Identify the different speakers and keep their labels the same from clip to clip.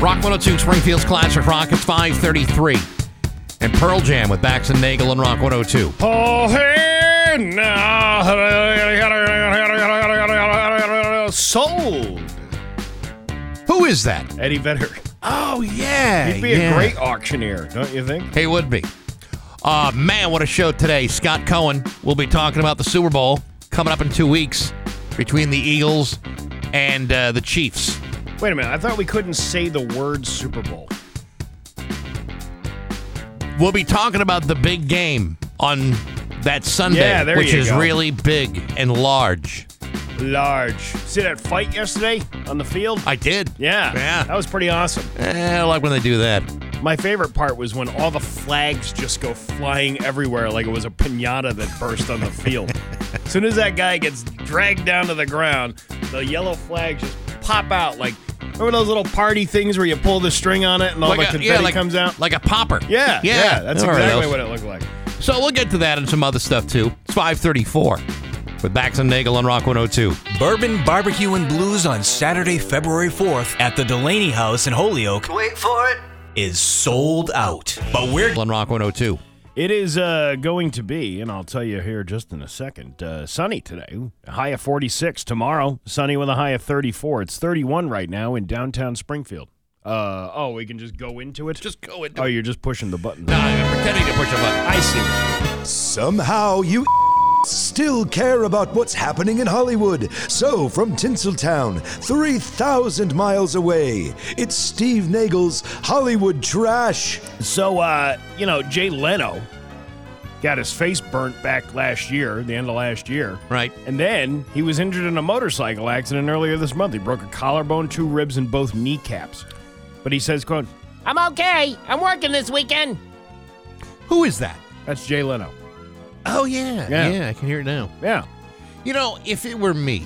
Speaker 1: Rock 102, Springfield's Classic Rock at 533. And Pearl Jam with Bax and Nagel and Rock 102.
Speaker 2: Oh, hey, now. Sold.
Speaker 1: Who is that?
Speaker 2: Eddie Vedder.
Speaker 1: Oh, yeah.
Speaker 2: He'd be a great auctioneer, don't you think?
Speaker 1: He would be. Uh, man, what a show today. Scott Cohen will be talking about the Super Bowl coming up in two weeks between the Eagles and uh, the Chiefs.
Speaker 2: Wait a minute. I thought we couldn't say the word Super Bowl.
Speaker 1: We'll be talking about the big game on that Sunday,
Speaker 2: Yeah, there
Speaker 1: which
Speaker 2: you
Speaker 1: is
Speaker 2: go.
Speaker 1: really big and large.
Speaker 2: Large. See that fight yesterday on the field?
Speaker 1: I did.
Speaker 2: Yeah.
Speaker 1: Yeah.
Speaker 2: That was pretty awesome.
Speaker 1: Eh, I like when they do that.
Speaker 2: My favorite part was when all the flags just go flying everywhere like it was a pinata that burst on the field. as soon as that guy gets dragged down to the ground, the yellow flags just pop out like remember those little party things where you pull the string on it and all the
Speaker 1: a,
Speaker 2: confetti
Speaker 1: yeah, like,
Speaker 2: comes out?
Speaker 1: Like a popper.
Speaker 2: yeah,
Speaker 1: Yeah.
Speaker 2: that's
Speaker 1: Or
Speaker 2: exactly
Speaker 1: else.
Speaker 2: what it looked like.
Speaker 1: So we'll get to that and some other stuff too. It's 534 with Bax and Nagel on Rock 102.
Speaker 3: Bourbon, barbecue, and blues on Saturday, February 4th at the Delaney House in Holyoke
Speaker 4: Wait for it.
Speaker 3: is sold out. But we're
Speaker 1: On Rock 102.
Speaker 2: It is uh, going to be, and I'll tell you here just in a second, uh, sunny today. A high of 46. Tomorrow, sunny with a high of 34. It's 31 right now in downtown Springfield. Uh, oh, we can just go into it?
Speaker 1: Just go into
Speaker 2: Oh, you're just pushing the button.
Speaker 1: No, I'm pretending to push a button.
Speaker 2: I see.
Speaker 5: Somehow you still care about what's happening in Hollywood. So, from Tinseltown, 3,000 miles away, it's Steve Nagel's Hollywood Trash.
Speaker 2: So, uh, you know, Jay Leno got his face burnt back last year, the end of last year.
Speaker 1: Right.
Speaker 2: And then he was injured in a motorcycle accident earlier this month. He broke a collarbone, two ribs, and both kneecaps. But he says, quote, I'm okay. I'm working this weekend.
Speaker 1: Who is that?
Speaker 2: That's Jay Leno.
Speaker 1: Oh yeah,
Speaker 2: Yeah.
Speaker 1: yeah, I can hear it now.
Speaker 2: Yeah.
Speaker 1: You know, if it were me,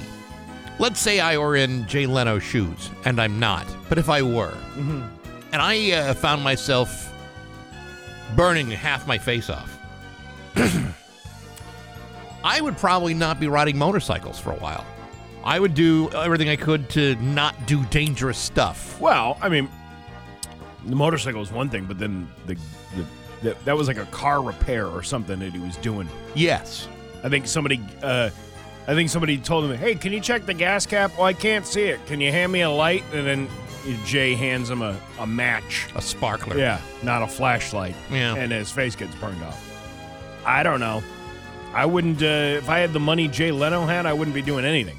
Speaker 1: let's say I were in Jay Leno's shoes, and I'm not, but if I were, and I uh, found myself burning half my face off, I would probably not be riding motorcycles for a while. I would do everything I could to not do dangerous stuff.
Speaker 2: Well, I mean, the motorcycle was one thing, but then the, the, the that was like a car repair or something that he was doing.
Speaker 1: Yes.
Speaker 2: I think somebody, uh, I think somebody told him, "Hey, can you check the gas cap? Well, I can't see it. Can you hand me a light?" And then Jay hands him a, a match.
Speaker 1: A sparkler.
Speaker 2: Yeah, not a flashlight.
Speaker 1: Yeah.
Speaker 2: and his face gets burned off. I don't know. I wouldn't. Uh, if I had the money Jay Leno had, I wouldn't be doing anything.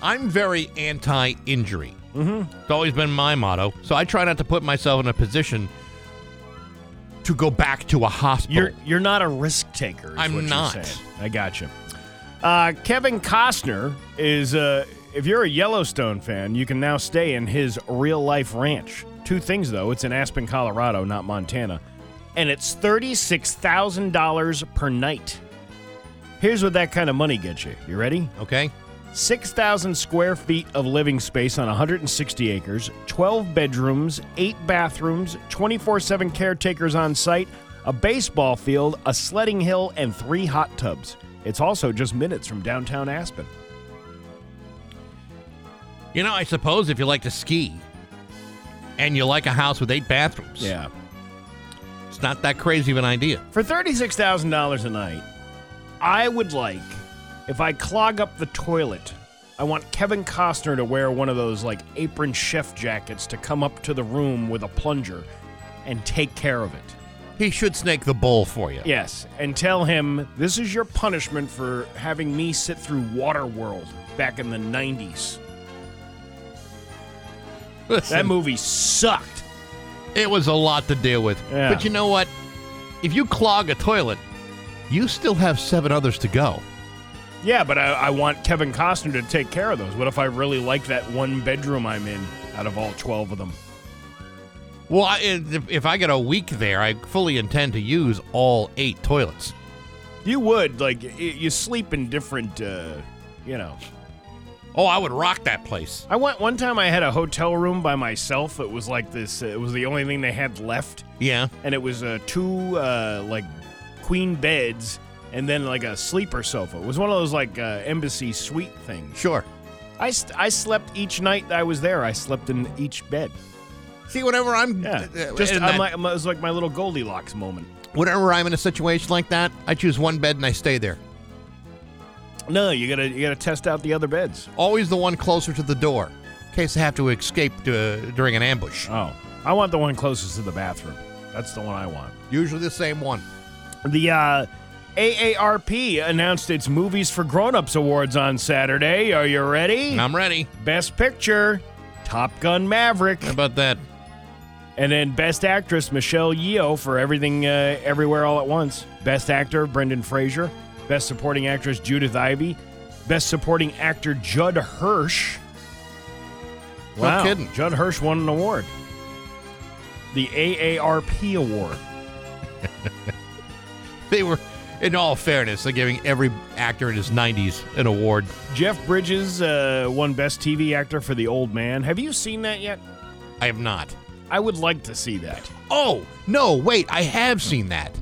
Speaker 1: I'm very anti injury. Mm-hmm. It's always been my motto. So I try not to put myself in a position to go back to a hospital.
Speaker 2: You're you're not a risk taker. is
Speaker 1: I'm
Speaker 2: what you're
Speaker 1: not.
Speaker 2: saying. I got you. Uh, Kevin Costner is. Uh, if you're a Yellowstone fan, you can now stay in his real life ranch. Two things though: it's in Aspen, Colorado, not Montana, and it's thirty six thousand dollars per night. Here's what that kind of money gets you. You ready?
Speaker 1: okay?
Speaker 2: 6,000 square feet of living space on 160 acres, 12 bedrooms, 8 bathrooms, 24 7 caretakers on site, a baseball field, a sledding hill, and three hot tubs. It's also just minutes from downtown Aspen.
Speaker 1: You know, I suppose if you like to ski and you like a house with eight bathrooms, it's not that crazy of an idea.
Speaker 2: For $36,000 a night, I would like, if I clog up the toilet, I want Kevin Costner to wear one of those like apron chef jackets to come up to the room with a plunger and take care of it.
Speaker 1: He should snake the bowl for you.
Speaker 2: Yes, and tell him this is your punishment for having me sit through Waterworld back in the 90s. That
Speaker 1: Listen,
Speaker 2: movie sucked.
Speaker 1: it was a lot to deal with.
Speaker 2: Yeah.
Speaker 1: But you know what? If you clog a toilet, you still have seven others to go.
Speaker 2: Yeah, but I, I want Kevin Costner to take care of those. What if I really like that one bedroom I'm in out of all 12 of them?
Speaker 1: Well, I, if if I get a week there, I fully intend to use all eight toilets.
Speaker 2: You would, like, y- you sleep in different, uh, you know.
Speaker 1: Oh, I would rock that place.
Speaker 2: I went, one time I had a hotel room by myself. It was like this, uh, it was the only thing they had left.
Speaker 1: Yeah.
Speaker 2: and it was uh, two uh, like queen beds and then like a sleeper sofa. It was one of those like uh, embassy suite things.
Speaker 1: Sure.
Speaker 2: I, st- I slept each night that I was there. I slept in each bed.
Speaker 1: See, whenever I'm
Speaker 2: Yeah,
Speaker 1: uh,
Speaker 2: just
Speaker 1: in
Speaker 2: I'm
Speaker 1: that-
Speaker 2: like, it was like my little Goldilocks moment.
Speaker 1: whenever I'm in a situation like that, I choose one bed and I stay there.
Speaker 2: No, you gotta you gotta test out the other beds.
Speaker 1: Always the one closer to the door, in case I have to escape uh, during an ambush.
Speaker 2: Oh, I want the one closest to the bathroom. That's the one I want.
Speaker 1: Usually the same one.
Speaker 2: The uh, AARP announced its Movies for Grown-ups awards on Saturday. Are you ready?
Speaker 1: I'm ready.
Speaker 2: Best Picture, Top Gun: Maverick,
Speaker 1: How about that?
Speaker 2: and then Best Actress Michelle Yeoh for Everything, uh, Everywhere, All at Once. Best Actor Brendan Fraser. Best Supporting Actress Judith Ivy. Best Supporting Actor Judd Hirsch.
Speaker 1: No kidding.
Speaker 2: Judd Hirsch won an award. The AARP award.
Speaker 1: They were, in all fairness, they're giving every actor in his 90s an award.
Speaker 2: Jeff Bridges uh, won Best TV Actor for The Old Man. Have you seen that yet?
Speaker 1: I have not.
Speaker 2: I would like to see that.
Speaker 1: Oh no! Wait, I have seen that.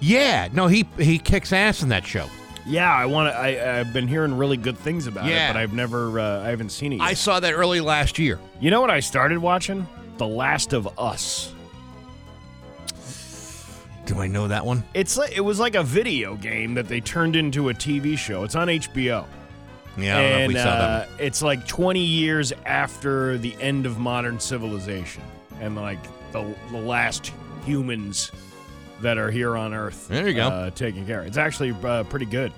Speaker 1: Yeah, no, he he kicks ass in that show.
Speaker 2: Yeah, I want to. I- I've been hearing really good things about
Speaker 1: Yeah.
Speaker 2: it, but I've never. Uh, I haven't seen it. Yet.
Speaker 1: I saw that early last year.
Speaker 2: You know what I started watching? The Last of Us.
Speaker 1: Do I know that one?
Speaker 2: It's like, it was like a video game that they turned into a TV show. It's on HBO.
Speaker 1: Yeah, I don't know if we
Speaker 2: And,
Speaker 1: saw that. One.
Speaker 2: uh, It's like 20 years after the end of modern civilization and like the, the last humans that are here on Earth.
Speaker 1: There you go.
Speaker 2: Uh, taking care. It's actually uh, pretty good.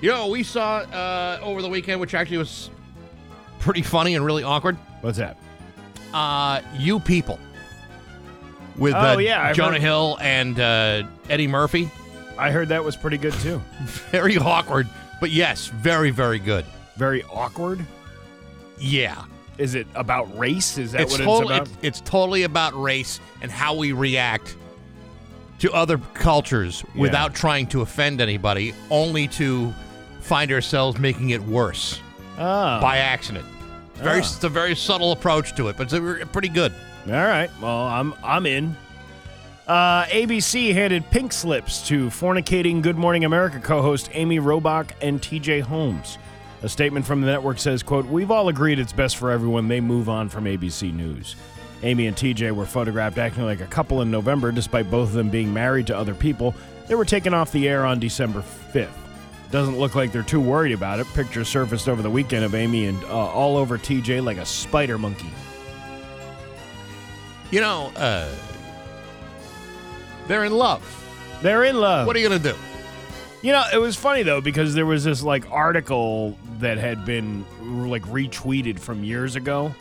Speaker 1: Yo, we saw uh, over the weekend, which actually was pretty funny and really awkward.
Speaker 2: What's that?
Speaker 1: Uh, you people with
Speaker 2: Oh,
Speaker 1: uh,
Speaker 2: yeah, I've
Speaker 1: Jonah
Speaker 2: heard-
Speaker 1: Hill and uh, Eddie Murphy.
Speaker 2: I heard that was pretty good too.
Speaker 1: Very awkward, but yes, very very good.
Speaker 2: Very awkward.
Speaker 1: Yeah.
Speaker 2: Is it about race? Is that
Speaker 1: it's
Speaker 2: what
Speaker 1: tot-
Speaker 2: it's about?
Speaker 1: it- it's totally about race and how we react to other cultures without trying to offend anybody, only to find ourselves making it worse
Speaker 2: oh.
Speaker 1: by accident. It's,
Speaker 2: Ah.
Speaker 1: very, it's a very subtle approach to it, but it's a, pretty good.
Speaker 2: All right. Well, I'm I'm in. Uh, ABC handed pink slips to fornicating Good Morning America co-host Amy Robach and TJ Holmes. A statement from the network says, quote, We've all agreed it's best for everyone they move on from ABC News. Amy and TJ were photographed acting like a couple in November, despite both of them being married to other people. They were taken off the air on December 5th. Doesn't look like they're too worried about it. Pictures surfaced over the weekend of Amy and uh, all over TJ like a spider monkey.
Speaker 1: You know, uh, they're in love.
Speaker 2: They're in love.
Speaker 1: What are you going to do?
Speaker 2: You know, it was funny though because there was this like article that had been like retweeted from years ago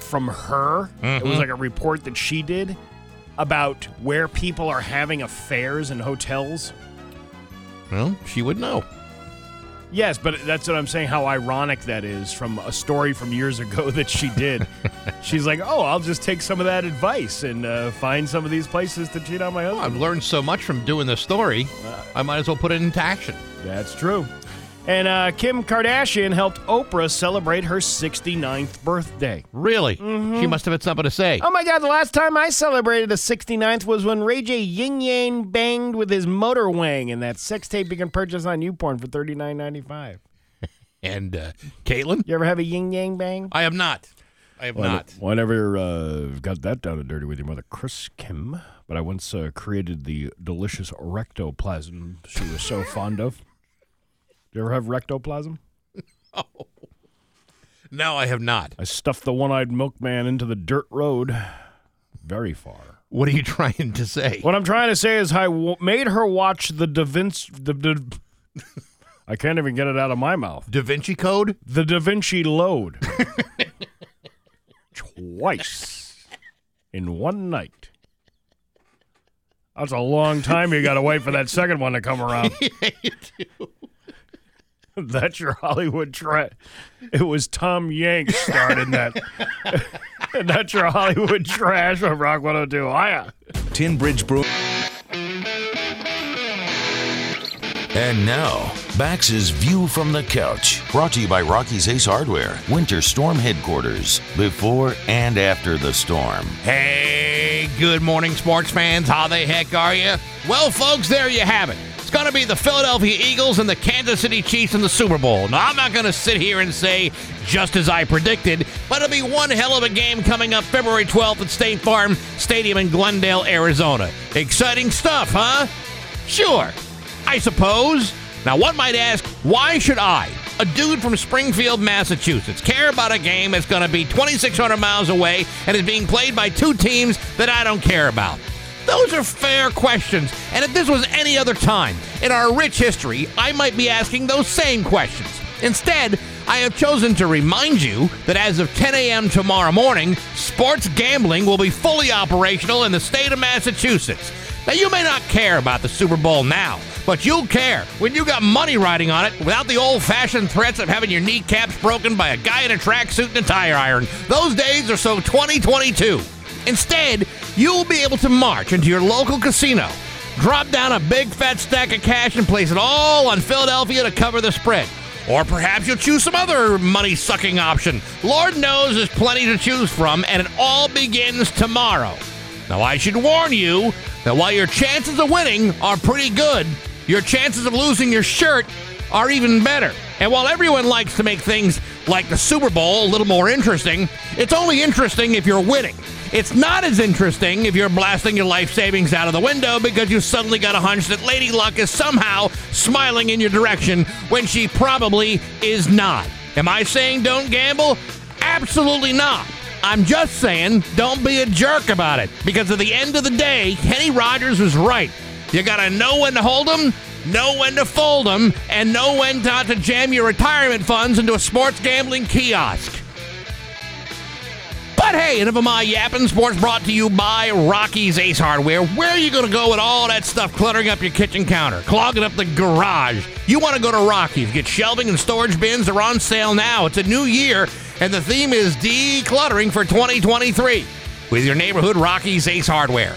Speaker 2: from her. It was like a report that she did about where people are having affairs in hotels.
Speaker 1: Well, she would know.
Speaker 2: Yes, but that's what I'm saying how ironic that is from a story from years ago that she did. She's like, "Oh, I'll just take some of that advice and uh, find some of these places to cheat on my husband."
Speaker 1: I've learned so much from doing this story,
Speaker 2: Ah.
Speaker 1: I might as well put it into action.
Speaker 2: That's true. And uh, Kim Kardashian helped Oprah celebrate her 69th birthday.
Speaker 1: Really? She must have had something to say.
Speaker 2: Mm-hmm. Oh my God, the last time I celebrated the 69th was when Ray J Ying Yang banged with his motor wang in that sex tape you can purchase on YouPorn for $39.95.
Speaker 1: And uh, Caitlin?
Speaker 2: You ever have a Ying Yang bang?
Speaker 1: I am not. I have not.
Speaker 2: Well, I never uh, got that down and dirty with your mother, Chris Kim, but I once uh, created the delicious rectoplasm she was so fond of. Do you ever have rectoplasm?
Speaker 1: No, I have not.
Speaker 2: I stuffed the one eyed milkman into the dirt road very far.
Speaker 1: What are you trying to say?
Speaker 2: What I'm trying to say is, I w- made her watch the Da Vinci. The, the, I can't even get it out of my mouth.
Speaker 1: Da Vinci Code?
Speaker 2: The Da Vinci Load. Twice in one night. That's a long time you got to wait for that second one to come around. That's your Hollywood trend. It was Tom Yank started that. That's your Hollywood trash on Rock 102. Hiya.
Speaker 3: Tin Bridge Brew.
Speaker 4: And now, Bax's View from the Couch, brought to you by Rocky's Ace Hardware, Winter Storm Headquarters, before and after the storm.
Speaker 1: Hey, good morning, sports fans. How the heck are you? Well, folks, there you have it. It's going to be the Philadelphia Eagles and the Kansas City Chiefs in the Super Bowl. Now, I'm not going to sit here and say just as I predicted, but it'll be one hell of a game coming up February 12th at State Farm Stadium in Glendale, Arizona. Exciting stuff, huh? Sure, I suppose. Now, one might ask, why should I, a dude from Springfield, Massachusetts, care about a game that's going to be 2,600 miles away and is being played by two teams that I don't care about? Those are fair questions, and if this was any other time in our rich history, I might be asking those same questions. Instead, I have chosen to remind you that as of 10 a.m. tomorrow morning, sports gambling will be fully operational in the state of Massachusetts. Now, you may not care about the Super Bowl now, but you'll care when you got money riding on it without the old fashioned threats of having your kneecaps broken by a guy in a tracksuit and a tire iron. Those days are so 2022. Instead, you'll be able to march into your local casino, drop down a big fat stack of cash, and place it all on Philadelphia to cover the spread. Or perhaps you'll choose some other money sucking option. Lord knows there's plenty to choose from, and it all begins tomorrow. Now, I should warn you that while your chances of winning are pretty good, your chances of losing your shirt are even better. And while everyone likes to make things like the Super Bowl a little more interesting, it's only interesting if you're winning. It's not as interesting if you're blasting your life savings out of the window because you suddenly got a hunch that Lady Luck is somehow smiling in your direction when she probably is not. Am I saying don't gamble? Absolutely not. I'm just saying, don't be a jerk about it. Because at the end of the day, Kenny Rogers was right. You gotta know when to hold 'em, know when to fold 'em, and know when not to jam your retirement funds into a sports gambling kiosk. But hey, enough of my yapping. Sports brought to you by Rocky's Ace Hardware. Where are you going to go with all that stuff cluttering up your kitchen counter, clogging up the garage? You want to go to Rocky's. Get shelving and storage bins. They're on sale now. It's a new year, and the theme is decluttering for 2023 with your neighborhood Rocky's Ace Hardware.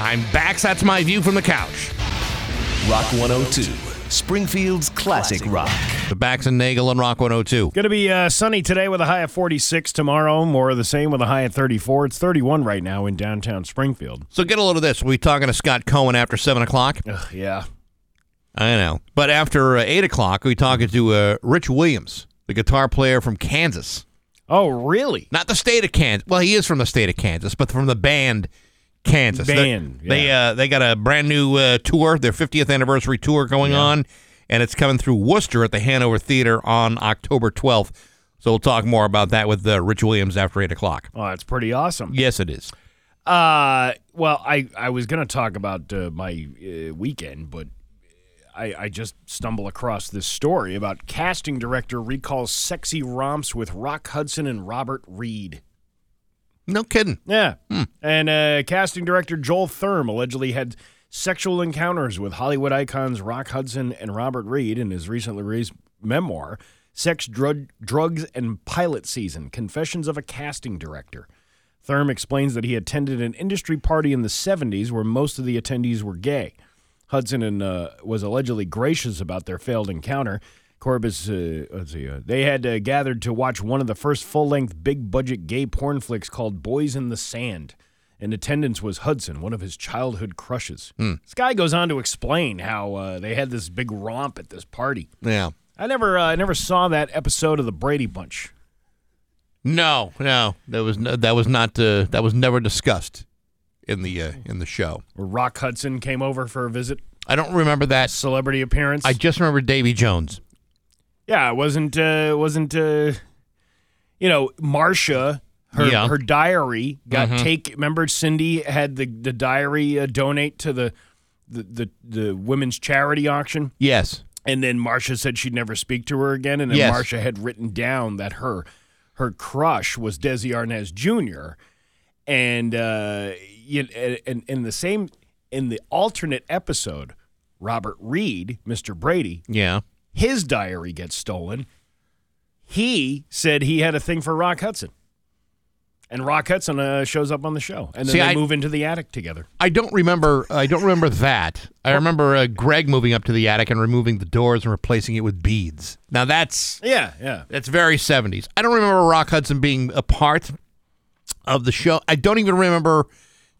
Speaker 1: I'm back. That's my view from the couch.
Speaker 6: Rock 102, Springfield's classic rock.
Speaker 1: The Bax and Nagel on Rock 102.
Speaker 2: Going to be uh, sunny today with a high of 46 tomorrow. More of the same with a high of 34. It's 31 right now in downtown Springfield.
Speaker 1: So get a load of this. We'll be talking to Scott Cohen after 7 o'clock.
Speaker 2: Ugh, yeah.
Speaker 1: I know. But after uh, 8 o'clock, we talking to uh, Rich Williams, the guitar player from Kansas.
Speaker 2: Oh, really?
Speaker 1: Not the state of Kansas. Well, he is from the state of Kansas, but from the band Kansas. They-
Speaker 2: Band,
Speaker 1: They, uh, they got a brand new uh, tour, their 50th anniversary tour going on, and it's coming through Worcester at the Hanover Theater on October 12th. So we'll talk more about that with uh, Rich Williams after 8 o'clock.
Speaker 2: Oh, that's pretty awesome.
Speaker 1: Yes, it is.
Speaker 2: Uh, well, I, I was going to talk about uh, my uh, weekend, but I, I just stumble across this story about casting director recalls sexy romps with Rock Hudson and Robert Reed.
Speaker 1: No kidding.
Speaker 2: Yeah. And uh, casting director Joel Thurm allegedly had sexual encounters with Hollywood icons Rock Hudson and Robert Reed in his recently released memoir, Sex, Drug, Drugs, and Pilot Season Confessions of a Casting Director. Thurm explains that he attended an industry party in the 70s where most of the attendees were gay. Hudson and uh, was allegedly gracious about their failed encounter. Corbis, uh, let's see, uh, they had uh, gathered to watch one of the first full-length big-budget gay porn flicks called Boys in the Sand. In attendance was Hudson, one of his childhood crushes. This guy goes on to explain how uh, they had this big romp at this party.
Speaker 1: Yeah.
Speaker 2: I never, uh, I never saw that episode of the Brady Bunch.
Speaker 1: No, no, that was no, that was not uh, that was never discussed in the uh, in the show.
Speaker 2: Where Rock Hudson came over for a visit,
Speaker 1: I don't remember that.
Speaker 2: celebrity appearance.
Speaker 1: I just remember Davy Jones.
Speaker 2: Yeah, it wasn't uh it wasn't uh you know, Marcia her
Speaker 1: Yeah. Mm-hmm.
Speaker 2: her diary got take remember Cindy had the the diary uh, donate to the the, the the women's charity auction
Speaker 1: Yes,
Speaker 2: and then Marcia said she'd never speak to her again and then
Speaker 1: Yes.
Speaker 2: Marcia had written down that her her crush was Desi Arnaz Jr. and uh you, and, and in the same in the alternate episode Robert Reed, Mr. Brady,
Speaker 1: yeah,
Speaker 2: his diary gets stolen. He said he had a thing for Rock Hudson. And Rock Hudson uh, shows up on the show. And then
Speaker 1: See,
Speaker 2: they
Speaker 1: I-
Speaker 2: move into the attic together.
Speaker 1: I don't remember. I don't remember that. I remember uh, Greg moving up to the attic and removing the doors and replacing it with beads. Now that's
Speaker 2: Yeah, yeah.
Speaker 1: that's very seventies. I don't remember Rock Hudson being a part of the show. I don't even remember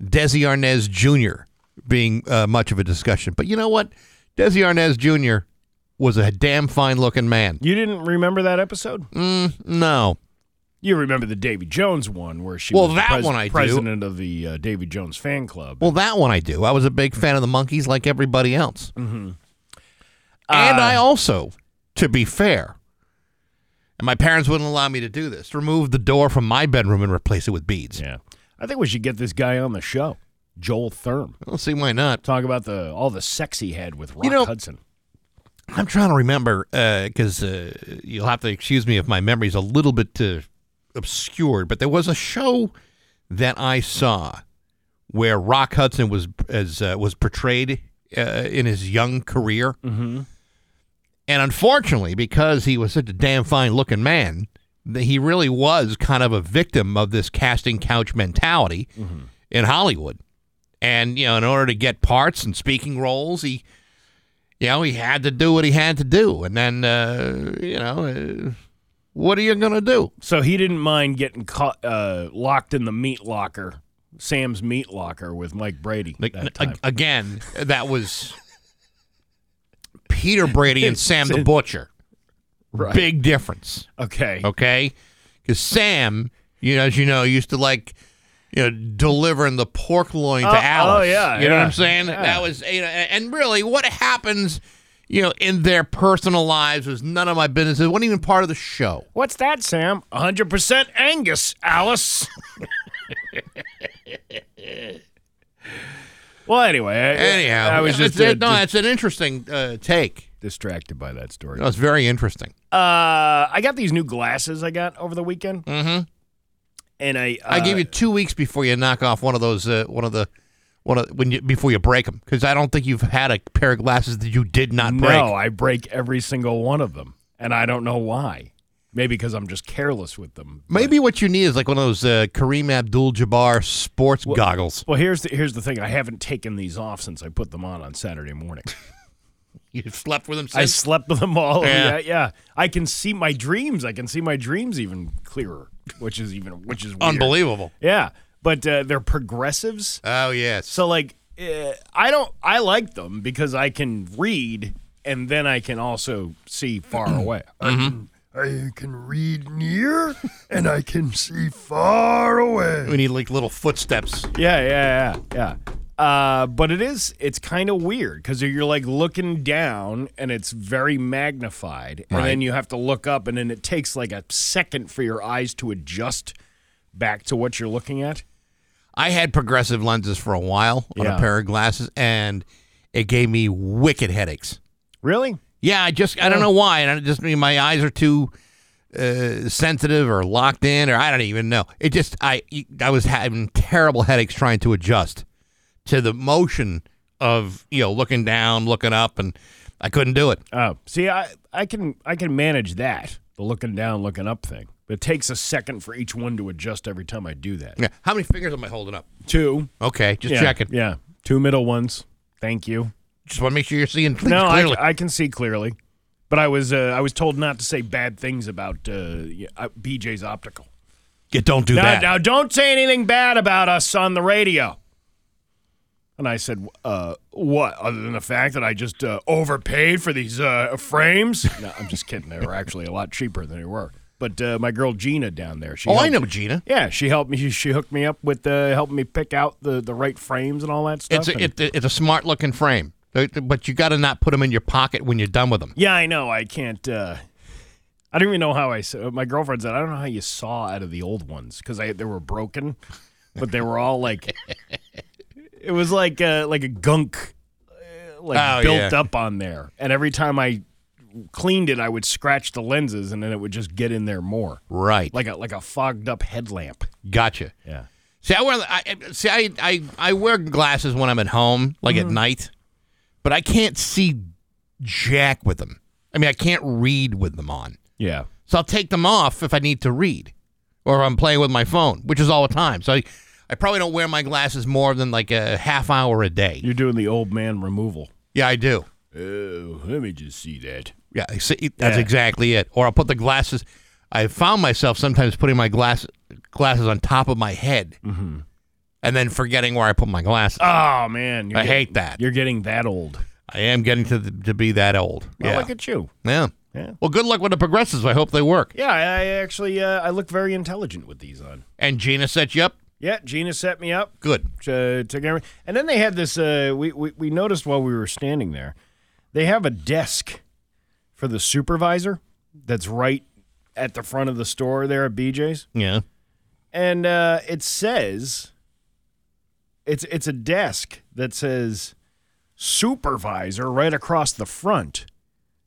Speaker 1: Desi Arnaz Jr. being uh, much of a discussion. But you know what? Desi Arnaz Jr. was a damn fine looking man.
Speaker 2: You didn't remember that episode?
Speaker 1: Mm. No.
Speaker 2: You remember the Davy Jones one where she
Speaker 1: Well,
Speaker 2: was the
Speaker 1: that
Speaker 2: pres-
Speaker 1: one I do.
Speaker 2: president of the uh, Davy Jones fan club.
Speaker 1: Well, that one I do. I was a big fan of the monkeys like everybody else. Mm-hmm.
Speaker 2: Uh,
Speaker 1: and
Speaker 2: Ah,
Speaker 1: I also, to be fair, and my parents wouldn't allow me to do this, removed the door from my bedroom and replace it with beads.
Speaker 2: yeah. I think we should get this guy on the show, Joel Thurm.
Speaker 1: I don't see why not.
Speaker 2: Talk about the all the sex he had with Rock
Speaker 1: You know-
Speaker 2: Hudson.
Speaker 1: I'm trying to remember because uh, you'll have to excuse me if my memory's a little bit uh, obscured. But there was a show that I saw where Rock Hudson was as uh, was portrayed uh, in his young career, mm-hmm. and unfortunately, because he was such a damn fine looking man, that he really was kind of a victim of this casting couch mentality in Hollywood. And you know, in order to get parts and speaking roles, he you know, he had to do what he had to do. And then, uh, you know, uh, what are you going to do?
Speaker 2: So he didn't mind getting caught, uh, locked in the meat locker, Sam's meat locker with Mike Brady.
Speaker 1: Like,
Speaker 2: that
Speaker 1: a-
Speaker 2: time.
Speaker 1: again, that was Peter Brady and Sam the Butcher. Oh.
Speaker 2: Right.
Speaker 1: Big difference,
Speaker 2: okay.
Speaker 1: okay? Because Sam, you know, as you know, used to like, you know, delivering the pork loin to
Speaker 2: Oh, oh,
Speaker 1: Alice.
Speaker 2: yeah,
Speaker 1: you know what
Speaker 2: yeah,
Speaker 1: I'm saying?
Speaker 2: yeah.
Speaker 1: That was, you know, a- and really, what happens, you know, in their personal lives was none of my business. It wasn't even part of the show.
Speaker 2: What's that, Sam? 100% Angus, Alice. well, anyway. I,
Speaker 1: Anyhow,
Speaker 2: I was
Speaker 1: it's-
Speaker 2: just
Speaker 1: it-
Speaker 2: uh,
Speaker 1: no.
Speaker 2: dis-
Speaker 1: It's an interesting uh, take.
Speaker 2: distracted by that story.
Speaker 1: No, it's very interesting.
Speaker 2: Uh, I got these new glasses I got over the weekend. Mm-hmm. And I, uh,
Speaker 1: I gave you two weeks before you knock off one of those. Uh, one of the one of when you before you break them because I don't think you've had a pair of glasses that you did not
Speaker 2: no,
Speaker 1: break.
Speaker 2: I break every single one of them, and I don't know why. Maybe because I'm just careless with them.
Speaker 1: Maybe what you need is like one of those uh, Kareem Abdul-Jabbar sports goggles.
Speaker 2: Well, here's the here's the thing. I haven't taken these off since I put them on on Saturday morning.
Speaker 1: You slept with them
Speaker 2: I
Speaker 1: since.
Speaker 2: slept with them all.
Speaker 1: Yeah.
Speaker 2: Yeah. yeah, I can see my dreams. I can see my dreams even clearer, which is even which is weird.
Speaker 1: Unbelievable.
Speaker 2: Yeah, but uh, they're progressives.
Speaker 1: Oh yes.
Speaker 2: So like, uh, I don't. I like them because I can read and then I can also see far away.
Speaker 7: I can read near and I can see far away.
Speaker 1: we need like little footsteps.
Speaker 2: Yeah, yeah, yeah, yeah. Uh, but it is, it's kind of weird because you're like looking down and it's very magnified. And
Speaker 1: Right.
Speaker 2: then you have to look up, and then it takes like a second for your eyes to adjust back to what you're looking at.
Speaker 1: I had progressive lenses for a while on a
Speaker 2: Yeah.
Speaker 1: pair of glasses, and it gave me wicked headaches.
Speaker 2: Really?
Speaker 1: Yeah, I just I don't
Speaker 2: Oh.
Speaker 1: know why, and I just I mean my eyes are too uh, sensitive or locked in, or I don't even know. It just I I was having terrible headaches trying to adjust to the motion of you know looking down, looking up, and I couldn't do it.
Speaker 2: Oh, see, I, I can I can manage that the looking down, looking up thing. It takes a second for each one to adjust every time I do that.
Speaker 1: Yeah, how many fingers am I holding up?
Speaker 2: Two.
Speaker 1: Okay, just
Speaker 2: yeah,
Speaker 1: checking.
Speaker 2: Yeah. Two middle ones. Thank you.
Speaker 1: Just want to make sure you're seeing things
Speaker 2: no,
Speaker 1: clearly.
Speaker 2: I, I can see clearly, but I was uh, I was told not to say bad things about uh, y- uh, BJ's Optical.
Speaker 1: yeah, don't do
Speaker 2: Now,
Speaker 1: that.
Speaker 2: now, don't say anything bad about us on the radio. And I said, uh, "What? Other than the fact that I just uh, overpaid for these uh, frames? no, I'm just kidding. They were actually a lot cheaper than they were." But uh, my girl Gina down there, she
Speaker 1: oh, I
Speaker 2: helped-
Speaker 1: know, Gina.
Speaker 2: Yeah, she helped me. She, she hooked me up with uh, helping me pick out the, the right frames and all that stuff.
Speaker 1: It's a,
Speaker 2: and-
Speaker 1: it, it's a smart looking frame, but but you got to not put them in your pocket when you're done with them.
Speaker 2: Yeah, I know. I can't. Uh, I don't even know how I. s- uh, My girlfriend said I don't know how you saw out of the old ones because they were broken, but they were all like. it was like a, like a gunk, uh, like
Speaker 1: Oh,
Speaker 2: built
Speaker 1: yeah.
Speaker 2: up on there, and every time I cleaned it, I would scratch the lenses, and then it would just get in there more,
Speaker 1: Right.
Speaker 2: like a like a fogged up headlamp.
Speaker 1: Gotcha.
Speaker 2: Yeah.
Speaker 1: See, I wear I, I- see I, I I wear glasses when I'm at home, like at night, but I can't see jack with them. I mean, I can't read with them on.
Speaker 2: Yeah.
Speaker 1: So I'll take them off if I need to read, or if I'm playing with my phone, which is all the time. So I, I probably don't wear my glasses more than like a half hour a day.
Speaker 2: You're doing the old man removal.
Speaker 1: Yeah, I do.
Speaker 2: Oh, let me just see that.
Speaker 1: Yeah, I see, that's
Speaker 2: Yeah.
Speaker 1: exactly it. Or I'll put the glasses. I found myself sometimes putting my glass glasses on top of my head, and then forgetting where I put my glasses.
Speaker 2: Oh man, you're
Speaker 1: I
Speaker 2: getting-
Speaker 1: hate that.
Speaker 2: You're getting that old.
Speaker 1: I am getting to the, to be that old.
Speaker 2: Well,
Speaker 1: yeah.
Speaker 2: look at you.
Speaker 1: yeah.
Speaker 2: Yeah.
Speaker 1: Well, good luck when it progresses. I hope they work.
Speaker 2: Yeah, I, I actually uh, I look very intelligent with these on.
Speaker 1: And Gina set you up.
Speaker 2: Yeah, Gina set me up.
Speaker 1: Good.
Speaker 2: to, to get- and then they had this. Uh, we, we we noticed while we were standing there, they have a desk for the supervisor that's right at the front of the store there at BJ's,
Speaker 1: Yeah.
Speaker 2: and uh, it says it's it's a desk that says supervisor right across the front,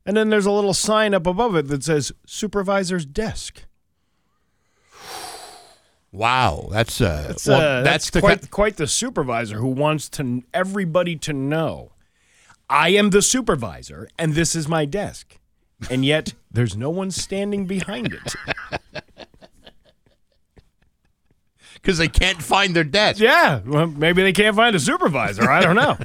Speaker 2: and then there's a little sign up above it that says supervisor's desk.
Speaker 1: Wow. That's uh.
Speaker 2: That's,
Speaker 1: well,
Speaker 2: uh,
Speaker 1: that's,
Speaker 2: that's,
Speaker 1: the
Speaker 2: quite
Speaker 1: ki-
Speaker 2: quite the supervisor who wants to everybody to know. I am the supervisor, and this is my desk, and yet there's no one standing behind it.
Speaker 1: because they can't find their desk.
Speaker 2: yeah, well, maybe they can't find a supervisor. I don't know.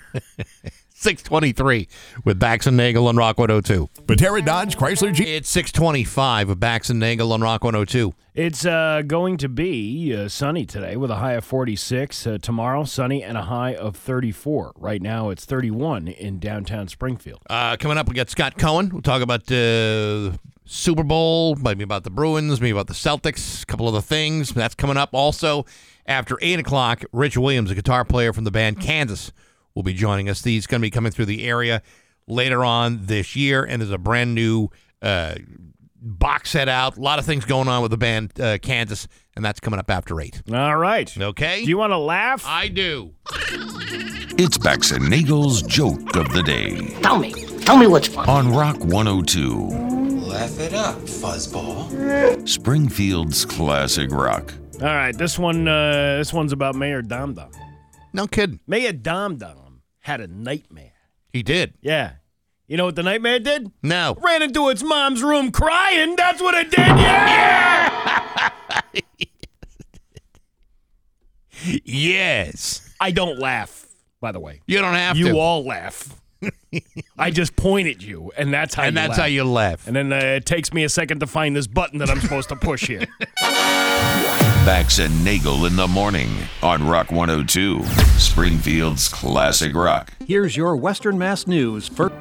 Speaker 1: Six twenty-three with Bax and Nagel on Rock One Hundred Two.
Speaker 8: Patera Dodge Chrysler Jeep.
Speaker 1: It's six twenty-five with Bax and Nagel on Rock One Hundred Two.
Speaker 2: It's uh, going to be uh, sunny today with a high of 46. Uh, tomorrow, sunny and a high of 34. Right now, it's 31 in downtown Springfield.
Speaker 1: Uh, coming up, we got Scott Cohen. We'll talk about uh, Super Bowl, maybe about the Bruins, maybe about the Celtics, a couple other things. That's coming up also after 8 o'clock. Rich Williams, a guitar player from the band Kansas, will be joining us. He's going to be coming through the area later on this year, and there's a brand new uh, box set out. A lot of things going on with the band uh, Kansas, and that's coming up after 8.
Speaker 2: All right.
Speaker 1: Okay?
Speaker 2: Do you want to laugh?
Speaker 1: I do.
Speaker 4: It's Bax and Nagel's joke of the day
Speaker 9: Tell me. Tell me which one.
Speaker 4: on Rock 102. Laugh it up, fuzzball. Springfield's classic rock.
Speaker 2: All right. This one. Uh, this one's about Mayor Domdom.
Speaker 1: No kidding.
Speaker 2: Mayor Domdom had a nightmare.
Speaker 1: He did.
Speaker 2: Yeah. You know what the nightmare did?
Speaker 1: No.
Speaker 2: Ran into its mom's room crying. That's what it did. Yeah.
Speaker 1: Yes.
Speaker 2: I don't laugh. By the way,
Speaker 1: You don't have
Speaker 2: you
Speaker 1: to.
Speaker 2: all laugh. I just point at you, and that's how.
Speaker 1: and
Speaker 2: you
Speaker 1: that's
Speaker 2: laugh.
Speaker 1: how you laugh.
Speaker 2: And then uh, it takes me a second to find this button that I'm supposed to push here.
Speaker 4: Bax and Nagel in the morning on Rock 102. Springfield's classic rock.
Speaker 6: Here's your Western Mass News. First.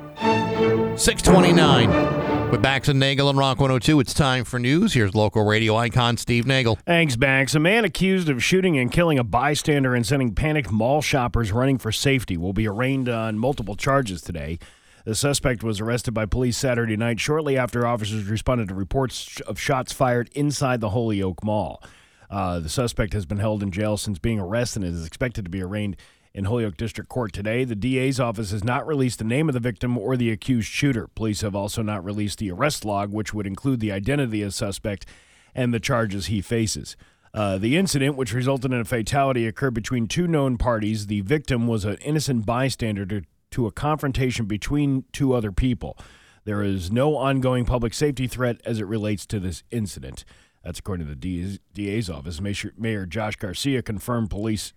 Speaker 1: 629. With Bax and Nagel on Rock 102, it's time for news. Here's local radio icon Steve Nagel.
Speaker 2: Thanks, Banks. A man accused of shooting and killing a bystander and sending panicked mall shoppers running for safety will be arraigned on multiple charges today. The suspect was arrested by police Saturday night shortly after officers responded to reports of shots fired inside the Holyoke Mall. Uh, the suspect has been held in jail since being arrested and is expected to be arraigned in Holyoke District Court today. The DA's office has not released the name of the victim or the accused shooter. Police have also not released the arrest log, which would include the identity of suspect and the charges he faces. Uh, the incident, which resulted in a fatality, occurred between two known parties. The victim was an innocent bystander to, to a confrontation between two other people. There is no ongoing public safety threat as it relates to this incident. That's according to the DA's, DA's office. Mayor- Mayor Josh Garcia confirmed police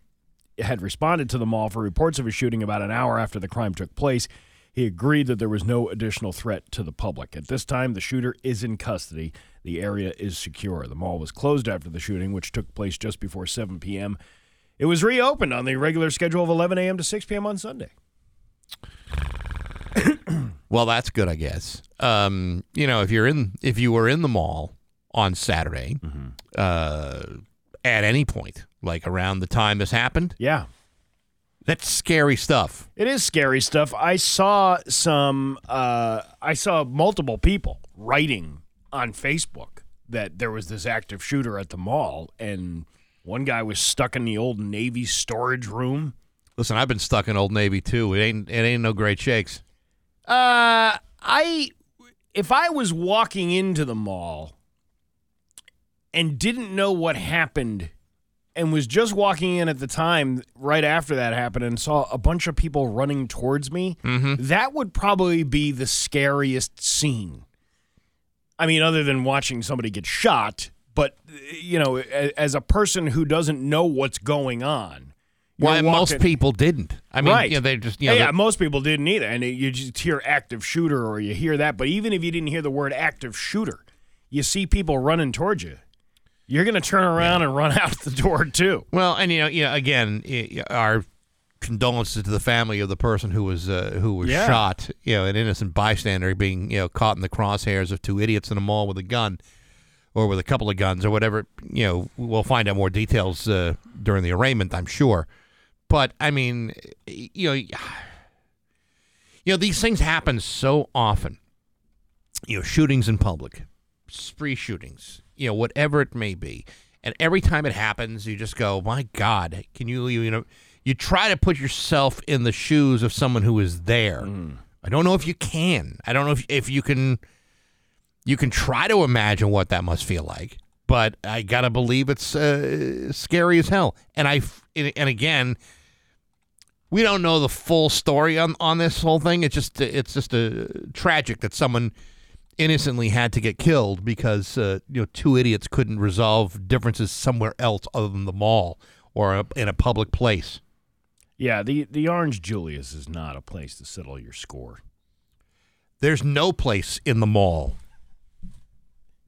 Speaker 2: had responded to the mall for reports of a shooting about an hour after the crime took place. He agreed that there was no additional threat to the public. At this time, the shooter is in custody. The area is secure. The mall was closed after the shooting, which took place just before 7 p.m. It was reopened on the regular schedule of 11 a.m. to 6 p.m. on Sunday.
Speaker 1: Well, that's good, I guess. Um, you know, if you're in, if you were in the mall on Saturday,
Speaker 2: Mm-hmm.
Speaker 1: uh, at any point, like around the time this happened,
Speaker 2: Yeah,
Speaker 1: that's scary stuff.
Speaker 2: It is scary stuff. I saw some. Uh, I saw multiple people writing on Facebook that there was this active shooter at the mall, and one guy was stuck in the old Navy storage room.
Speaker 1: Listen, I've been stuck in Old Navy too. It ain't, it ain't no great shakes.
Speaker 2: Uh, I, if I was walking into the mall and didn't know what happened, and was just walking in at the time right after that happened, and saw a bunch of people running towards me,
Speaker 1: Mm-hmm.
Speaker 2: that would probably be the scariest scene. I mean, other than watching somebody get shot, but you know, a- as a person who doesn't know what's going on, you're
Speaker 1: Why most
Speaker 2: walking-
Speaker 1: people didn't. I mean,
Speaker 2: right.
Speaker 1: you know, they just, you know,
Speaker 2: yeah,
Speaker 1: they-
Speaker 2: most people didn't either. And you just hear active shooter or you hear that. But even if you didn't hear the word active shooter, you see people running towards you. You're going to turn around and run out the door, too.
Speaker 1: Well, and you know, you know, again, i- our condolences to the family of the person who was uh, who was
Speaker 2: Yeah.
Speaker 1: shot. You know, an innocent bystander being you know caught in the crosshairs of two idiots in a mall with a gun, or with a couple of guns, or whatever. You know, we'll find out more details uh, during the arraignment, I'm sure. But I mean, you know, you know these things happen so often. You know, shootings in public, spree shootings, you know, whatever it may be. And every time it happens, you just go, "My God, can you you, you know?" You try to put yourself in the shoes of someone who is there. I don't know if you can. I don't know if if you can. You can try to imagine what that must feel like, but I gotta believe it's uh, scary as hell. And I f- and and again, we don't know the full story on, on this whole thing. It's just it's just a tragic that someone innocently had to get killed because uh, you know two idiots couldn't resolve differences somewhere else other than the mall or a, in a public place.
Speaker 2: Yeah, the, the Orange Julius is not a place to settle your score.
Speaker 1: There's no place in the mall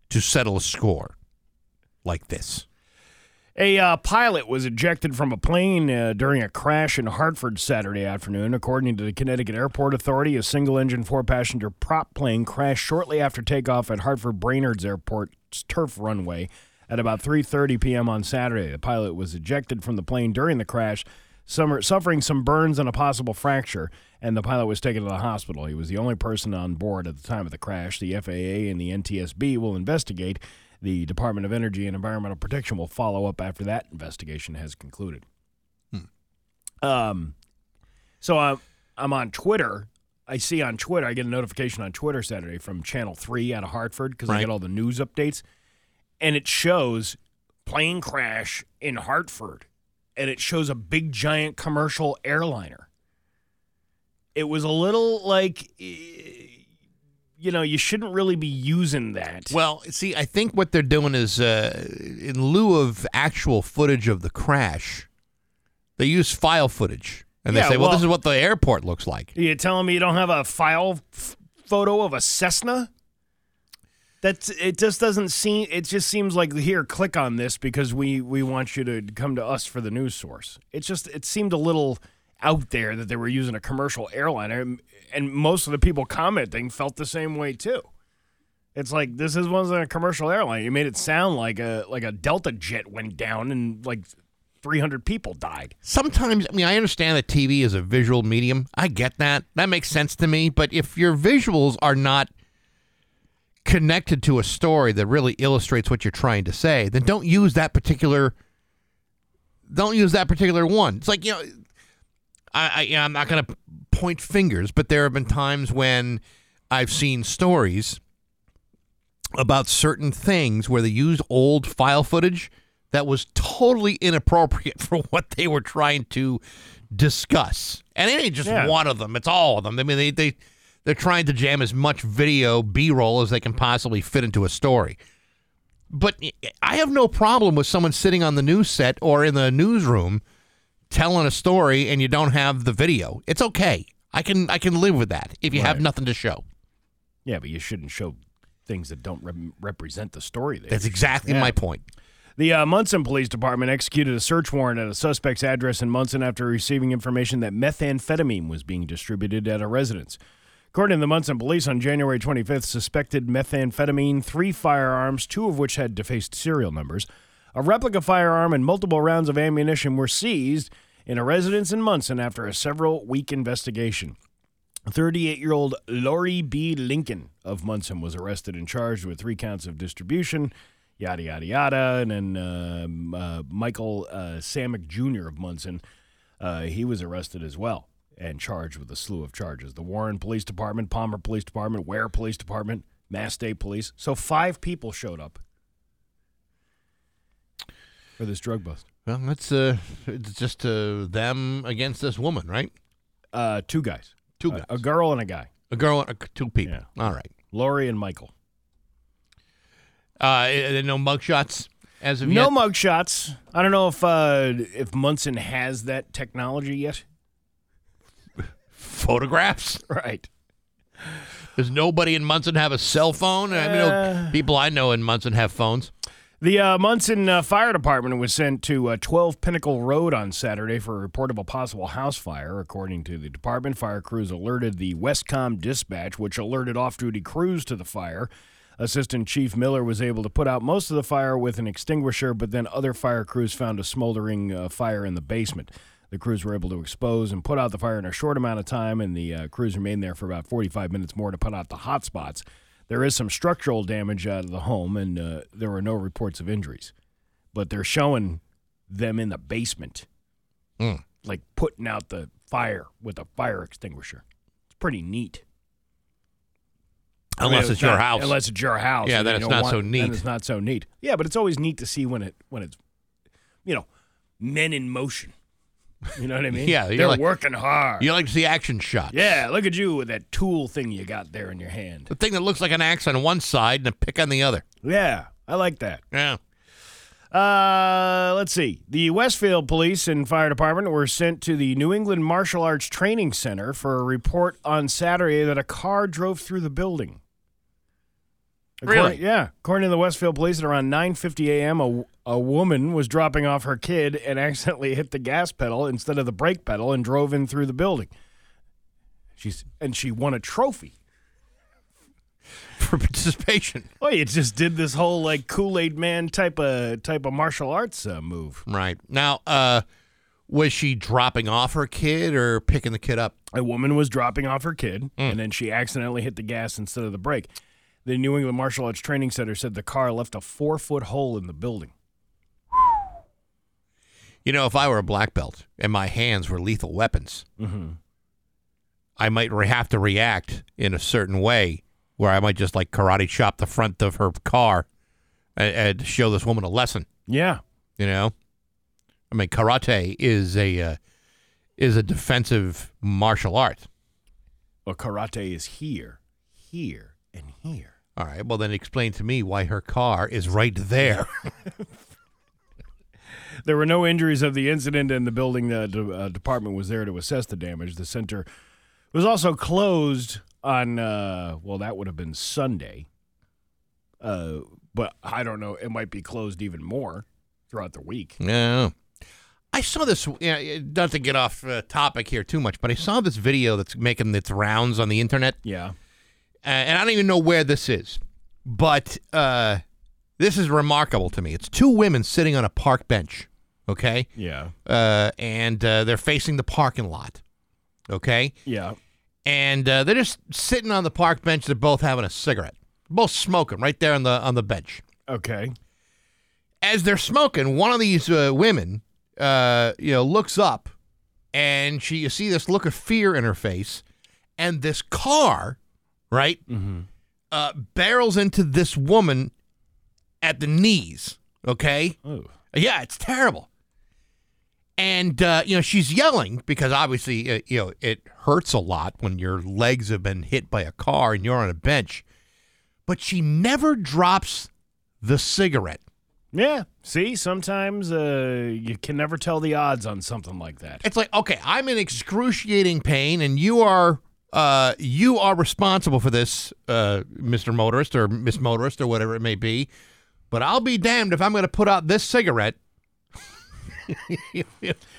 Speaker 1: to settle a score like this.
Speaker 2: A uh, pilot was ejected from a plane uh, during a crash in Hartford Saturday afternoon. According to the Connecticut Airport Authority, a single engine, four passenger prop plane crashed shortly after takeoff at Hartford Brainerd's airport's turf runway at about 3.30 p.m. on Saturday. The pilot was ejected from the plane during the crash, summer, suffering some burns and a possible fracture, and the pilot was taken to the hospital. He was the only person on board at the time of the crash. The FAA and the NTSB will investigate. The Department of Energy and Environmental Protection will follow up after that investigation has concluded. Um, so I'm I'm on Twitter. I see on Twitter. I get a notification on Twitter Saturday from Channel Three out of Hartford because I
Speaker 1: Right.
Speaker 2: get all the news updates, and it shows plane crash in Hartford, and it shows a big giant commercial airliner. It was a little like, eh, you know, you shouldn't really be using that.
Speaker 1: Well, see, I think what they're doing is uh, in lieu of actual footage of the crash, they use file footage. And
Speaker 2: Yeah,
Speaker 1: they say, well, this
Speaker 2: well-
Speaker 1: is what the airport looks like.
Speaker 2: You telling me you don't have a file f- photo of a Cessna? That's it. Just doesn't seem. It just seems like here, click on this because we we want you to come to us for the news source. It just it seemed a little out there that they were using a commercial airliner, and- and most of the people commenting felt the same way too. It's like this is one's a commercial airline. You made it sound like a like a Delta jet went down and like three hundred people died.
Speaker 1: Sometimes, I mean, I understand that TV is a visual medium. I get that. That makes sense to me. But if your visuals are not connected to a story that really illustrates what you're trying to say, then don't use that particular. Don't use that particular one. It's like you know, I, I you know, I'm not going to point fingers, but there have been times when I've seen stories about certain things where they used old file footage that was totally inappropriate for what they were trying to discuss. And it ain't just
Speaker 2: Yeah.
Speaker 1: one of them; it's all of them. I mean, they they they're trying to jam as much video B-roll as they can possibly fit into a story. But I have no problem with someone sitting on the news set or in the newsroom telling a story and you don't have the video. It's okay. I can I can live with that if you have nothing to show.
Speaker 2: Yeah, but you shouldn't show things that don't rep- represent the story there.
Speaker 1: That's exactly my point.
Speaker 2: The uh, Munson Police Department executed a search warrant at a suspect's address in Munson after receiving information that methamphetamine was being distributed at a residence. According to the Munson police, on January 25th, suspected methamphetamine, three firearms, two of which had defaced serial numbers, a replica firearm, and multiple rounds of ammunition were seized in a residence in Munson after a several week investigation. 38 year old Lori B. Lincoln of Munson was arrested and charged with three counts of distribution, yada, yada, yada. And then um uh, Michael uh, Samick Jr. of Munson, uh, he was arrested as well and charged with a slew of charges. The Warren Police Department, Palmer Police Department, Ware Police Department, Mass State Police. So five people showed up for this drug bust.
Speaker 1: Well, that's uh, it's just uh, them against this woman, right?
Speaker 2: Uh, two guys,
Speaker 1: Two
Speaker 2: A-
Speaker 1: guys,
Speaker 2: a girl and a guy,
Speaker 1: a girl, uh, two people.
Speaker 2: Yeah.
Speaker 1: All right.
Speaker 2: Lori and Michael.
Speaker 1: Uh, eh, eh, no mugshots as of
Speaker 2: No
Speaker 1: yet.
Speaker 2: mug shots. I don't know if uh, if Munson has that technology yet.
Speaker 1: Photographs.
Speaker 2: Right.
Speaker 1: Does nobody in Munson have a cell phone? I mean, oh,
Speaker 2: Uh.
Speaker 1: people I know in Munson have phones.
Speaker 2: The uh, Munson uh, Fire Department was sent to uh, 12 Pinnacle Road on Saturday for a report of a possible house fire. According to the department, fire crews alerted the Westcom dispatch, which alerted off duty crews to the fire. Assistant Chief Miller was able to put out most of the fire with an extinguisher, but then other fire crews found a smoldering uh, fire in the basement. The crews were able to expose and put out the fire in a short amount of time, and the uh, crews remained there for about 45 minutes more to put out the hot spots. There is some structural damage out of the home, and uh, there were no reports of injuries. But they're showing them in the basement,
Speaker 1: Mm.
Speaker 2: like putting out the fire with a fire extinguisher. It's pretty neat. I mean,
Speaker 1: Unless it's your
Speaker 2: not-
Speaker 1: house.
Speaker 2: Unless it's your house.
Speaker 1: Yeah,
Speaker 2: and
Speaker 1: then
Speaker 2: you
Speaker 1: it's
Speaker 2: don't
Speaker 1: not so neat.
Speaker 2: Then it's not so neat. Yeah, but it's always neat to see when it when it's, you know, men in motion. You know what I mean?
Speaker 1: Yeah, you're
Speaker 2: they're
Speaker 1: like-
Speaker 2: working hard.
Speaker 1: you like to see action shots.
Speaker 2: Yeah, look at you with that tool thing you got there in your hand.
Speaker 1: The thing that looks like an axe on one side and a pick on the other.
Speaker 2: Yeah, I like that.
Speaker 1: Yeah.
Speaker 2: Uh, let's see. The Westfield Police and Fire Department were sent to the New England Martial Arts Training Center for a report on Saturday that a car drove through the building.
Speaker 1: Really?
Speaker 2: According- yeah. According to the Westfield Police, at around 9:50 a.m., a, a woman was dropping off her kid and accidentally hit the gas pedal instead of the brake pedal and drove in through the building. She's and she won a trophy.
Speaker 1: For participation.
Speaker 2: Well, you just did this whole like Kool Aid Man type of type of martial arts uh, move.
Speaker 1: Right. Now, uh, was she dropping off her kid or picking the kid up?
Speaker 2: A woman was dropping off her kid, and then she accidentally hit the gas instead of the brake. The New England Martial Arts Training Center said the car left a four foot hole in the building.
Speaker 1: You know, if I were a black belt and my hands were lethal weapons, I might re- have to react in a certain way where I might just like karate chop the front of her car and, and to show this woman a lesson.
Speaker 2: Yeah,
Speaker 1: You know, I mean, karate is a uh, is a defensive martial art.
Speaker 2: but karate is here, here, and here.
Speaker 1: All right. Well, then explain to me why her car is right there.
Speaker 2: There were no injuries of the incident, and the building uh, de- uh, department was there to assess the damage. The center was also closed on, uh, well, that would have been Sunday. Uh, but I don't know. It might be closed even more throughout the week.
Speaker 1: No. I saw this, yeah, yeah, not to get off uh, topic here too much, but I saw this video that's making its rounds on the internet,
Speaker 2: Yeah.
Speaker 1: uh, and I don't even know where this is, but uh, this is remarkable to me. It's two women sitting on a park bench, okay?
Speaker 2: Yeah.
Speaker 1: Uh, and uh, they're facing the parking lot, okay?
Speaker 2: Yeah.
Speaker 1: And uh, they're just sitting on the park bench. They're both having a cigarette, both smoking right there on the on the bench.
Speaker 2: Okay.
Speaker 1: as they're smoking, one of these uh, women, uh, you know, looks up, and she you see this look of fear in her face, and this car, right, uh, barrels into this woman at the knees. Okay,
Speaker 2: Oh.
Speaker 1: yeah, it's terrible. And uh, you know she's yelling because obviously uh, you know it hurts a lot when your legs have been hit by a car and you're on a bench, but she never drops the cigarette.
Speaker 2: Yeah. See, sometimes uh, you can never tell the odds on something like that.
Speaker 1: It's like, okay, I'm in excruciating pain, and you are uh, you are responsible for this, uh, Mr. Motorist or Miss Motorist or whatever it may be. But I'll be damned if I'm going to put out this cigarette.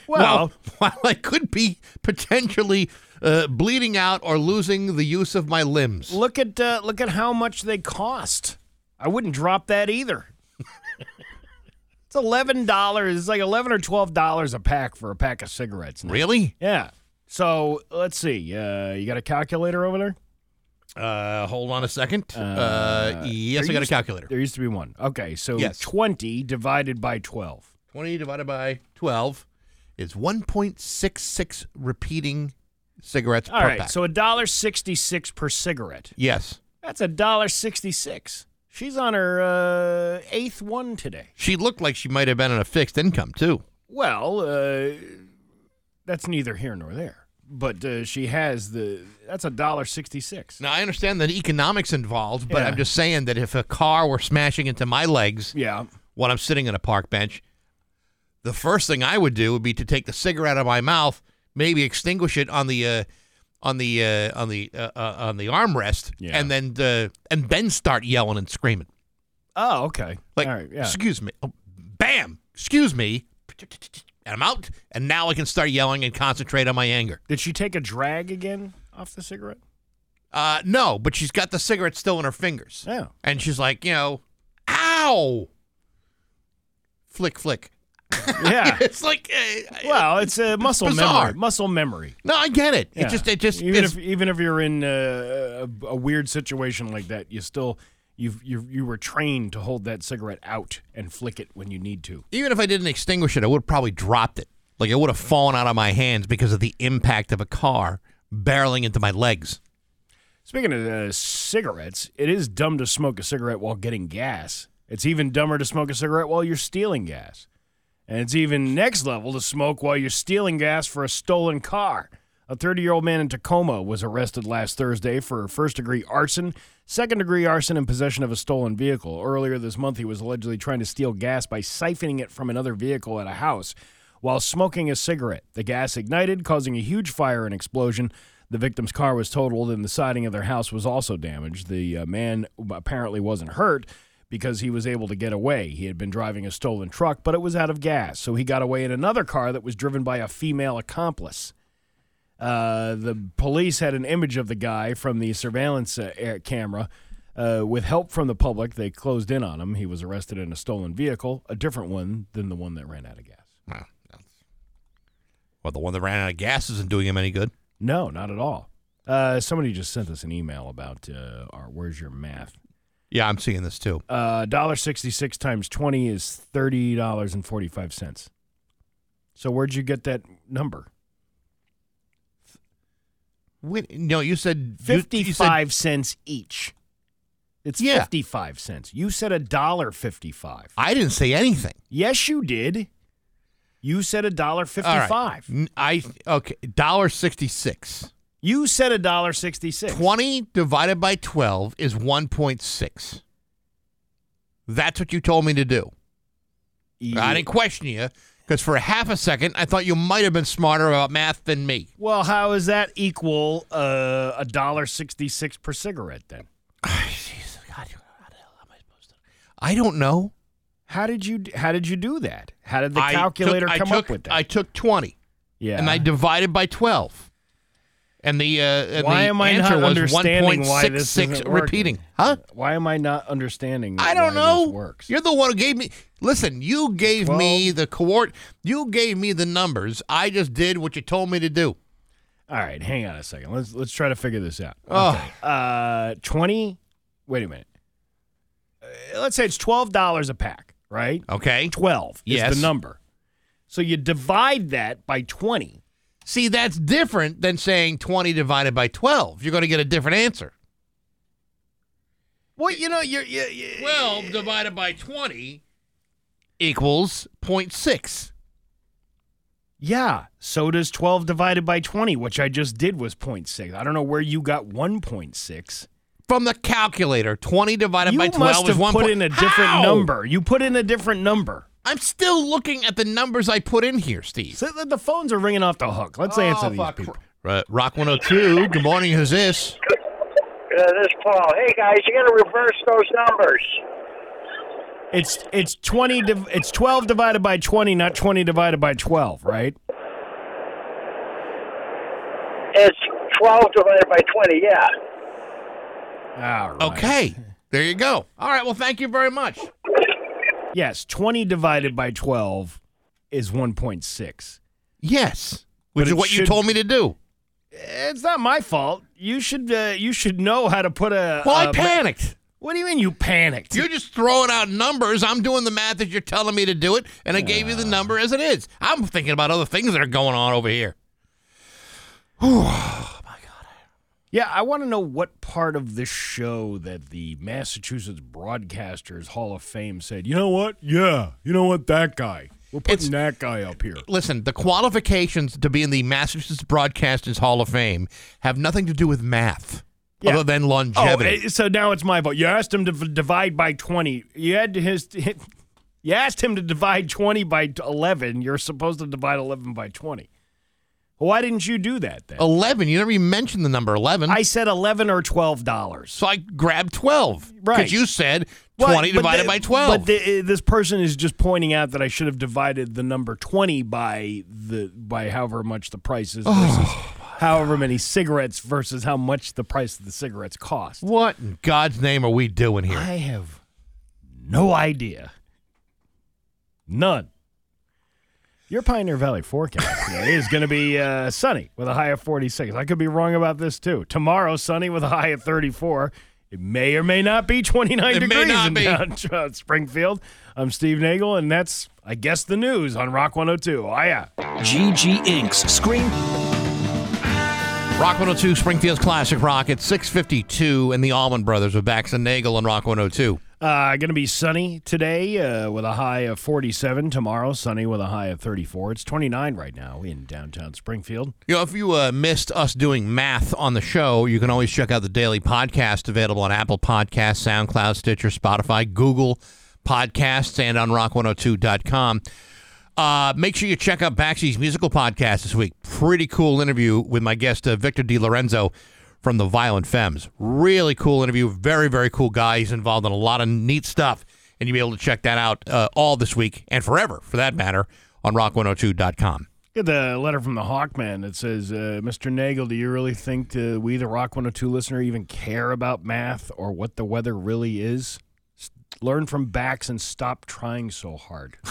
Speaker 2: Well-
Speaker 1: while I could be potentially uh, bleeding out or losing the use of my limbs.
Speaker 2: Look at uh, look at how much they cost. I wouldn't drop that either. it's eleven dollars. It's like eleven or twelve dollars a pack for a pack of cigarettes. now.
Speaker 1: Really?
Speaker 2: Yeah. So let's see. Uh, you got a calculator over there?
Speaker 1: Uh, hold on a second. Uh,
Speaker 2: Uh,
Speaker 1: yes,
Speaker 2: there
Speaker 1: I got a
Speaker 2: used-
Speaker 1: calculator.
Speaker 2: There used to be one. Okay, so
Speaker 1: Yes.
Speaker 2: twenty divided by twelve.
Speaker 1: 20 divided by 12 is 1.66 repeating cigarettes
Speaker 2: All
Speaker 1: per
Speaker 2: right,
Speaker 1: pack.
Speaker 2: so a dollar sixty-six per cigarette.
Speaker 1: yes.
Speaker 2: That's a dollar sixty-six. She's on her uh, eighth one today.
Speaker 1: She looked like she might have been on a fixed income, too.
Speaker 2: Well, uh, that's neither here nor there. But uh, she has the. That's a dollar sixty-six.
Speaker 1: Now, I understand the economics involved, but
Speaker 2: Yeah.
Speaker 1: I'm just saying that if a car were smashing into my legs
Speaker 2: Yeah.
Speaker 1: while I'm sitting on a park bench, the first thing I would do would be to take the cigarette out of my mouth, maybe extinguish it on the. Uh, on the uh, on the uh, uh, on the armrest,
Speaker 2: Yeah.
Speaker 1: and then uh, and then start yelling and screaming.
Speaker 2: Oh, okay.
Speaker 1: Like,
Speaker 2: All right, yeah.
Speaker 1: excuse me. Oh, bam! Excuse me. And I'm out. And now I can start yelling and concentrate on my anger.
Speaker 2: Did she take a drag again off the cigarette?
Speaker 1: Uh, no, but she's got the cigarette still in her fingers.
Speaker 2: Yeah.
Speaker 1: And she's like, you know, ow! Flick, flick.
Speaker 2: Yeah.
Speaker 1: It's like, uh,
Speaker 2: well, it's a muscle
Speaker 1: bizarre.
Speaker 2: memory. Muscle memory.
Speaker 1: no, I get it.
Speaker 2: Yeah.
Speaker 1: It just, it just,
Speaker 2: even
Speaker 1: it's-
Speaker 2: if even if you're in uh, a, a weird situation like that, you still you've you you were trained to hold that cigarette out and flick it when you need to.
Speaker 1: even if I didn't extinguish it, I would have probably dropped it. Like it would have fallen out of my hands because of the impact of a car barreling into my legs.
Speaker 2: Speaking of uh, cigarettes, it is dumb to smoke a cigarette while getting gas. It's even dumber to smoke a cigarette while you're stealing gas. And it's even next level to smoke while you're stealing gas for a stolen car. A 30 year old man in Tacoma was arrested last Thursday for first degree arson, second degree arson, and possession of a stolen vehicle. Earlier this month, he was allegedly trying to steal gas by siphoning it from another vehicle at a house while smoking a cigarette. The gas ignited, causing a huge fire and explosion. The victim's car was totaled, and the siding of their house was also damaged. The uh, man apparently wasn't hurt because he was able to get away. He had been driving a stolen truck, but it was out of gas, so he got away in another car that was driven by a female accomplice. Uh, the police had an image of the guy from the surveillance uh, air- camera. Uh, with help from the public, they closed in on him. He was arrested in a stolen vehicle, a different one than the one that ran out of gas.
Speaker 1: Well, that's- well, the one that ran out of gas isn't doing him any good.
Speaker 2: No, not at all. Uh, somebody just sent us an email about uh, our where's your math.
Speaker 1: Yeah, I'm seeing this too.
Speaker 2: Uh, dollar sixty six times twenty is thirty dollars and forty five cents. So where'd you get that number?
Speaker 1: Wait, no, you said you-
Speaker 2: Fifty
Speaker 1: you said-
Speaker 2: five cents each. It's
Speaker 1: Yeah.
Speaker 2: fifty five cents. You said a dollar fifty five.
Speaker 1: I didn't say anything.
Speaker 2: Yes, you did. You said a dollar
Speaker 1: All
Speaker 2: fifty
Speaker 1: right.
Speaker 2: five.
Speaker 1: N- I okay. Dollar sixty six.
Speaker 2: You said a dollar sixty six.
Speaker 1: Twenty divided by twelve is one point six. That's what you told me to do. I didn't question you because for a half a second I thought you might have been smarter about math than me.
Speaker 2: Well, how is that equal uh, a dollar sixty six per cigarette then?
Speaker 1: I don't know.
Speaker 2: How did you how did you do that? How did the
Speaker 1: I took-
Speaker 2: calculator
Speaker 1: I
Speaker 2: come
Speaker 1: took-
Speaker 2: up with that?
Speaker 1: I took twenty
Speaker 2: yeah.
Speaker 1: and I divided by twelve. And the uh, and
Speaker 2: Why
Speaker 1: the
Speaker 2: am I not
Speaker 1: answer was
Speaker 2: understanding why this
Speaker 1: 1.66
Speaker 2: isn't working?
Speaker 1: repeating, huh?
Speaker 2: Why am I not understanding?
Speaker 1: I don't
Speaker 2: why
Speaker 1: know.
Speaker 2: This works.
Speaker 1: You're the one who gave me. Listen, you gave me the coort. You gave me the numbers. I just did what you told me to do.
Speaker 2: All right, hang on a second. Let's let's try to figure this out.
Speaker 1: Oh.
Speaker 2: Uh, twenty. Wait a minute. Uh, let's say it's twelve dollars a pack, right?
Speaker 1: Okay.
Speaker 2: Twelve
Speaker 1: Yes.
Speaker 2: is the number. So you divide that by twenty.
Speaker 1: See, that's different than saying 20 divided by 12. You're going to get a different answer.
Speaker 2: Well, you know, you're, you you-
Speaker 1: 12 divided by 20 equals 0.6.
Speaker 2: Yeah. So does 12 divided by 20, which I just did was 0.6. I don't know where you got 1.6.
Speaker 1: From the calculator, 20 divided
Speaker 2: You
Speaker 1: by
Speaker 2: must
Speaker 1: 12
Speaker 2: have
Speaker 1: is 1.
Speaker 2: put
Speaker 1: point-
Speaker 2: in a different
Speaker 1: How?
Speaker 2: number. You put in a different number.
Speaker 1: I'm still looking at the numbers I put in here, Steve.
Speaker 2: So the, the phones are ringing off the hook.
Speaker 1: Oh,
Speaker 2: Let's answer these people.
Speaker 1: Right, Rock 102, good morning, who's this?
Speaker 8: Uh, this is Paul. Hey guys, you got to reverse those numbers.
Speaker 2: It's it's 20 div- it's 12 divided by 20, not 20 divided by 12, right?
Speaker 8: It's twelve divided by twenty. Yeah.
Speaker 2: All right.
Speaker 1: Okay, there you go. All right, well, thank you very much.
Speaker 2: Yes, 20 divided by 12 is 1.6.
Speaker 1: Yes,
Speaker 2: But
Speaker 1: which is
Speaker 2: it
Speaker 1: what you
Speaker 2: should-
Speaker 1: told me to do.
Speaker 2: It's not my fault. You should uh, you should know how to put a
Speaker 1: Well, I
Speaker 2: a-
Speaker 1: panicked.
Speaker 2: What do you mean you panicked?
Speaker 1: You're just throwing out numbers. I'm doing the math that you're telling me to do it, and I gave you the number as it is. I'm thinking about other things that are going on over here.
Speaker 2: Yeah, I want to know what part of this show that the Massachusetts Broadcasters Hall of Fame said, you know what? Yeah, you know what? That guy. We're
Speaker 1: It's-
Speaker 2: putting that guy up here.
Speaker 1: Listen, the qualifications to be in the Massachusetts Broadcasters Hall of Fame have nothing to do with math,
Speaker 2: Yeah.
Speaker 1: other than longevity.
Speaker 2: eh, so now it's my vote. You asked him to v- divide by 20. You had to his. You asked him to divide 20 by t- 11. You're supposed to divide 11 by 20. Well, why didn't you do that then?
Speaker 1: 11. You never even mentioned the number 11.
Speaker 2: I said eleven or twelve dollars.
Speaker 1: so I grabbed 12.
Speaker 2: Right.
Speaker 1: Because you said 20 divided by 12.
Speaker 2: But the, uh, this person is just pointing out that I should have divided the number twenty by the by however much the price is versus
Speaker 1: Oh,
Speaker 2: however many cigarettes versus how much the price of the cigarettes cost.
Speaker 1: what in God's name are we doing here?
Speaker 2: I have no idea. None. Your Pioneer Valley forecast today is going to be uh, sunny with a high of 46. I could be wrong about this too. Tomorrow, sunny with a high of 34. It may or may not be 29
Speaker 1: It may
Speaker 2: degrees
Speaker 1: not
Speaker 2: in
Speaker 1: be.
Speaker 2: down- uh, Springfield. I'm Steve Nagel, and that's, I guess, the news on Rock 102. Oh, yeah.
Speaker 3: GG Inks Screen
Speaker 1: Rock 102, Springfield's Classic Rock at 652, and the Allman Brothers with Bax and Nagel on Rock 102.
Speaker 2: Uh, going to be sunny today uh, with a high of 47. Tomorrow, sunny with a high of 34. It's 29 right now in downtown Springfield.
Speaker 1: You know, if you uh, missed us doing math on the show, you can always check out the daily podcast available on Apple Podcasts, SoundCloud, Stitcher, Spotify, Google Podcasts, and on rock102.com. Uh, make sure you check out Baxi's musical podcast this week. Pretty cool interview with my guest, uh, Victor Di Lorenzo from the Violent Femmes. Really cool interview. Very, very cool guy. He's involved in a lot of neat stuff, and you'll be able to check that out uh, all this week and forever, for that matter, on rock102.com.
Speaker 2: Get the letter from the Hawkman that says, uh, "Mr. Nagel, do you really think uh, we, the Rock 102 listener, even care about math or what the weather really is? S- Learn from backs and stop trying so hard."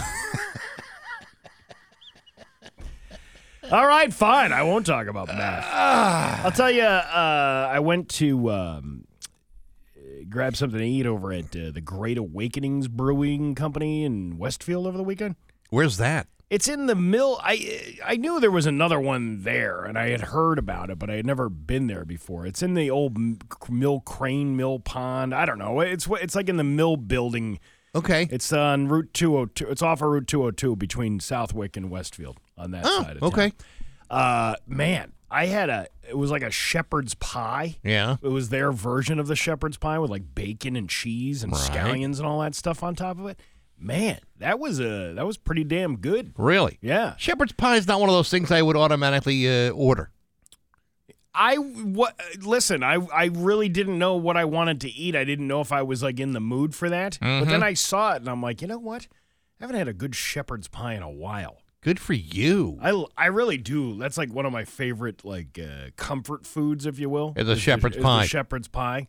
Speaker 2: All right, fine. I won't talk about math. I'll tell you. Uh, I went to um, grab something to eat over at uh, the Great Awakenings Brewing Company in Westfield over the weekend.
Speaker 1: Where's that?
Speaker 2: It's in the mill. I I knew there was another one there, and I had heard about it, but I had never been there before. It's in the old m- mill crane, mill pond. I don't know. It's wh- it's like in the mill building.
Speaker 1: Okay.
Speaker 2: It's on Route 202. It's off of Route 202 between Southwick and Westfield on that
Speaker 1: Oh,
Speaker 2: side of town.
Speaker 1: okay.
Speaker 2: Uh, man, I had a. It was like a shepherd's pie.
Speaker 1: Yeah.
Speaker 2: It was their version of the shepherd's pie with like bacon and cheese and
Speaker 1: Right.
Speaker 2: scallions and all that stuff on top of it. Man, that was a that was pretty damn good.
Speaker 1: Really?
Speaker 2: Yeah.
Speaker 1: Shepherd's pie is not one of those things I would automatically uh, order.
Speaker 2: I what listen, I I really didn't know what I wanted to eat. I didn't know if I was like in the mood for that. But
Speaker 1: Mm-hmm.
Speaker 2: then I saw it and I'm like, "You know what? I haven't had a good shepherd's pie in a while."
Speaker 1: Good for you.
Speaker 2: I, I really do. That's like one of my favorite like uh, comfort foods, if you will.
Speaker 1: Is a
Speaker 2: the-
Speaker 1: shepherd's
Speaker 2: is
Speaker 1: pie.
Speaker 2: The shepherd's pie.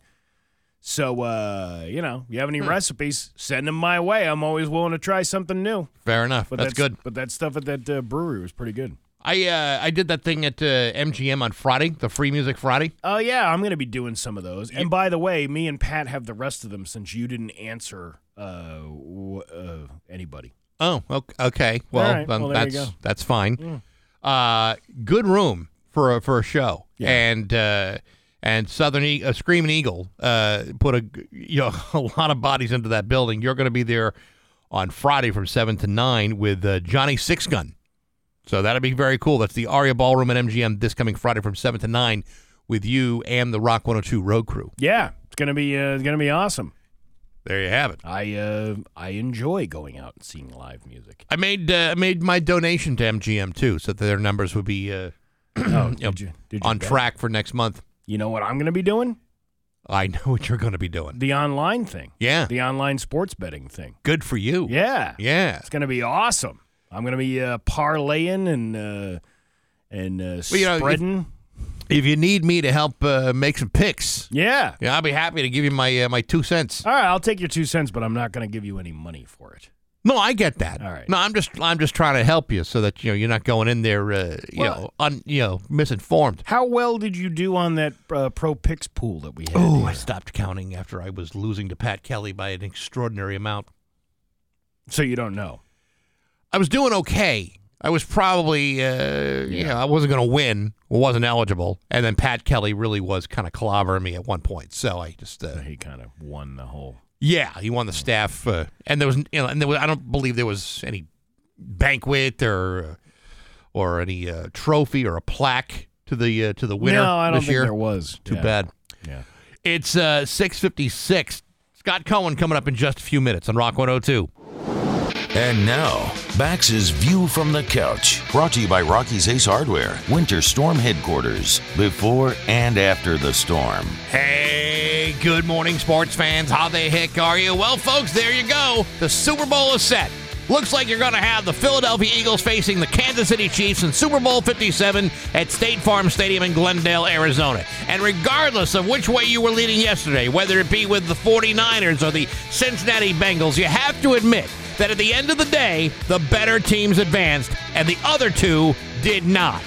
Speaker 2: So uh, you know, you have
Speaker 1: Hmm.
Speaker 2: any recipes? Send them my way. I'm always willing to try something new.
Speaker 1: Fair enough.
Speaker 2: But
Speaker 1: That's, good.
Speaker 2: But that stuff at that uh, brewery was pretty good.
Speaker 1: I uh, I did that thing at uh, MGM on Friday, the Free Music Friday.
Speaker 2: Oh yeah, I'm gonna be doing some of those. And by the way, me and Pat have the rest of them since you didn't answer uh, w- uh anybody.
Speaker 1: Oh, ok- okay. Well,
Speaker 2: right.
Speaker 1: then
Speaker 2: Well, there you
Speaker 1: that's
Speaker 2: go. Mm.
Speaker 1: that's fine. Uh, good room for a, for a show,
Speaker 2: Yeah.
Speaker 1: and uh, and Southern e- uh, Screaming Eagle uh, put a g- you know a lot of bodies into that building. You're going to be there on Friday from seven to nine with uh, Johnny Six Gun. So that'll be very cool. That's the Aria Ballroom at MGM this coming Friday from seven to nine with you and the Rock 102 Road Crew.
Speaker 2: Yeah, it's gonna be uh, it's gonna be awesome.
Speaker 1: There you have it.
Speaker 2: I uh I enjoy going out and seeing live music.
Speaker 1: I made uh, I made my donation to MGM too, so that their numbers would be. Uh,
Speaker 2: oh,
Speaker 1: you know,
Speaker 2: did you, did you
Speaker 1: on
Speaker 2: bet?
Speaker 1: track for next month.
Speaker 2: You know what I'm gonna be doing?
Speaker 1: I know what you're going to be doing.
Speaker 2: The online thing.
Speaker 1: Yeah.
Speaker 2: The online sports betting thing.
Speaker 1: Good for you.
Speaker 2: Yeah.
Speaker 1: Yeah.
Speaker 2: It's gonna be awesome. I'm gonna be uh, parlaying and uh, and uh,
Speaker 1: Well, you know, if-
Speaker 2: spreading.
Speaker 1: If you need me to help uh, make some picks,
Speaker 2: yeah.
Speaker 1: yeah, I'll be happy to give you my uh, my two cents.
Speaker 2: All right, I'll take your two cents, but I'm not going to give you any money for it.
Speaker 1: No, I get that.
Speaker 2: All right.
Speaker 1: No, I'm just I'm just trying to help you so that you know you're not going in there uh, you
Speaker 2: Well-
Speaker 1: know un, you know misinformed.
Speaker 2: How well did you do on that uh, pro picks pool that we had?
Speaker 1: Oh,
Speaker 2: here?
Speaker 1: I stopped counting after I was losing to Pat Kelly by an extraordinary amount.
Speaker 2: so you don't know.
Speaker 1: I was doing okay. I was probably, uh, you know, I wasn't going to win, wasn't eligible, and then Pat Kelly really was kind of clobbering me at one point. So I just, uh,
Speaker 2: He kind of won the whole.
Speaker 1: yeah, he won the staff, uh, and there was, you know, and there was, I don't believe there was any banquet or uh, or any uh, trophy or a plaque to the uh, to the winner
Speaker 2: no, I don't
Speaker 1: this
Speaker 2: think
Speaker 1: year.
Speaker 2: there was.
Speaker 1: Too
Speaker 2: Yeah.
Speaker 1: bad.
Speaker 2: Yeah.
Speaker 1: It's oh uh, six fifty six. Scott Cohen coming up in just a few minutes on Rock 102.
Speaker 4: And now, Bax's View from the Couch, brought to you by Rocky's Ace Hardware, Winter Storm Headquarters, before and after the storm.
Speaker 1: Hey, good morning, sports fans. How the heck are you? Well, folks, there you go. The Super Bowl is set. Looks like you're going to have the Philadelphia Eagles facing the Kansas City Chiefs in Super Bowl 57 at State Farm Stadium in Glendale, Arizona. And regardless of which way you were leaning yesterday, whether it be with the 49ers or the Cincinnati Bengals, you have to admit that at the end of the day, the better teams advanced and the other two did not.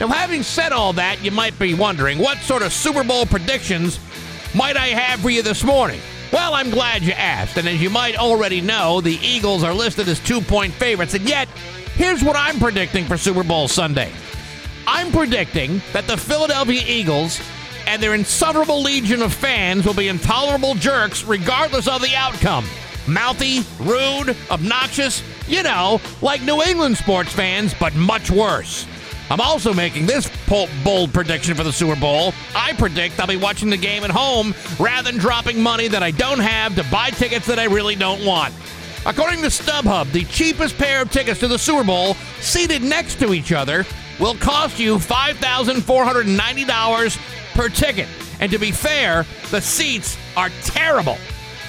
Speaker 1: Now, having said all that, you might be wondering what sort of Super Bowl predictions might I have for you this morning? Well, I'm glad you asked. And as you might already know, the Eagles are listed as two point favorites. And yet, here's what I'm predicting for Super Bowl Sunday I'm predicting that the Philadelphia Eagles and their insufferable legion of fans will be intolerable jerks regardless of the outcome. Mouthy, rude, obnoxious, you know, like New England sports fans, but much worse. I'm also making this po- bold prediction for the Super Bowl. I predict I'll be watching the game at home rather than dropping money that I don't have to buy tickets that I really don't want. According to StubHub, the cheapest pair of tickets to the Super Bowl, seated next to each other, will cost you $5,490 per ticket. And to be fair, the seats are terrible.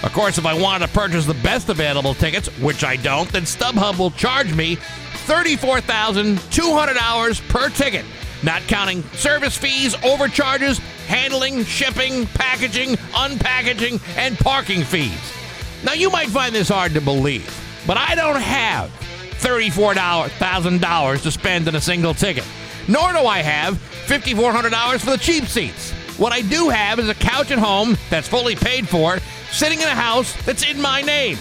Speaker 1: Of course, if I wanted to purchase the best available tickets, which I don't, then StubHub will charge me $34,200 per ticket, not counting service fees, overcharges, handling, shipping, packaging, unpackaging, and parking fees. Now, you might find this hard to believe, but I don't have $34,000 to spend on a single ticket, nor do I have $5,400 for the cheap seats. What I do have is a couch at home that's fully paid for, sitting in a house that's in my name.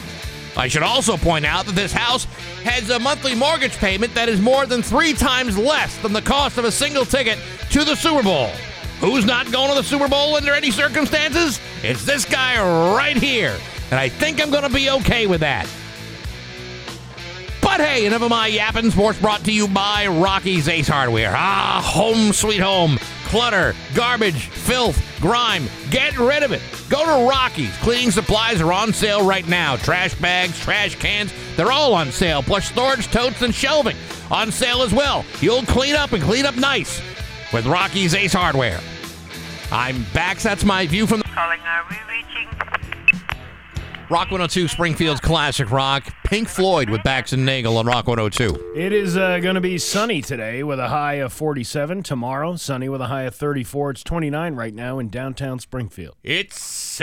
Speaker 1: I should also point out that this house has a monthly mortgage payment that is more than three times less than the cost of a single ticket to the Super Bowl. Who's not going to the Super Bowl under any circumstances? It's this guy right here. And I think I'm going to be okay with that. But hey, enough of my yapping. Sports brought to you by Rocky's Ace Hardware. Ah, home sweet home. Clutter, garbage, filth, grime. Get rid of it. Go to Rocky's. Cleaning supplies are on sale right now. Trash bags, trash cans, they're all on sale. Plus storage totes and shelving on sale as well. You'll clean up and clean up nice with Rocky's Ace Hardware. I'm back. That's my view from the.
Speaker 10: Calling, are we reaching?
Speaker 1: Rock 102 Springfield's classic rock, Pink Floyd with Bax and Nagel on Rock 102.
Speaker 2: It is uh, going to be sunny today with a high of 47. Tomorrow, sunny with a high of 34. It's 29 right now in downtown Springfield.
Speaker 1: It's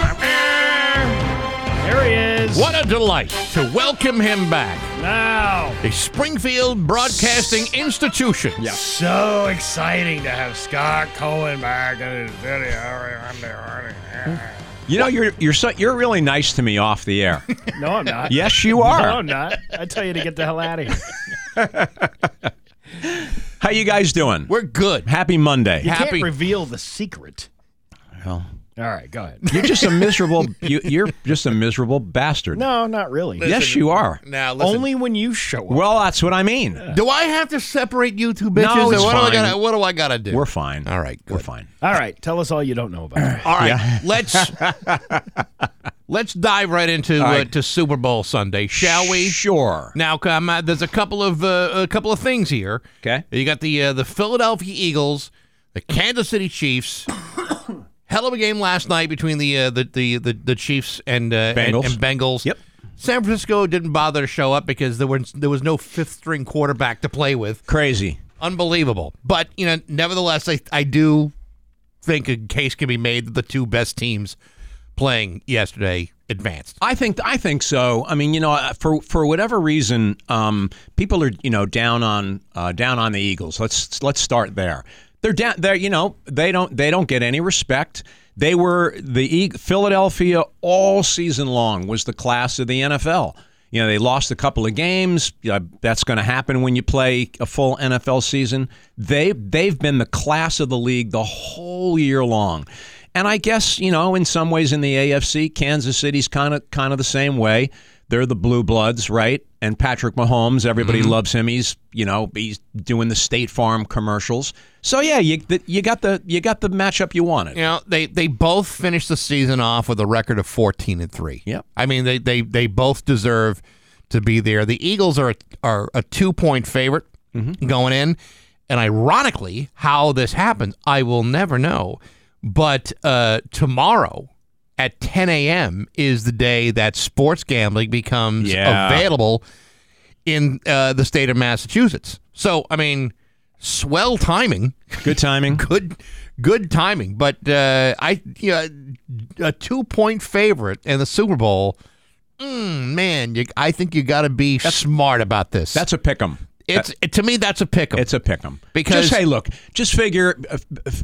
Speaker 1: 709.
Speaker 2: There he is.
Speaker 1: What a delight to welcome him back.
Speaker 2: Now.
Speaker 1: A Springfield broadcasting institution. Yeah.
Speaker 7: So exciting to have Scott Cohen back in his video.
Speaker 11: You know, you're you're so, you're really nice to me off the air.
Speaker 2: No, I'm not.
Speaker 11: yes, you
Speaker 2: No,
Speaker 11: are.
Speaker 2: I'm not. I tell you to get the hell out of here.
Speaker 11: How you guys doing?
Speaker 1: We're good.
Speaker 11: Happy Monday.
Speaker 2: You
Speaker 1: Happy-
Speaker 2: can't reveal the secret.
Speaker 11: Well,
Speaker 2: All right, go ahead.
Speaker 11: you're just a miserable. You, you're just a miserable bastard.
Speaker 2: No, not really.
Speaker 11: Yes, you are.
Speaker 1: Now, listen.
Speaker 2: Only when you show up.
Speaker 11: Well, that's what I mean.
Speaker 1: do I have to separate you two bitches?
Speaker 11: it's
Speaker 1: or what,
Speaker 11: fine.
Speaker 1: Do I gotta, what do I got to do?
Speaker 11: We're fine.
Speaker 1: All right,
Speaker 11: We're
Speaker 1: good.
Speaker 11: fine.
Speaker 2: All right, tell us all you don't know about.
Speaker 1: All right, let's let's dive right into
Speaker 11: All
Speaker 1: uh,
Speaker 11: right.
Speaker 1: to Super Bowl Sunday, shall we?
Speaker 11: Sure.
Speaker 1: Now, um, uh, there's a couple of uh, a couple of things here.
Speaker 11: 'Kay.
Speaker 1: you got the uh, the Philadelphia Eagles, the Kansas City Chiefs. Hell of a game last night between the uh, the, the the the Chiefs and, uh,
Speaker 11: Bengals.
Speaker 1: and and Bengals.
Speaker 11: Yep.
Speaker 1: San Francisco didn't bother to show up because there was there was no fifth string quarterback to play with.
Speaker 11: Crazy.
Speaker 1: Unbelievable. But you know, nevertheless, I I do think a case can be made that the two best teams playing yesterday advanced.
Speaker 11: I think I think so. I mean, you know, uh, for for whatever reason, um, people are you know down on uh, down on the Eagles. Let's let's start there. They're down. They're you know they don't they don't get any respect. They were the e- Philadelphia all season long was the class of the NFL. You know, they lost a couple of games. You know, that's going to happen when you play a full NFL season. They they've been the class of the league the whole year long. And I guess, you know, in some ways in the AFC, Kansas City's kind of kind of the same way. They're the blue bloods, right? And Patrick Mahomes, everybody loves him. He's, you know, he's doing the State Farm commercials. So yeah, you th- you got the you got the matchup you wanted.
Speaker 1: You know, they they both finished the season off with a record of fourteen and three.
Speaker 11: Yep.
Speaker 1: I mean, they they they both deserve to be there. The Eagles are a, are a two point favorite
Speaker 11: Mm-hmm.
Speaker 1: going in, and ironically, how this happens, I will never know. But uh, tomorrow at 10 a.m. is the day that sports gambling becomes
Speaker 11: Yeah.
Speaker 1: available in uh, the state of Massachusetts. So, I mean, swell timing.
Speaker 11: Good timing.
Speaker 1: good, good timing. But uh, I, you know, a two-point favorite in the Super Bowl. Mm, man, you, I think you got to be smart about this.
Speaker 11: That's a pick 'em.
Speaker 1: It's to me that's a pick 'em.
Speaker 11: It's a pick 'em
Speaker 1: Because-
Speaker 11: just hey, look, just figure, uh, f- f-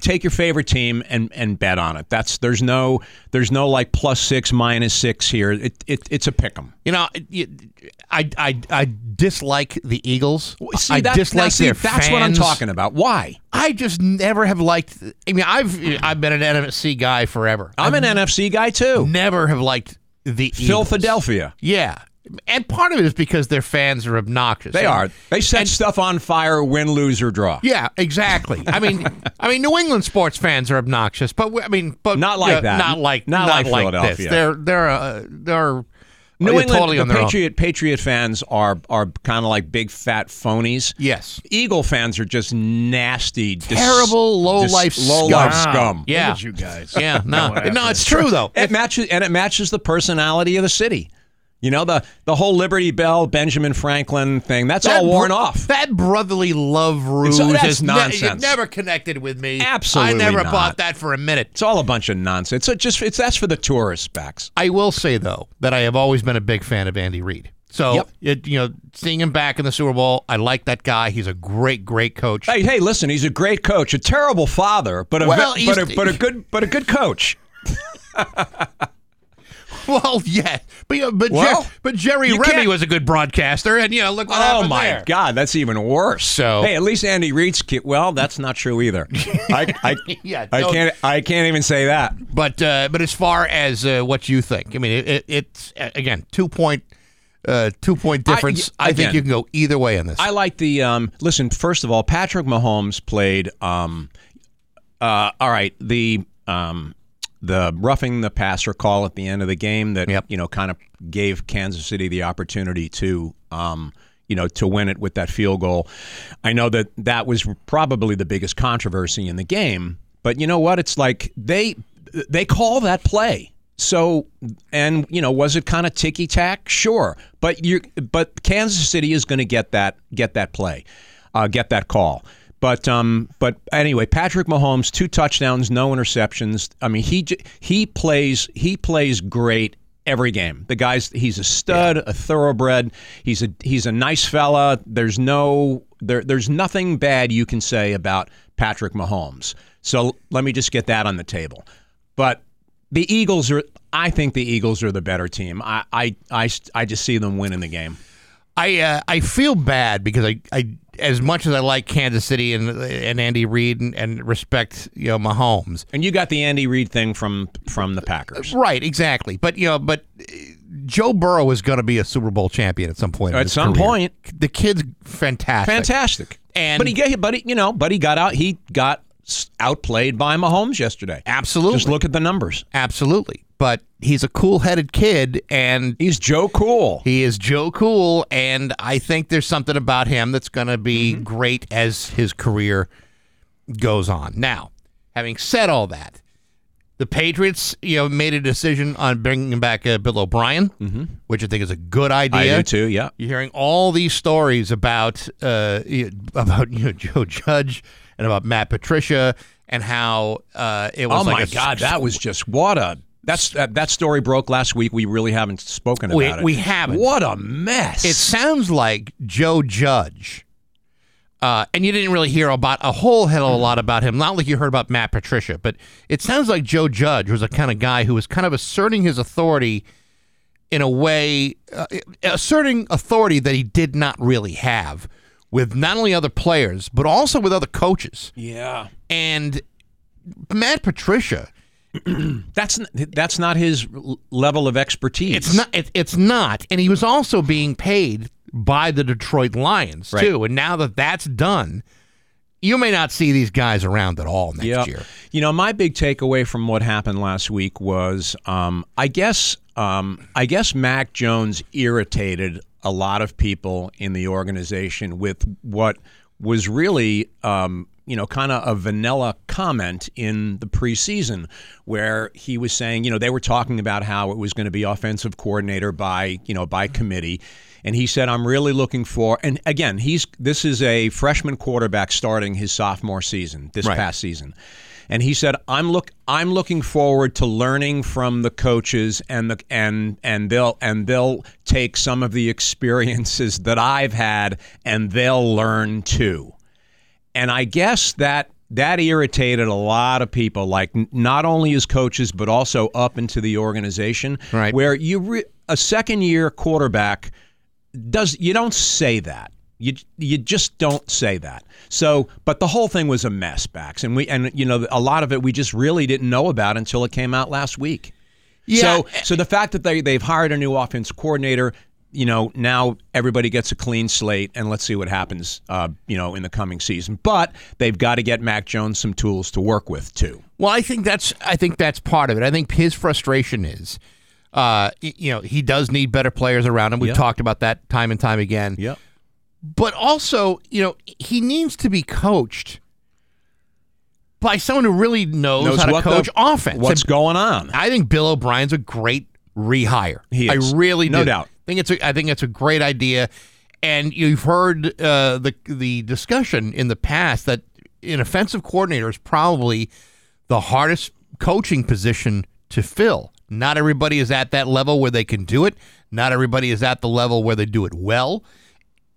Speaker 11: take your favorite team and and bet on it. That's there's no there's no like plus six minus six here. It, it it's a pick 'em.
Speaker 1: you know, you- I, I I dislike the Eagles.
Speaker 11: See,
Speaker 1: I
Speaker 11: that- now,
Speaker 1: dislike
Speaker 11: see,
Speaker 1: their
Speaker 11: That's what I'm
Speaker 1: fans.
Speaker 11: talking about. Why?
Speaker 1: I just never have liked. I mean, I've I've been an NFC guy forever.
Speaker 11: I'm an NFC guy too.
Speaker 1: never have liked the Eagles.
Speaker 11: Philadelphia.
Speaker 1: Mm-hmm. Yeah, and part of it is because their fans are obnoxious.
Speaker 11: They
Speaker 1: And- Oh,
Speaker 11: are. They set stuff on fire, win, lose, or draw.
Speaker 1: Yeah, exactly. I mean, I mean, New England sports fans are obnoxious, but we, I mean, but
Speaker 11: Not like
Speaker 1: uh,
Speaker 11: that.
Speaker 1: Not like
Speaker 11: Not like Philadelphia.
Speaker 1: This. They're they're uh, they're
Speaker 11: New
Speaker 1: they're
Speaker 11: England
Speaker 1: totally
Speaker 11: the
Speaker 1: on their own.
Speaker 11: Patriot Patriot fans are are kind of like big fat phonies.
Speaker 1: Yes.
Speaker 11: Eagle fans are just nasty, dis-
Speaker 1: Terrible low-life
Speaker 11: low life
Speaker 1: scum.
Speaker 11: scum.
Speaker 1: Yeah,
Speaker 2: at you guys.
Speaker 1: Yeah, no,
Speaker 2: What
Speaker 1: no, it's true though.
Speaker 11: It matches and it matches the personality of the city. You know the the whole Liberty Bell, Benjamin Franklin thing. That's all worn
Speaker 1: bro-
Speaker 11: off.
Speaker 1: That brotherly love ruse
Speaker 11: that's
Speaker 1: is ne- it
Speaker 11: nonsense.
Speaker 1: never connected with me.
Speaker 11: Absolutely
Speaker 1: I never
Speaker 11: not.
Speaker 1: bought that for a minute.
Speaker 11: it's all a bunch of nonsense. It's just it's that's for the tourists, backs.
Speaker 1: I will say though that I have always been a big fan of Andy Reid. So
Speaker 11: Yep.
Speaker 1: it, you know, seeing him back in the Super Bowl, I like that guy. He's a great, great coach.
Speaker 11: Hey, hey, listen, he's a great coach, a terrible father, but a
Speaker 1: Well,
Speaker 11: but, a,
Speaker 1: he's-
Speaker 11: but a good but a good coach.
Speaker 1: Well, yeah, but you know, but,
Speaker 11: Well,
Speaker 1: Jer- but Jerry
Speaker 11: you
Speaker 1: Remy
Speaker 11: can't-
Speaker 1: was a good broadcaster, and you know, look what
Speaker 11: Oh
Speaker 1: happened
Speaker 11: my
Speaker 1: there.
Speaker 11: God, that's even worse.
Speaker 1: So-
Speaker 11: hey, at least Andy Reid's kid. Well, that's not true either. I, I,
Speaker 1: Yeah,
Speaker 11: I
Speaker 1: don't-
Speaker 11: can't. I can't even say that.
Speaker 1: But uh, but as far as uh, what you think, I mean, it, it, it's uh, again two point uh, two point
Speaker 11: I-
Speaker 1: difference. I,
Speaker 11: y-
Speaker 1: think
Speaker 11: again-
Speaker 1: you can go either way on this.
Speaker 11: I like the um, listen. First of all, Patrick Mahomes played. Um, uh, all right, the um, the roughing the passer call at the end of the game that
Speaker 1: Yep.
Speaker 11: you know kind of gave Kansas City the opportunity to um, you know to win it with that field goal. I know that that was probably the biggest controversy in the game, but you know what? It's like they they call that play. So and you know was it kind of ticky tack? Sure, but you but Kansas City is going to get that get that play, uh, get that call. But um, but anyway, Patrick Mahomes, two touchdowns, no interceptions. I mean, he j- he plays he plays great every game. The guy's he's a stud, a thoroughbred. He's a he's a nice fella. There's no there there's nothing bad you can say about Patrick Mahomes. So let me just get that on the table. But the Eagles are. I think the Eagles are the better team. I I, I, I just see them winning the game.
Speaker 1: I uh, I feel bad because I, I as much as I like Kansas City and and Andy Reid and, and respect you know Mahomes,
Speaker 11: And you got the Andy Reid thing from from the Packers.
Speaker 1: right? Exactly, but you know, but uh, Joe Burrow is going to be a Super Bowl champion at some point. in
Speaker 11: At
Speaker 1: his
Speaker 11: some
Speaker 1: career.
Speaker 11: point.
Speaker 1: the kid's fantastic.
Speaker 11: Fantastic.
Speaker 1: And-
Speaker 11: but he get but he, you know, but he got out he got s- outplayed by Mahomes yesterday.
Speaker 1: Absolutely.
Speaker 11: Just look at the numbers.
Speaker 1: Absolutely, but he's a cool-headed kid, and
Speaker 11: He's Joe Cool.
Speaker 1: he is Joe Cool, and I think there's something about him that's going to be
Speaker 11: Mm-hmm.
Speaker 1: great as his career goes on. Now, having said all that, the Patriots, you know, made a decision on bringing back uh, Bill O'Brien, which I think is a good idea.
Speaker 11: Mm-hmm. I do too, yeah.
Speaker 1: You're hearing all these stories about uh, you- about you know, Joe Judge and about Matt Patricia and how uh, it was.
Speaker 11: Oh
Speaker 1: like
Speaker 11: my
Speaker 1: a-
Speaker 11: god, that was just what a that's that, that story broke last week. We really haven't spoken about
Speaker 1: We-
Speaker 11: it.
Speaker 1: we haven't.
Speaker 11: What a mess.
Speaker 1: It sounds like Joe Judge, uh, and you didn't really hear about a whole hell of a lot about him. Not like you heard about Matt Patricia, but it sounds like Joe Judge was a kind of guy who was kind of asserting his authority in a way, uh, asserting authority that he did not really have with not only other players but also with other coaches.
Speaker 11: yeah.
Speaker 1: And Matt Patricia,
Speaker 11: That's n- that's not his l- level of expertise.
Speaker 1: It's not. It, it's not. And he was also being paid by the Detroit Lions
Speaker 11: Right.
Speaker 1: too. And now that that's done, you may not see these guys around at all next year.
Speaker 11: You know, my big takeaway from what happened last week was, um, I guess, um, I guess Mac Jones irritated a lot of people in the organization with what was really, um, you know, kind of a vanilla comment in the preseason, where he was saying, you know, they were talking about how it was going to be offensive coordinator by, you know, by committee. And he said, I'm really looking for, and again, he's this is a freshman quarterback starting his sophomore season, this
Speaker 1: Right.
Speaker 11: past season. And he said, I'm look I'm looking forward to learning from the coaches and the and and they'll and they'll take some of the experiences that I've had and they'll learn too. And I guess that that irritated a lot of people, like n- not only as coaches but also up into the organization, right. where you re- a second year quarterback does you don't say that. You you just don't say that. So, but the whole thing was a mess, Bax, and we and you know a lot of it we just really didn't know about until it came out last week.
Speaker 1: Yeah.
Speaker 11: So so the fact that they they've hired a new offense coordinator, you know, now everybody gets a clean slate, and let's see what happens, uh, you know, in the coming season. But they've got to get Mac Jones some tools to work with too.
Speaker 1: Well, I think that's I think that's part of it. I think his frustration is, uh, y- you know, he does need better players around him. We've
Speaker 11: Yeah.
Speaker 1: talked about that time and time again.
Speaker 11: Yep.
Speaker 1: But also, you know, he needs to be coached by someone who really knows,
Speaker 11: Knows
Speaker 1: how to
Speaker 11: what the-
Speaker 1: coach offense.
Speaker 11: what's
Speaker 1: And
Speaker 11: going on?
Speaker 1: I think Bill O'Brien's a great rehire.
Speaker 11: He is.
Speaker 1: I really
Speaker 11: No
Speaker 1: do.
Speaker 11: doubt.
Speaker 1: I think it's a, I think it's a great idea, and you've heard uh, the the discussion in the past that an offensive coordinator is probably the hardest coaching position to fill. Not everybody is at that level where they can do it. Not everybody is at the level where they do it well.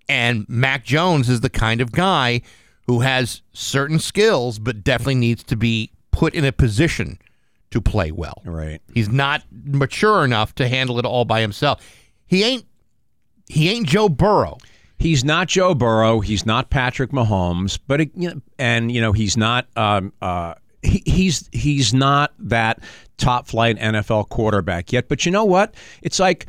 Speaker 1: And Mac Jones is the kind of guy who has certain skills, but definitely needs to be put in a position to play well.
Speaker 11: Right.
Speaker 1: He's not mature enough to handle it all by himself. He ain't he ain't Joe Burrow.
Speaker 11: He's not Joe Burrow. He's not Patrick Mahomes. But it, you know, and you know he's not. Um, uh, he, he's he's not that top flight NFL quarterback yet. But you know what? It's like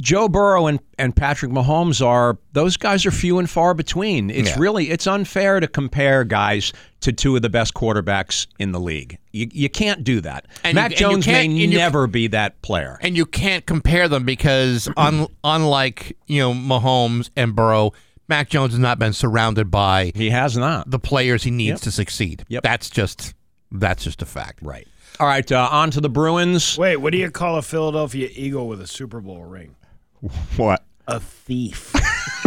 Speaker 11: Joe Burrow and, and Patrick Mahomes are those guys are few and far between. It's
Speaker 1: Yeah.
Speaker 11: really it's unfair to compare guys to two of the best quarterbacks in the league. You, you can't do that.
Speaker 1: And you-
Speaker 11: Mac
Speaker 1: and you
Speaker 11: Jones
Speaker 1: can't-
Speaker 11: may
Speaker 1: and you-
Speaker 11: never be that player.
Speaker 1: And you can't compare them because un, unlike, you know, Mahomes and Burrow, Mac Jones has not been surrounded by
Speaker 11: He has not.
Speaker 1: the players he needs
Speaker 11: Yep.
Speaker 1: to succeed.
Speaker 11: Yep.
Speaker 1: That's just that's just a fact.
Speaker 11: Right. All right. Uh, on to the Bruins.
Speaker 2: Wait, what do you call a Philadelphia Eagle with a Super Bowl ring?
Speaker 11: What?
Speaker 2: A thief.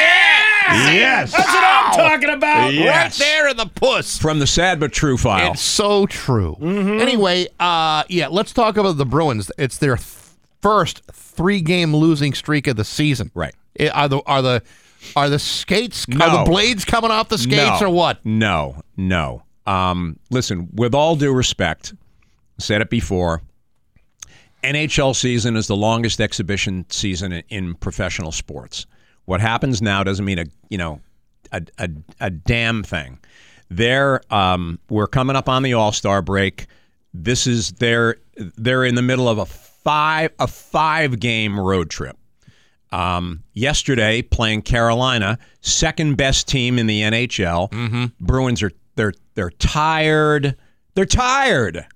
Speaker 11: Yes.
Speaker 2: That's what I'm talking about.
Speaker 11: Yes.
Speaker 1: Right there in the puss.
Speaker 11: from the sad but true file.
Speaker 1: It's so true.
Speaker 11: Mm-hmm.
Speaker 1: Anyway, uh, yeah, let's talk about the Bruins. It's their th- first three-game losing streak of the season.
Speaker 11: Right.
Speaker 1: I- are the are the are the skates are
Speaker 11: No.
Speaker 1: the blades coming off the skates
Speaker 11: No.
Speaker 1: or what?
Speaker 11: No, no. Um, listen, with all due respect, said it before. NHL season is the longest exhibition season in, in professional sports. What happens now doesn't mean a you know a a, a damn thing. They're um, we're coming up on the All Star break. This is they're they're in the middle of a five a five game road trip. Um, yesterday, playing Carolina, second best team in the NHL. Bruins are they're they're tired. They're tired.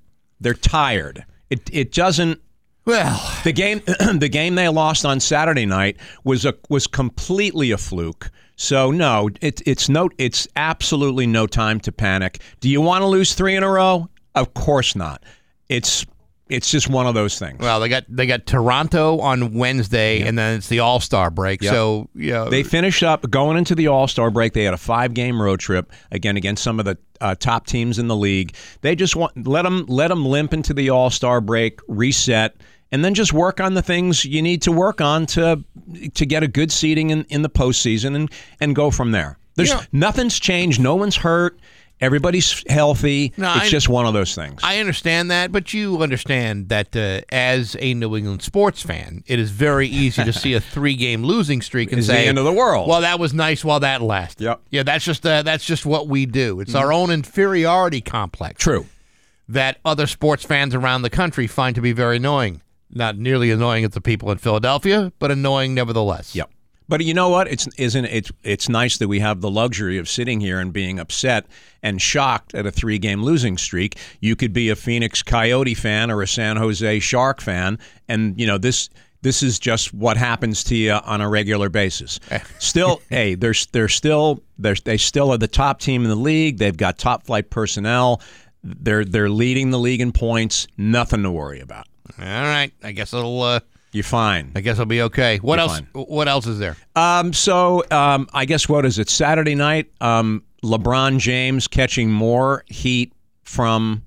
Speaker 11: They're tired. It it doesn't
Speaker 1: Well,
Speaker 11: the game the game they lost on Saturday night was a was completely a fluke. So no, it, it's no it's absolutely no time to panic. Do you want to lose three in a row? Of course not. It's it's just one of those things.
Speaker 1: well, they got they got Toronto on Wednesday, and then it's the All Star break. So yeah,
Speaker 11: They finished up going into the All Star break. They had a five game road trip again against some of the uh, top teams in the league. They just want let them let them limp into the All Star break, reset, and then just work on the things you need to work on to to get a good seeding in, in the postseason and and go from there. There's
Speaker 1: Yeah.
Speaker 11: nothing's changed. No one's hurt. Everybody's healthy.
Speaker 1: No,
Speaker 11: it's
Speaker 1: I-
Speaker 11: just one of those things.
Speaker 1: I understand that, but you understand that uh, as a New England sports fan, it is very easy to see a three-game losing streak and
Speaker 11: It's the
Speaker 1: say,
Speaker 11: end of the world.
Speaker 1: Well, that was nice while that lasted.
Speaker 11: Yep. Mm-hmm.
Speaker 1: Yeah, that's just uh, that's just what we do. It's our own inferiority complex
Speaker 11: True.
Speaker 1: that other sports fans around the country find to be very annoying. Not nearly annoying as the people in Philadelphia, but annoying nevertheless.
Speaker 11: Yep. But you know what? It's isn't it's it's nice that we have the luxury of sitting here and being upset and shocked at a three-game losing streak. You could be a Phoenix Coyote fan or a San Jose Shark fan, and you know this this is just what happens to you on a regular basis. Still, hey, they're they're still they're, they still are the top team in the league. They've got top flight personnel. They're they're leading the league in points. Nothing to worry about.
Speaker 1: All right, I guess it'll. Uh,
Speaker 11: You're fine.
Speaker 1: I guess I'll be okay. What
Speaker 11: You're
Speaker 1: else?
Speaker 11: fine.
Speaker 1: What else is there?
Speaker 11: Um, so um, I guess what is it? Saturday night, um, LeBron James catching more heat from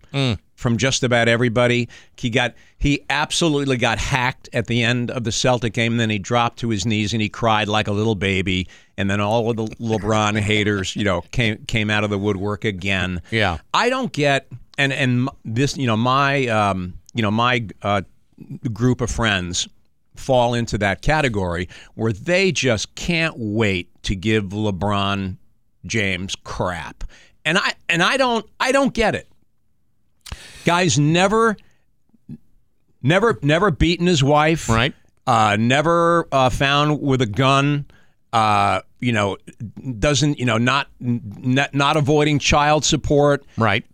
Speaker 11: from just about everybody. He got he absolutely got hacked at the end of the Celtic game. Then he dropped to his knees and he cried like a little baby. And then all of the LeBron haters, you know, came came out of the woodwork again.
Speaker 1: Yeah.
Speaker 11: I don't get and and m- this you know my um, you know my uh, group of friends fall into that category where they just can't wait to give LeBron James crap. And I and I don't I don't get it. Guys never never never beaten his wife.
Speaker 1: Right.
Speaker 11: Uh, never uh, found with a gun. Uh, you know, doesn't you know not not, not avoiding child support
Speaker 1: Right.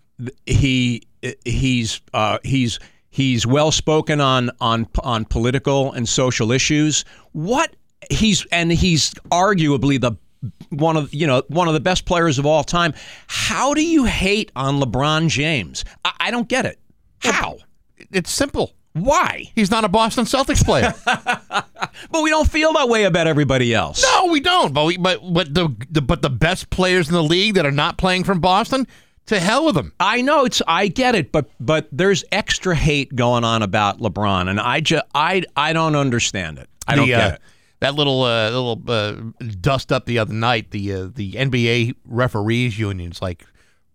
Speaker 11: he he's uh, he's he's well spoken on on on political and social issues. What he's and he's arguably the one of you know one of the best players of all time. How do you hate on LeBron James? I, I don't get it. How?
Speaker 1: It's simple.
Speaker 11: Why?
Speaker 1: He's not a Boston Celtics player.
Speaker 11: But we don't feel that way about everybody else.
Speaker 1: no, we don't. But we, but but the, the but the best players in the league that are not playing from Boston, to hell with them.
Speaker 11: I know it's I get it, but but there's extra hate going on about LeBron, and I just I I don't understand it. I don't
Speaker 1: the,
Speaker 11: get
Speaker 1: uh,
Speaker 11: it.
Speaker 1: That little uh, little uh, dust up the other night. The uh, the NBA referees union's like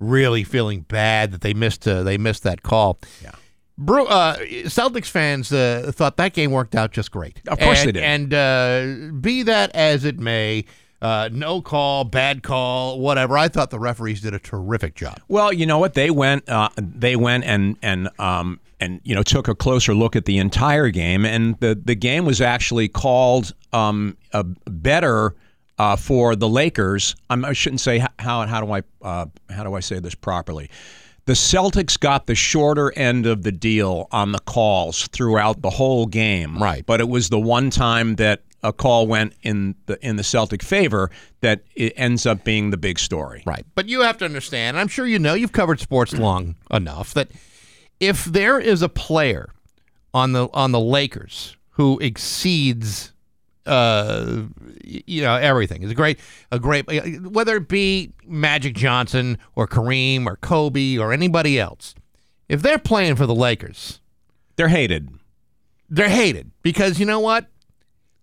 Speaker 1: really feeling bad that they missed uh, they missed that call. Yeah. Bru- uh, Celtics fans uh, thought that game worked out just great.
Speaker 11: Of course
Speaker 1: and,
Speaker 11: they did.
Speaker 1: And uh, be that as it may, uh, no call, bad call, whatever. I thought the referees did a terrific job.
Speaker 11: Well, you know what they went. Uh, they went and and um, and you know took a closer look at the entire game, and the the game was actually called um, a better uh, for the Lakers. I'm, I shouldn't say h- how. How do I uh, how do I say this properly? The Celtics got the shorter end of the deal on the calls throughout the whole game.
Speaker 1: Right.
Speaker 11: But it was the one time that a call went in the in the Celtic favor that it ends up being the big story.
Speaker 1: Right. But you have to understand, and I'm sure you know, you've covered sports long enough that if there is a player on the on the Lakers who exceeds uh y- you know everything is a great a great uh, whether it be Magic Johnson or Kareem or Kobe or anybody else if they're playing for the Lakers
Speaker 11: They're hated.
Speaker 1: they're hated because you know what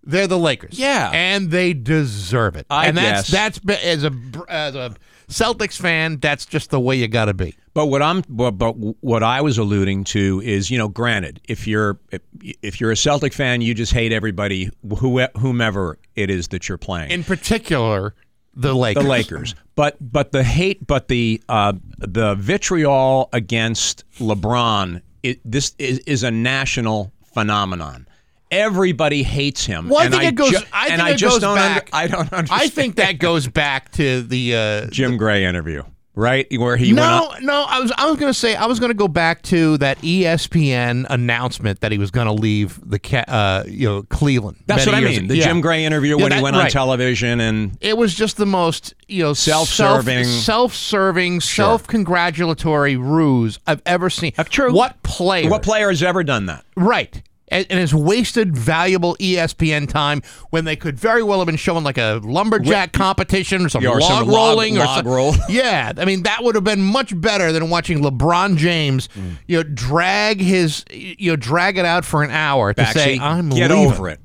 Speaker 1: they're the Lakers.
Speaker 11: Yeah.
Speaker 1: and they deserve it.
Speaker 11: I
Speaker 1: and
Speaker 11: guess.
Speaker 1: that's that's be- as a as a Celtics fan, that's just the way you got to be.
Speaker 11: But what I'm but, but what I was alluding to is, you know, granted, if you're if, if you're a Celtic fan, you just hate everybody who, whomever it is that you're playing.
Speaker 1: In particular, the Lakers.
Speaker 11: the Lakers. But but the hate, but the uh, the vitriol against LeBron. It, this is, is a national phenomenon. Everybody hates him.
Speaker 1: Well, I
Speaker 11: and
Speaker 1: think it goes.
Speaker 11: ju-
Speaker 1: I think
Speaker 11: and I
Speaker 1: it
Speaker 11: just
Speaker 1: goes
Speaker 11: don't.
Speaker 1: back.
Speaker 11: Under, I don't understand.
Speaker 1: I think that goes back to the. Uh,
Speaker 11: Jim Gray interview, right, where he went.
Speaker 1: no,
Speaker 11: on-
Speaker 1: no. I was. I was going to say. I was going to go back to that E ESPN announcement that he was going to leave the. Ca- uh, you know, Cleveland.
Speaker 11: That's what
Speaker 1: many
Speaker 11: I
Speaker 1: years
Speaker 11: mean. The
Speaker 1: ago.
Speaker 11: Jim
Speaker 1: Yeah.
Speaker 11: Gray interview
Speaker 1: Yeah,
Speaker 11: when he
Speaker 1: that-
Speaker 11: went on
Speaker 1: right.
Speaker 11: television and
Speaker 1: it was just the most you know self-
Speaker 11: Self-serving.
Speaker 1: self-serving, self-congratulatory ruse I've ever seen.
Speaker 11: Uh, True.
Speaker 1: What player?
Speaker 11: What player has ever done that?
Speaker 1: Right. And, and it's wasted valuable E ESPN time when they could very well have been showing like a lumberjack competition or some
Speaker 11: Yeah, or
Speaker 1: log
Speaker 11: some log-
Speaker 1: rolling or
Speaker 11: log
Speaker 1: some-
Speaker 11: roll.
Speaker 1: Yeah, I mean that would have been much better than watching LeBron James,
Speaker 11: Mm.
Speaker 1: you know, drag his, you know, drag it out for an hour to say
Speaker 11: Backseat.
Speaker 1: I'm
Speaker 11: get
Speaker 1: leaving."
Speaker 11: over it.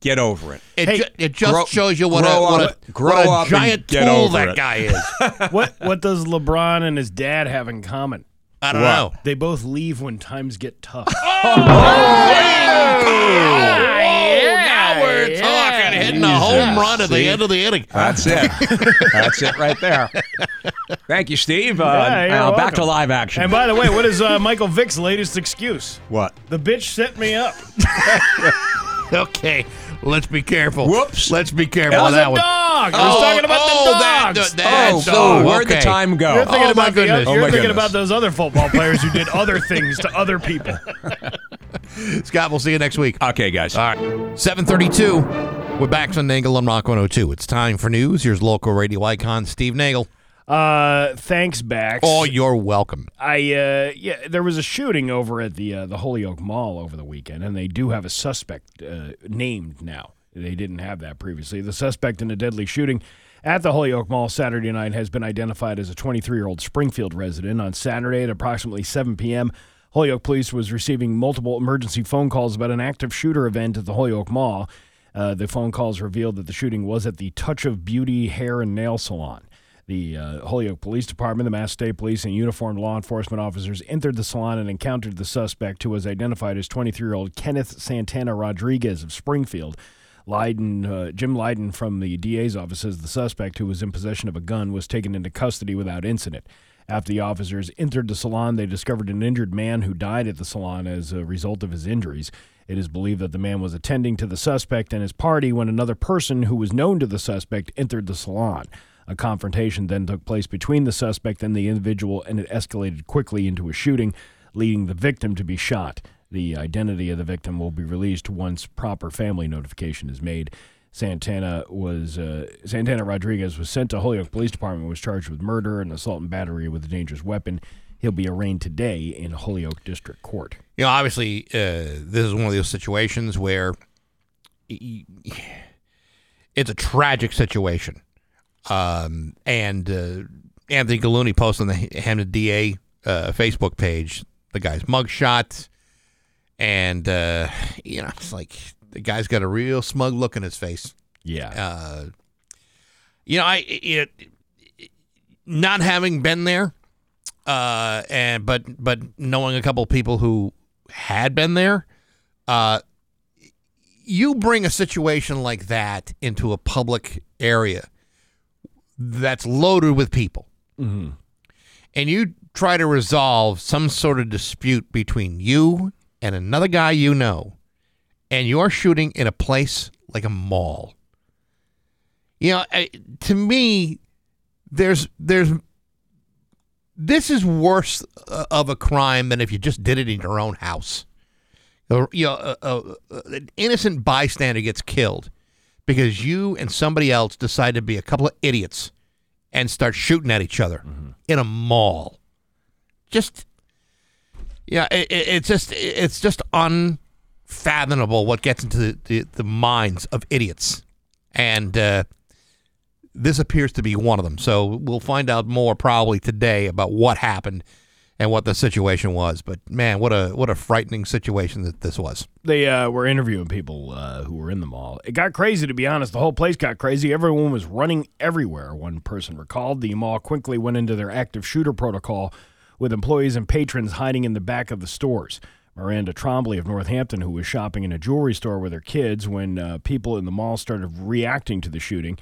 Speaker 11: Get over it.
Speaker 1: It,
Speaker 2: Hey,
Speaker 1: ju- it just
Speaker 11: grow-
Speaker 1: shows you what a,
Speaker 11: grow
Speaker 1: what
Speaker 11: up-
Speaker 1: a,
Speaker 11: grow
Speaker 1: what a
Speaker 11: up and
Speaker 1: giant
Speaker 11: get
Speaker 1: tool
Speaker 11: over
Speaker 1: that
Speaker 11: it.
Speaker 1: guy is.
Speaker 2: what what does LeBron and his dad have in common?
Speaker 1: I don't know.
Speaker 2: They both leave when times get tough.
Speaker 11: Oh,
Speaker 1: now we're talking hitting a home run at the end of the inning.
Speaker 11: That's it. That's it right there. Thank you, Steve. Uh,
Speaker 2: Yeah, you're
Speaker 11: now back
Speaker 2: welcome.
Speaker 11: to live action.
Speaker 2: and by the way, what is uh, Michael Vick's latest excuse?
Speaker 11: what?
Speaker 2: The bitch set me up.
Speaker 1: okay, let's be careful.
Speaker 11: Whoops.
Speaker 1: Let's be careful
Speaker 11: That
Speaker 1: on
Speaker 11: was a
Speaker 1: Oh, that one.
Speaker 2: dog. I was
Speaker 1: Oh,
Speaker 2: talking about
Speaker 1: oh,
Speaker 2: the dogs.
Speaker 1: That, that
Speaker 11: Oh,
Speaker 1: dog.
Speaker 11: so where'd the
Speaker 1: okay.
Speaker 11: time go?
Speaker 2: You're thinking
Speaker 1: Oh, my
Speaker 2: about the, uh,
Speaker 1: goodness.
Speaker 2: you're
Speaker 11: Oh, my
Speaker 2: thinking
Speaker 11: goodness.
Speaker 2: about those other football players who did other things to other people.
Speaker 1: Scott, we'll see you next week.
Speaker 11: Okay, guys.
Speaker 1: All right. 732. We're back on Nagel on Rock 102. It's time for news. Here's local radio icon Steve Nagel.
Speaker 2: Uh, thanks, Bax.
Speaker 1: Oh, you're welcome.
Speaker 2: I uh, yeah, there was a shooting over at the uh, the Holyoke Mall over the weekend, and they do have a suspect uh, named now. They didn't have that previously. The suspect in a deadly shooting at the Holyoke Mall Saturday night has been identified as a 23 year old Springfield resident. On Saturday at approximately 7 p.m., Holyoke Police was receiving multiple emergency phone calls about an active shooter event at the Holyoke Mall. Uh, the phone calls revealed that the shooting was at the Touch of Beauty Hair and Nail Salon. The uh, Holyoke Police Department, the Mass State Police, and uniformed law enforcement officers entered the salon and encountered the suspect, who was identified as 23 year old Kenneth Santana Rodriguez of Springfield. Leiden, uh, Jim Leiden from the DA's office says the suspect, who was in possession of a gun, was taken into custody without incident. After the officers entered the salon, they discovered an injured man who died at the salon as a result of his injuries. It is believed that the man was attending to the suspect and his party when another person who was known to the suspect entered the salon. A confrontation then took place between the suspect and the individual, and it escalated quickly into a shooting, leading the victim to be shot. The identity of the victim will be released once proper family notification is made. Santana was uh, Santana Rodriguez was sent to Holyoke Police Department. Was charged with murder and assault and battery with a dangerous weapon. He'll be arraigned today in Holyoke District Court.
Speaker 1: You know, obviously, uh, this is one of those situations where y- y- it's a tragic situation. Um, and uh, Anthony Gallooney posted on the Hamden DA uh, Facebook page the guy's mugshot. And, uh, you know, it's like the guy's got a real smug look in his face.
Speaker 2: Yeah,
Speaker 1: Uh, you know, I it, not having been there, uh, and but but knowing a couple people who had been there, uh, you bring a situation like that into a public area that's loaded with people, and you try to resolve some sort of dispute between you and another guy you know, and you're shooting in a place like a mall you know I, to me there's there's this is worse uh, of a crime than if you just did it in your own house Or, you know, uh, uh, uh, an innocent bystander gets killed because you and somebody else decide to be a couple of idiots and start shooting at each other in a mall just yeah it, it- it's just it's just unfathomable what gets into the, the, the minds of idiots and uh, this appears to be one of them. So we'll find out more probably today about what happened and what the situation was. But man, what a what a frightening situation that this was.
Speaker 2: they uh, were interviewing people uh, who were in the mall. It got crazy, to be honest. The whole place got crazy. Everyone was running everywhere. One person recalled the mall quickly went into their active shooter protocol with employees and patrons hiding in the back of the stores. Miranda Trombley of Northampton, who was shopping in a jewelry store with her kids when uh, people in the mall started reacting to the shooting,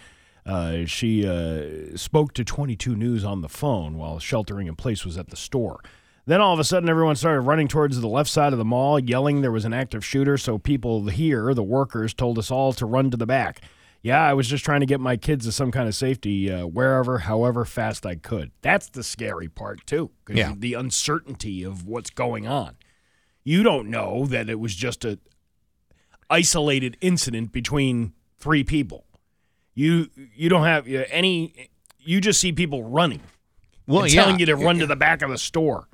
Speaker 2: uh, she uh, spoke to 22 News on the phone while sheltering in place was at the store. Then all of a sudden, everyone started running towards the left side of the mall, yelling there was an active shooter. So people here, the workers, told us all to run to the back. Yeah, I was just trying to get my kids to some kind of safety uh, wherever, however fast I could. That's the scary part, too. 'cause
Speaker 1: Yeah.
Speaker 2: The uncertainty of what's going on. You don't know that it was just a isolated incident between three people. You you don't have uh, any. You just see people running,
Speaker 1: Well,
Speaker 2: and telling you to run to the back of the store.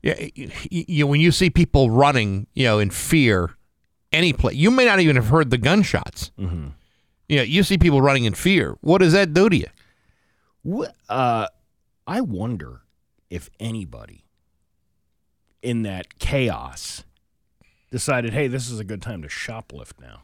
Speaker 1: yeah, you, you- when you see people running, you know, in fear, any place you may not even have heard the gunshots. Mm-hmm. You know, you see people running in fear. What does that do to you?
Speaker 2: Wh- Uh, I wonder if anybody in that chaos decided, hey, this is a good time to shoplift now.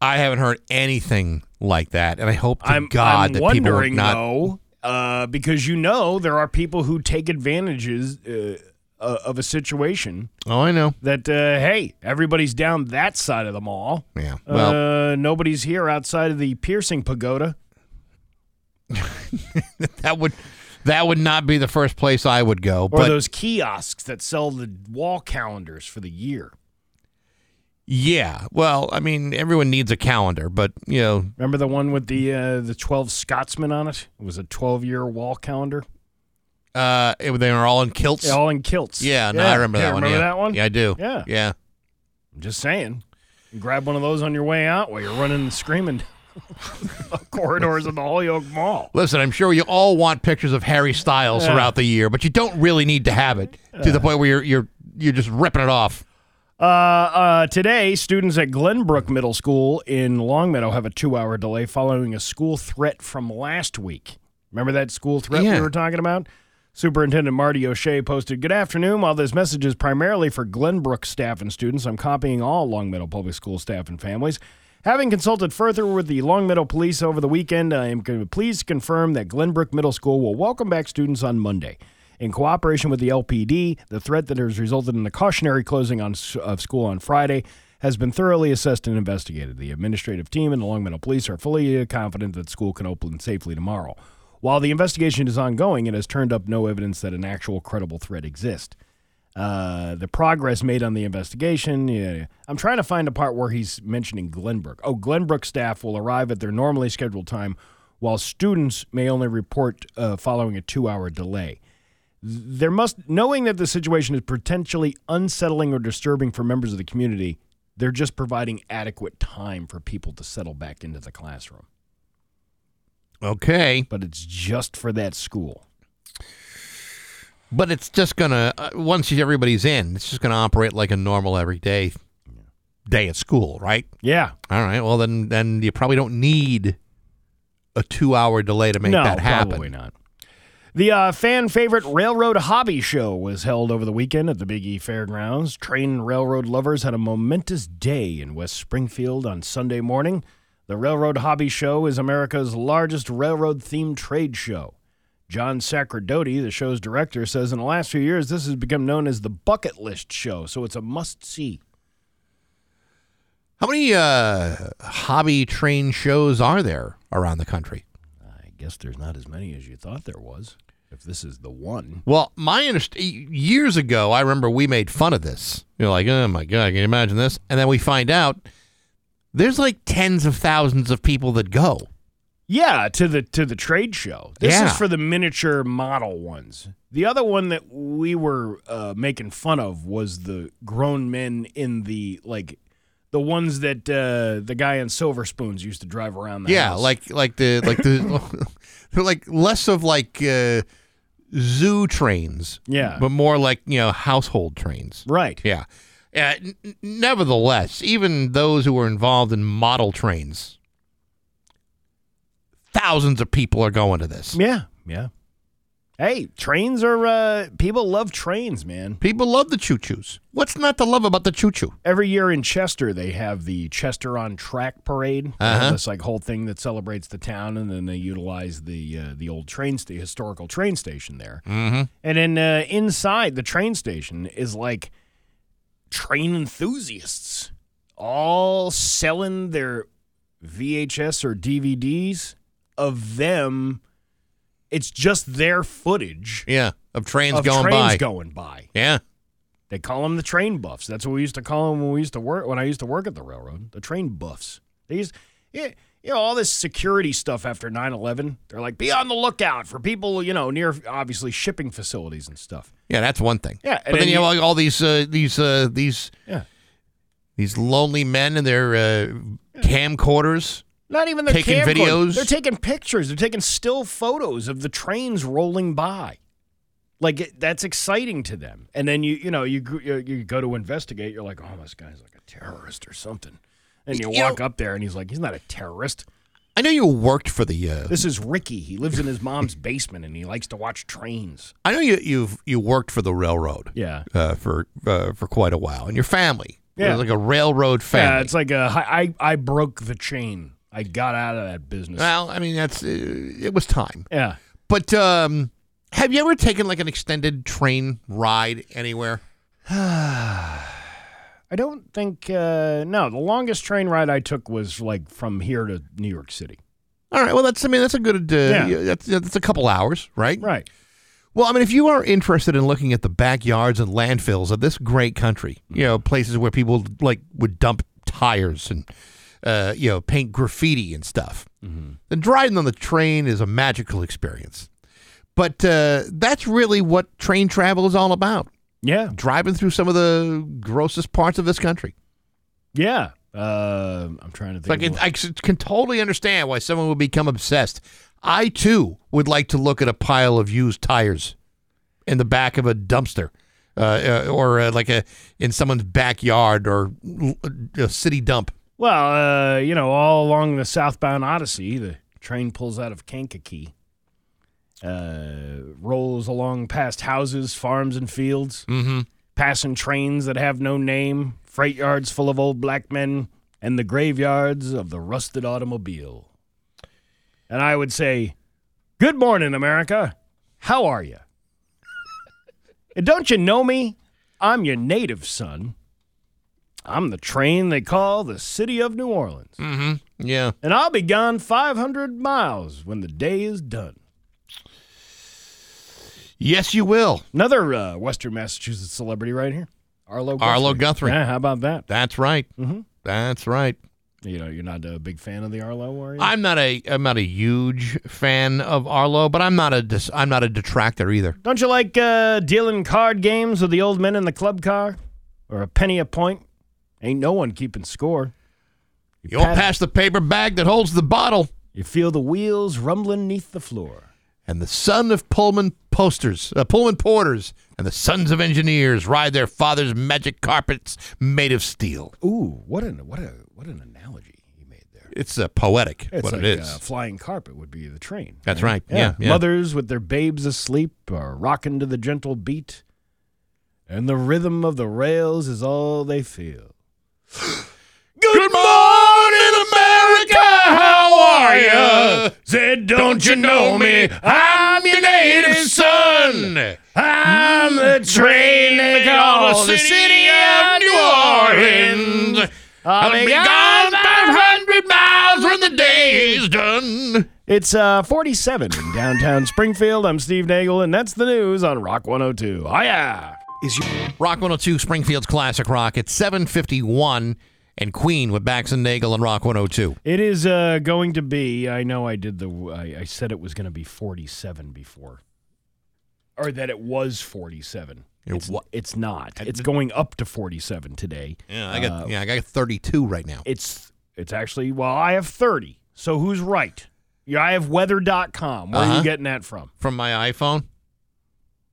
Speaker 1: I haven't heard anything like that, and I hope to
Speaker 2: I'm,
Speaker 1: God
Speaker 2: I'm
Speaker 1: that people are
Speaker 2: wondering
Speaker 1: not.
Speaker 2: though, uh, because you know there are people who take advantages uh, uh, of a situation
Speaker 1: Oh, I know.
Speaker 2: that uh, hey, everybody's down that side of the mall.
Speaker 1: Yeah. Well,
Speaker 2: uh, nobody's here outside of the piercing pagoda.
Speaker 1: that would that would not be the first place I would go.
Speaker 2: Or
Speaker 1: but
Speaker 2: those kiosks that sell the wall calendars for the year.
Speaker 1: Yeah. Well, I mean, everyone needs a calendar, but you know,
Speaker 2: Remember the one with the uh, the twelve Scotsmen on it? It was a twelve year wall calendar.
Speaker 1: uh, it- they were all in kilts.
Speaker 2: Yeah, all in kilts.
Speaker 1: Yeah, no, I remember
Speaker 2: Yeah,
Speaker 1: that one.
Speaker 2: Remember
Speaker 1: yeah.
Speaker 2: that one?
Speaker 1: Yeah, I do.
Speaker 2: Yeah.
Speaker 1: Yeah.
Speaker 2: I'm just saying. You grab one of those on your way out while you're running and screaming the corridors of the Holyoke Mall.
Speaker 1: Listen, I'm sure you all want pictures of Harry Styles
Speaker 2: Yeah.
Speaker 1: throughout the year, but you don't really need to have it to the point where you're you're you're just ripping it off.
Speaker 2: Uh, uh, today, students at Glenbrook Middle School in Longmeadow have a two hour delay following a school threat from last week. Remember that school threat we
Speaker 1: Yeah.
Speaker 2: were talking about? Superintendent Marty O'Shea posted Good afternoon. While this message is primarily for Glenbrook staff and students, I'm copying all Longmeadow Public School staff and families. Having consulted further with the Longmeadow Police over the weekend, I am con- pleased to confirm that Glenbrook Middle School will welcome back students on Monday. In cooperation with the LPD, the threat that has resulted in the cautionary closing on, s- of school on Friday has been thoroughly assessed and investigated. The administrative team and the Longmeadow Police are fully uh, confident that school can open safely tomorrow. While the investigation is ongoing, it has turned up no evidence that an actual credible threat exists. Uh, the progress made on the investigation. yeah, yeah. I'm trying to find a part where he's mentioning Glenbrook. Oh, Glenbrook staff will arrive at their normally scheduled time, while students may only report uh, following a two-hour delay. There must, knowing that the situation is potentially unsettling or disturbing for members of the community, they're just providing adequate time for people to settle back into the classroom.
Speaker 1: Okay.
Speaker 2: But it's just for that school.
Speaker 1: But it's just gonna uh, once everybody's in, it's just gonna operate like a normal everyday day at school, right?
Speaker 2: Yeah,
Speaker 1: All right. Well, then then you probably don't need a two-hour delay to make
Speaker 2: no,
Speaker 1: that happen.
Speaker 2: Probably not. The uh, fan favorite Railroad Hobby Show was held over the weekend at the Big E Fairgrounds. Train and railroad lovers had a momentous day in West Springfield on Sunday morning. The Railroad Hobby Show is America's largest railroad themed trade show. John Sacradotti, the show's director, says in the last few years this has become known as the bucket list show, so it's a must see.
Speaker 1: How many uh, hobby train shows are there around the country?
Speaker 2: I guess there's not as many as you thought there was, if this is the one.
Speaker 1: Well, my underst- years ago, I remember we made fun of this. You're like, oh my god, can you imagine this? And then we find out there's like tens of thousands of people that go.
Speaker 2: Yeah, to the to the trade show. This
Speaker 1: Yeah.
Speaker 2: is for the miniature model ones. The other one that we were uh, making fun of was the grown men in the like the ones that uh, the guy in silver spoons used to drive around. The
Speaker 1: yeah,
Speaker 2: house.
Speaker 1: like like the like the they're like less of like uh, zoo trains,
Speaker 2: yeah,
Speaker 1: but more like you know household trains.
Speaker 2: right.
Speaker 1: Yeah. Uh, n- n- nevertheless, even those who were involved in model trains, thousands of people are going to this.
Speaker 2: Yeah, yeah. Hey, trains are uh, people love trains, man.
Speaker 1: People love the choo choos. What's not to love about the choo choo?
Speaker 2: Every year in Chester, they have the Chester on Track Parade. uh,
Speaker 1: Uh-huh.
Speaker 2: This like whole thing that celebrates the town, and then they utilize the uh, the old train, sta- historical train station there.
Speaker 1: Mm-hmm.
Speaker 2: And then uh, inside the train station is like train enthusiasts all selling their VHS or DVDs of them. It's just their footage
Speaker 1: Yeah, of trains
Speaker 2: of
Speaker 1: going
Speaker 2: trains
Speaker 1: by.
Speaker 2: going by.
Speaker 1: yeah,
Speaker 2: They call them the train buffs. That's what we used to call them when we used to work when I used to work at the railroad. The train buffs. They used yeah, you know all this security stuff after 9/11. They're like be on the lookout for people, you know, near obviously shipping facilities and stuff.
Speaker 1: yeah, that's one thing.
Speaker 2: Yeah,
Speaker 1: but
Speaker 2: and
Speaker 1: then,
Speaker 2: then
Speaker 1: you
Speaker 2: you-
Speaker 1: have like, all these uh, these uh, these
Speaker 2: Yeah.
Speaker 1: these lonely men and their uh, camcorders.
Speaker 2: Not even their
Speaker 1: Taking
Speaker 2: camcorder.
Speaker 1: videos?
Speaker 2: They're taking pictures. They're taking still photos of the trains rolling by. Like it, that's exciting to them. And then you you know you gr- you you go to investigate. You're like, oh, this guy's like a terrorist or something. And you,
Speaker 1: You
Speaker 2: walk
Speaker 1: know-
Speaker 2: up there, and he's like, he's not a terrorist.
Speaker 1: I know you worked for the. Uh,
Speaker 2: This is Ricky. He lives in his mom's basement, and he likes to watch trains.
Speaker 1: I know you you've you worked for the railroad.
Speaker 2: Yeah.
Speaker 1: uh, for uh, for quite a while, and your family.
Speaker 2: Yeah.
Speaker 1: It was like a railroad family.
Speaker 2: Yeah, it's like a, I, I I broke the chain. I got out of that business.
Speaker 1: well, I mean, that's uh, it was time.
Speaker 2: yeah.
Speaker 1: But um, have you ever taken like an extended train ride anywhere?
Speaker 2: I don't think uh, no. The longest train ride I took was like from here to New York City.
Speaker 1: All right. Well, that's I mean that's a good uh,
Speaker 2: Yeah.
Speaker 1: yeah, that's that's a couple hours, right?
Speaker 2: Right.
Speaker 1: Well, I mean, if you are interested in looking at the backyards and landfills of this great country, you know, places where people like would dump tires and uh, you know paint graffiti and stuff, then driving on the train is a magical experience. But uh, that's really what train travel is all about.
Speaker 2: Yeah,
Speaker 1: driving through some of the grossest parts of this country.
Speaker 2: Yeah. Uh, I'm trying to think.
Speaker 1: So I
Speaker 2: of
Speaker 1: can,
Speaker 2: what-
Speaker 1: I c- can totally understand why someone would become obsessed. I too would like to look at a pile of used tires in the back of a dumpster, uh, uh, or uh, like a in someone's backyard or l- uh, a city dump.
Speaker 2: well, uh, you know, all along the southbound Odyssey, the train pulls out of Kankakee, uh, rolls along past houses, farms, and fields,
Speaker 1: Mm-hmm.
Speaker 2: passing trains that have no name, freight yards full of old black men, and the graveyards of the rusted automobile. And I would say, Good morning, America. How are you? and don't you know me? I'm your native son. I'm the train they call the City of New Orleans.
Speaker 1: Mm-hmm. Yeah.
Speaker 2: And I'll be gone 500 miles when the day is done.
Speaker 1: Yes, you will.
Speaker 2: Another uh, Western Massachusetts celebrity right here, Arlo Guthrie.
Speaker 1: Arlo Guthrie.
Speaker 2: Yeah, how about that?
Speaker 1: That's right.
Speaker 2: Mm-hmm.
Speaker 1: That's right.
Speaker 2: You know, you're not a big fan of the Arlo, are you?
Speaker 1: I'm not a I'm not a huge fan of Arlo, but I'm not a dis, I'm not a detractor either.
Speaker 2: Don't you like uh, dealing card games with the old men in the club car? Or a penny a point? Ain't no one keeping score.
Speaker 1: You won't pass the paper bag that holds the bottle.
Speaker 2: You feel the wheels rumbling neath the floor.
Speaker 1: and the son of Pullman posters, uh, Pullman porters, and the sons of engineers ride their father's magic carpets made of steel.
Speaker 2: Ooh, what an what a what an analogy!
Speaker 1: It's uh, poetic,
Speaker 2: It's
Speaker 1: what
Speaker 2: like
Speaker 1: it
Speaker 2: Uh,
Speaker 1: is.
Speaker 2: flying carpet would be the train.
Speaker 1: That's right. Yeah, yeah.
Speaker 2: mothers with their babes asleep are rocking to the gentle beat, and the rhythm of the rails is all they feel.
Speaker 1: Good morning, America. How are ya?
Speaker 2: Said,
Speaker 1: don't you know me? I'm your native son.
Speaker 2: I'm the train they
Speaker 1: call the city of New Orleans.
Speaker 2: I'll
Speaker 1: I'll be gone 500 miles when the day is done.
Speaker 2: It's uh, 47 in downtown Springfield. I'm Steve Nagel, and that's the news on Rock 102. Hiya!
Speaker 1: Rock 102, Springfield's Classic Rock at 751, and Queen with Bax and Nagel on Rock 102.
Speaker 2: It is uh, going to be. I know I did the. I, I said it was going to be 47 before, or that it was 47.
Speaker 1: It
Speaker 2: it's,
Speaker 1: wa-
Speaker 2: it's not. It's going up to 47 today.
Speaker 1: Yeah, I got
Speaker 2: Uh,
Speaker 1: yeah, I got 32 right now.
Speaker 2: It's it's actually well, I have 30. So who's right? Yeah, I have weather.com. Where are
Speaker 1: Uh-huh.
Speaker 2: you getting that from?
Speaker 1: From my iPhone,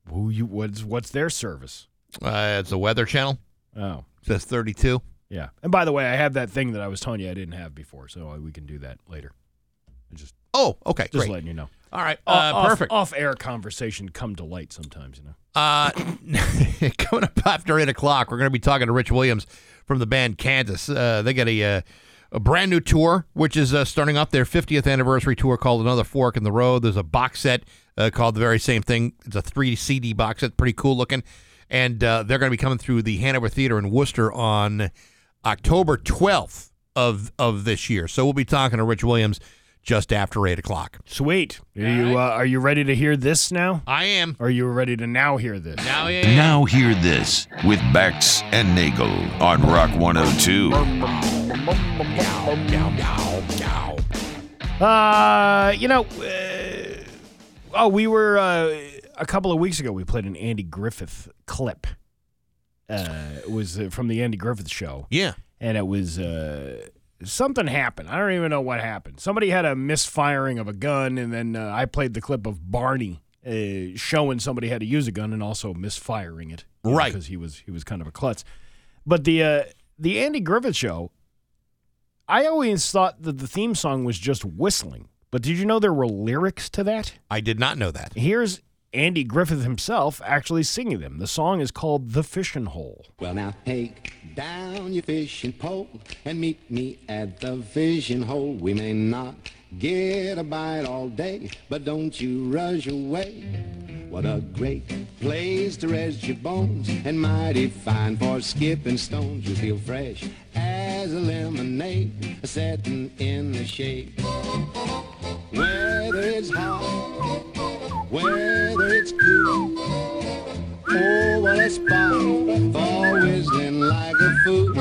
Speaker 2: Who you what's what's their service?
Speaker 1: uh, it's the Weather Channel.
Speaker 2: Oh.
Speaker 1: It says 32.
Speaker 2: Yeah. And by the way, I have that thing that I was telling you I didn't have before, so uh, we can do that later.
Speaker 1: Oh, okay,
Speaker 2: Just
Speaker 1: great.
Speaker 2: letting you know.
Speaker 1: All right, uh,
Speaker 2: Off-
Speaker 1: perfect.
Speaker 2: Off air conversation come to light sometimes, you know.
Speaker 1: Uh, coming up after eight o'clock, we're going to be talking to Rich Williams from the band Kansas. Uh, they got a uh, a brand new tour, which is uh, starting off their 50th anniversary tour called Another Fork in the Road. There's a box set uh, called the very same thing. It's a three CD box set, pretty cool looking. And uh, they're going to be coming through the Hanover Theater in Worcester on October 12th of of this year. So we'll be talking to Rich Williams just after eight o'clock.
Speaker 2: Sweet. Are you uh, are you ready to hear this now?
Speaker 1: I am
Speaker 2: Are you ready to now hear this?
Speaker 1: now. Yeah, yeah.
Speaker 4: Now hear this with Bax and Nagel on Rock 102.
Speaker 2: Uh, you know, uh, oh, we were uh, a couple of weeks ago. We played an Andy Griffith clip. Uh, it was uh, from the Andy Griffith show,
Speaker 1: Yeah.
Speaker 2: and it was uh, something happened. I don't even know what happened. Somebody had a misfiring of a gun, and then uh, I played the clip of Barney uh, showing somebody how to use a gun and also misfiring it,
Speaker 1: Right.
Speaker 2: Because he was he was kind of a klutz. But the uh, the Andy Griffith show, I always thought that the theme song was just whistling. But did you know there were lyrics to that?
Speaker 1: I did not know that.
Speaker 2: Here's Andy Griffith himself actually singing them. The song is called The Fishing Hole.
Speaker 10: Well, now take down your fishing pole and meet me at the fishing hole. We may not get a bite all day, but don't you rush away. What a great place to rest your bones and mighty fine for skipping stones. You feel fresh as a lemonade setting in the shade. Whether it's hot, whether it's Oh, what a spot for whistling like a fool.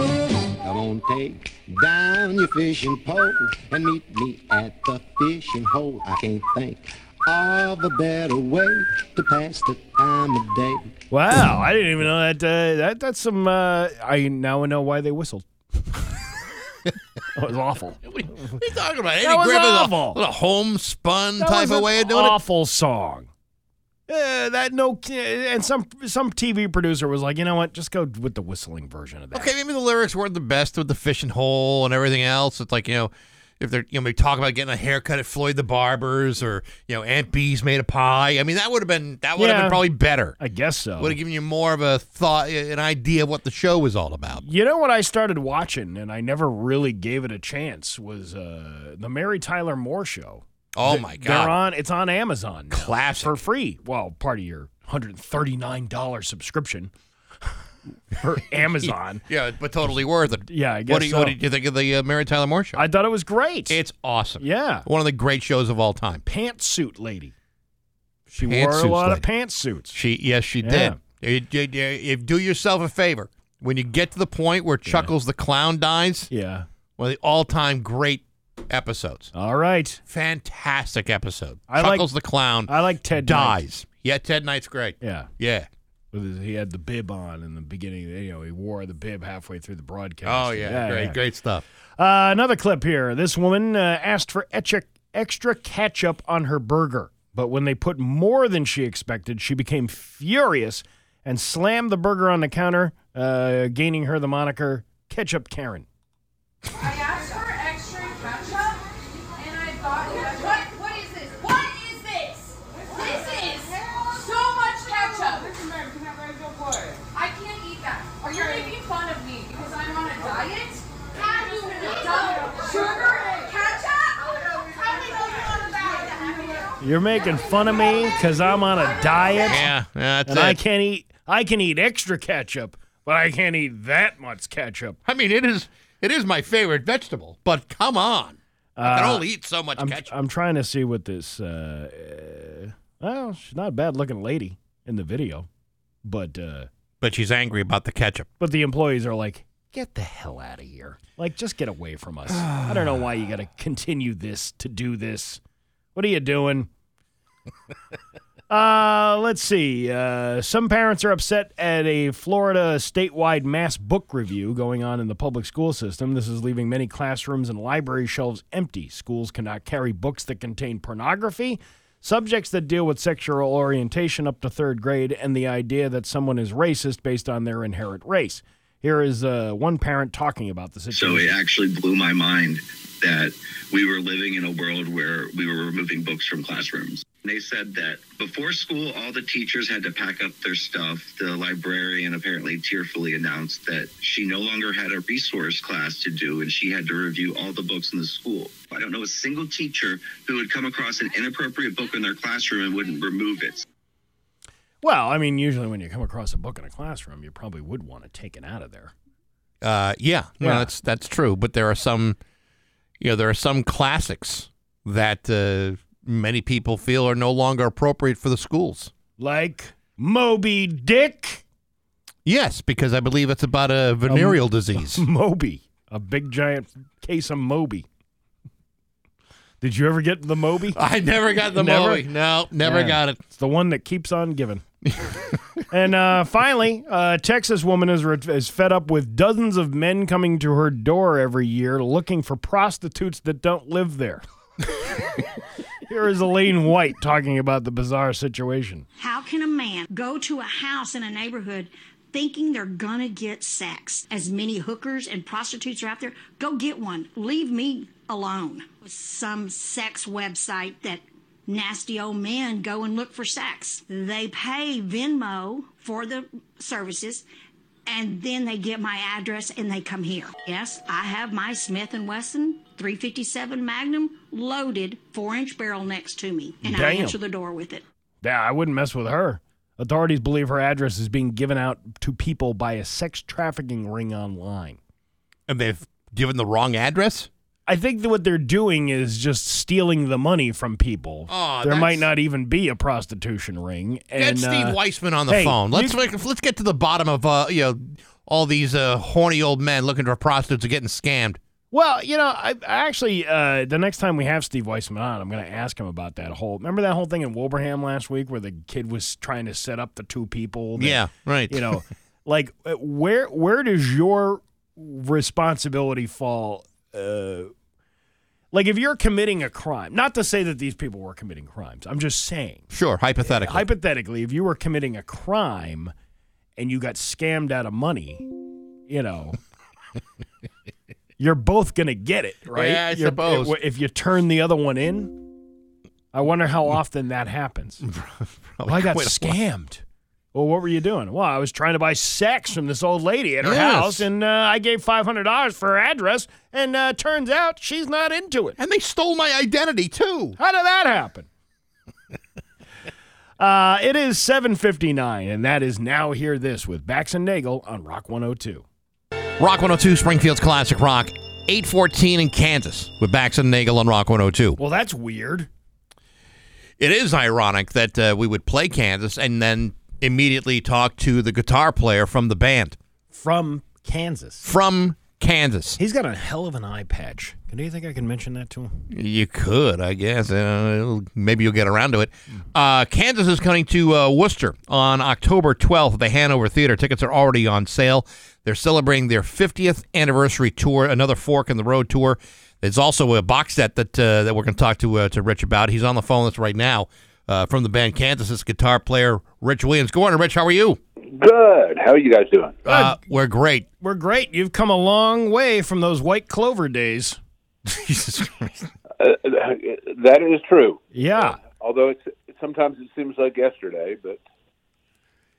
Speaker 10: Come on, take down your fishing pole and meet me at the fishing hole. I can't think of a better way to pass the time of day.
Speaker 2: Wow, I didn't even know that. Uh, that that's some. Uh, I now know why they whistled. that was awful.
Speaker 1: What are you talking about? Eddie
Speaker 2: That was
Speaker 1: Griffin, a-
Speaker 2: awful.
Speaker 1: A, homespun
Speaker 2: That
Speaker 1: type
Speaker 2: was
Speaker 1: of
Speaker 2: an
Speaker 1: way of doing
Speaker 2: awful song. Uh, that no, and some some TV producer was like, you know what? Just go with the whistling version
Speaker 1: it.
Speaker 2: of that.
Speaker 1: Okay, maybe the lyrics weren't the best with the fishing hole and everything else. It's like, you know, if they're, you know, maybe talking about getting a haircut at Floyd the Barber's or, you know, Aunt Bee's made a pie. I mean, that would have been, that would have
Speaker 2: Yeah.
Speaker 1: been probably better.
Speaker 2: I guess so.
Speaker 1: Would have given you more of a thought, an idea of what the show was all about.
Speaker 2: You know what I started watching, and I never really gave it a chance was uh, the Mary Tyler Moore Show.
Speaker 1: Oh
Speaker 2: Th-
Speaker 1: my
Speaker 2: They're
Speaker 1: God.
Speaker 2: on. It's on Amazon. now
Speaker 1: Classic.
Speaker 2: for free. Well, part of your hundred and thirty nine dollar subscription for Amazon.
Speaker 1: Yeah, but totally worth it.
Speaker 2: Yeah, I
Speaker 1: What,
Speaker 2: guess
Speaker 1: do you,
Speaker 2: so.
Speaker 1: what did you think of the uh, Mary Tyler Moore show?
Speaker 2: I thought it was great.
Speaker 1: it's awesome.
Speaker 2: yeah,
Speaker 1: One of the great shows of all time.
Speaker 2: pantsuit lady. She wore a
Speaker 1: Pantsuits
Speaker 2: lot
Speaker 1: lady.
Speaker 2: of pantsuits.
Speaker 1: She yes, she
Speaker 2: Yeah.
Speaker 1: did. You- you- you- If do yourself a favor, when you get to the point where Chuckles the clown dies,
Speaker 2: Yeah.
Speaker 1: one of the all-time great episodes,
Speaker 2: All right.
Speaker 1: fantastic episode.
Speaker 2: I like-
Speaker 1: Chuckles the clown
Speaker 2: I like Ted Knight.
Speaker 1: dies. Yeah, Ted Knight's great.
Speaker 2: Yeah.
Speaker 1: Yeah.
Speaker 2: With his, he had the bib on in the beginning. You know, he wore the bib halfway through the
Speaker 1: Oh
Speaker 2: broadcast.
Speaker 1: yeah, great,
Speaker 2: yeah.
Speaker 1: great stuff.
Speaker 2: Uh, another clip here. This woman uh, asked for etch- extra ketchup on her burger, but when they put more than she expected, she became furious and slammed the burger on the counter, uh, gaining her the moniker Ketchup Karen.
Speaker 12: I asked for extra ketchup, and I thought, what? What is this? What is this? This is so much ketchup. I can't eat that. Are you making fun of me because I'm on a diet? How do you double sugar and ketchup? How do you go on a diet?
Speaker 2: You're making fun of me because I'm on a diet.
Speaker 1: Yeah, that's
Speaker 2: and
Speaker 1: it.
Speaker 2: I can't eat. I can eat extra ketchup, but I can't eat that much ketchup.
Speaker 1: I mean, it is it is my favorite vegetable, but come on, I can
Speaker 2: Uh,
Speaker 1: only eat so much
Speaker 2: I'm,
Speaker 1: ketchup.
Speaker 2: I'm trying to see what this. Uh, uh, well, she's not a bad looking lady in the video, but uh,
Speaker 1: But she's angry about the ketchup.
Speaker 2: but the employees are like, get the hell out of here! Like, just get away from us. I don't know why you got to continue this to do this. What are you doing? Uh, let's see. Uh, some parents are upset at a Florida statewide mass book review going on in the public school system. This is leaving many classrooms and library shelves empty. Schools cannot carry books that contain pornography, subjects that deal with sexual orientation up to third grade, and the idea that someone is racist based on their inherent race. Here is uh, one parent talking about the
Speaker 13: So it
Speaker 2: situation.
Speaker 13: actually blew my mind that we were living in a world where we were removing books from classrooms. And They said that before school, all the teachers had to pack up their stuff. The librarian apparently tearfully announced that she no longer had a resource class to do and she had to review all the books in the school. I don't know a single teacher who would come across an inappropriate book in their classroom and wouldn't remove it.
Speaker 2: Well, I mean, usually when you come across a book in a classroom, you probably would want to take it out of there.
Speaker 1: Uh, yeah, no,
Speaker 2: Yeah.
Speaker 1: that's that's true. But there are some, you know, there are some classics that uh, many people feel are no longer appropriate for the schools.
Speaker 2: Like Moby Dick.
Speaker 1: Yes, because I believe it's about a
Speaker 2: Um,
Speaker 1: venereal disease.
Speaker 2: Moby, a big giant case of Moby. Did you ever get the Moby?
Speaker 1: I never got the
Speaker 2: Never?
Speaker 1: Moby. No, never
Speaker 2: Yeah.
Speaker 1: got it.
Speaker 2: It's the one that keeps on giving. and uh, finally, a Texas woman is, re- is fed up with dozens of men coming to her door every year looking for prostitutes that don't live there. Here is Elaine White talking about the bizarre situation.
Speaker 14: How can a man go to a house in a neighborhood thinking they're gonna get sex? As many hookers and prostitutes are out there, go get one. Leave me alone. Some sex website that nasty old men go and look for sex. They pay Venmo for the services and then they get my address and they come here. Yes, I have my Smith and Wesson 357 Magnum loaded 4-inch barrel next to me and I
Speaker 2: Damn.
Speaker 14: answer the door with it.
Speaker 2: Yeah, I wouldn't mess with her. Authorities believe her address is being given out to people by a sex trafficking ring online.
Speaker 1: And they've given the wrong address.
Speaker 2: I think that what they're doing is just stealing the money from people.
Speaker 1: Aw,
Speaker 2: there
Speaker 1: that's-
Speaker 2: might not even be a prostitution ring.
Speaker 1: Get
Speaker 2: And,
Speaker 1: Steve
Speaker 2: uh,
Speaker 1: Weisman on the
Speaker 2: hey,
Speaker 1: phone.
Speaker 2: you
Speaker 1: Let's make, let's get to the bottom of uh, you know all these uh, horny old men looking for prostitutes and getting scammed.
Speaker 2: Well, you know, I, I actually uh, the next time we have Steve Weissman on, I'm going to ask him about that whole. Remember that whole thing in Wilbraham last week where the kid was trying to set up the two people. that-
Speaker 1: Yeah, right.
Speaker 2: You know, like uh, where where does your responsibility fall? Uh, like if you're committing a crime, not to say that these people were committing crimes. I'm just saying
Speaker 1: Sure, hypothetically.
Speaker 2: hypothetically, if you were committing a crime and you got scammed out of money, you know, you're both going to get it, right?
Speaker 1: Yeah, I
Speaker 2: You're-
Speaker 1: suppose.
Speaker 2: If you turn the other one in, I wonder how often that happens. Well, I got
Speaker 1: quite a lot.
Speaker 2: scammed. Well, what were you doing? Well, I was trying to buy sex from this old lady at her
Speaker 1: Yes.
Speaker 2: house, and uh, I gave five hundred dollars for her address, and uh, turns out she's not into it.
Speaker 1: And they stole my identity too.
Speaker 2: How did that happen? Uh, it is 7:59, and that is now hear this with Bax and Nagel on Rock 102.
Speaker 1: Rock 102, Springfield's classic rock, 814 in Kansas with Bax and Nagel on Rock 102.
Speaker 2: Well, that's weird.
Speaker 1: It is ironic that uh, we would play Kansas and then immediately talk to the guitar player from the band
Speaker 2: From Kansas,
Speaker 1: from Kansas.
Speaker 2: he's got a hell of an eye patch. Do you think I can mention that to him?
Speaker 1: You could, I guess. Uh, it'll- maybe you'll get around to it. Uh, Kansas is coming to uh, Worcester on October 12th at the Hanover Theater. Tickets are already on sale. They're celebrating their 50th anniversary tour, another Fork in the Road tour. There's also a box set that uh, that we're going to talk to uh, to Rich about. He's on the phone with us right now uh, from the band Kansas. It's guitar player Rich Williams. Good morning, Rich. How are you?
Speaker 15: Good. How are you guys doing?
Speaker 1: Uh, we're great.
Speaker 2: We're great. You've come a long way from those white clover days.
Speaker 15: Uh, that is true.
Speaker 2: Yeah.
Speaker 15: Although it's, sometimes it seems like yesterday, but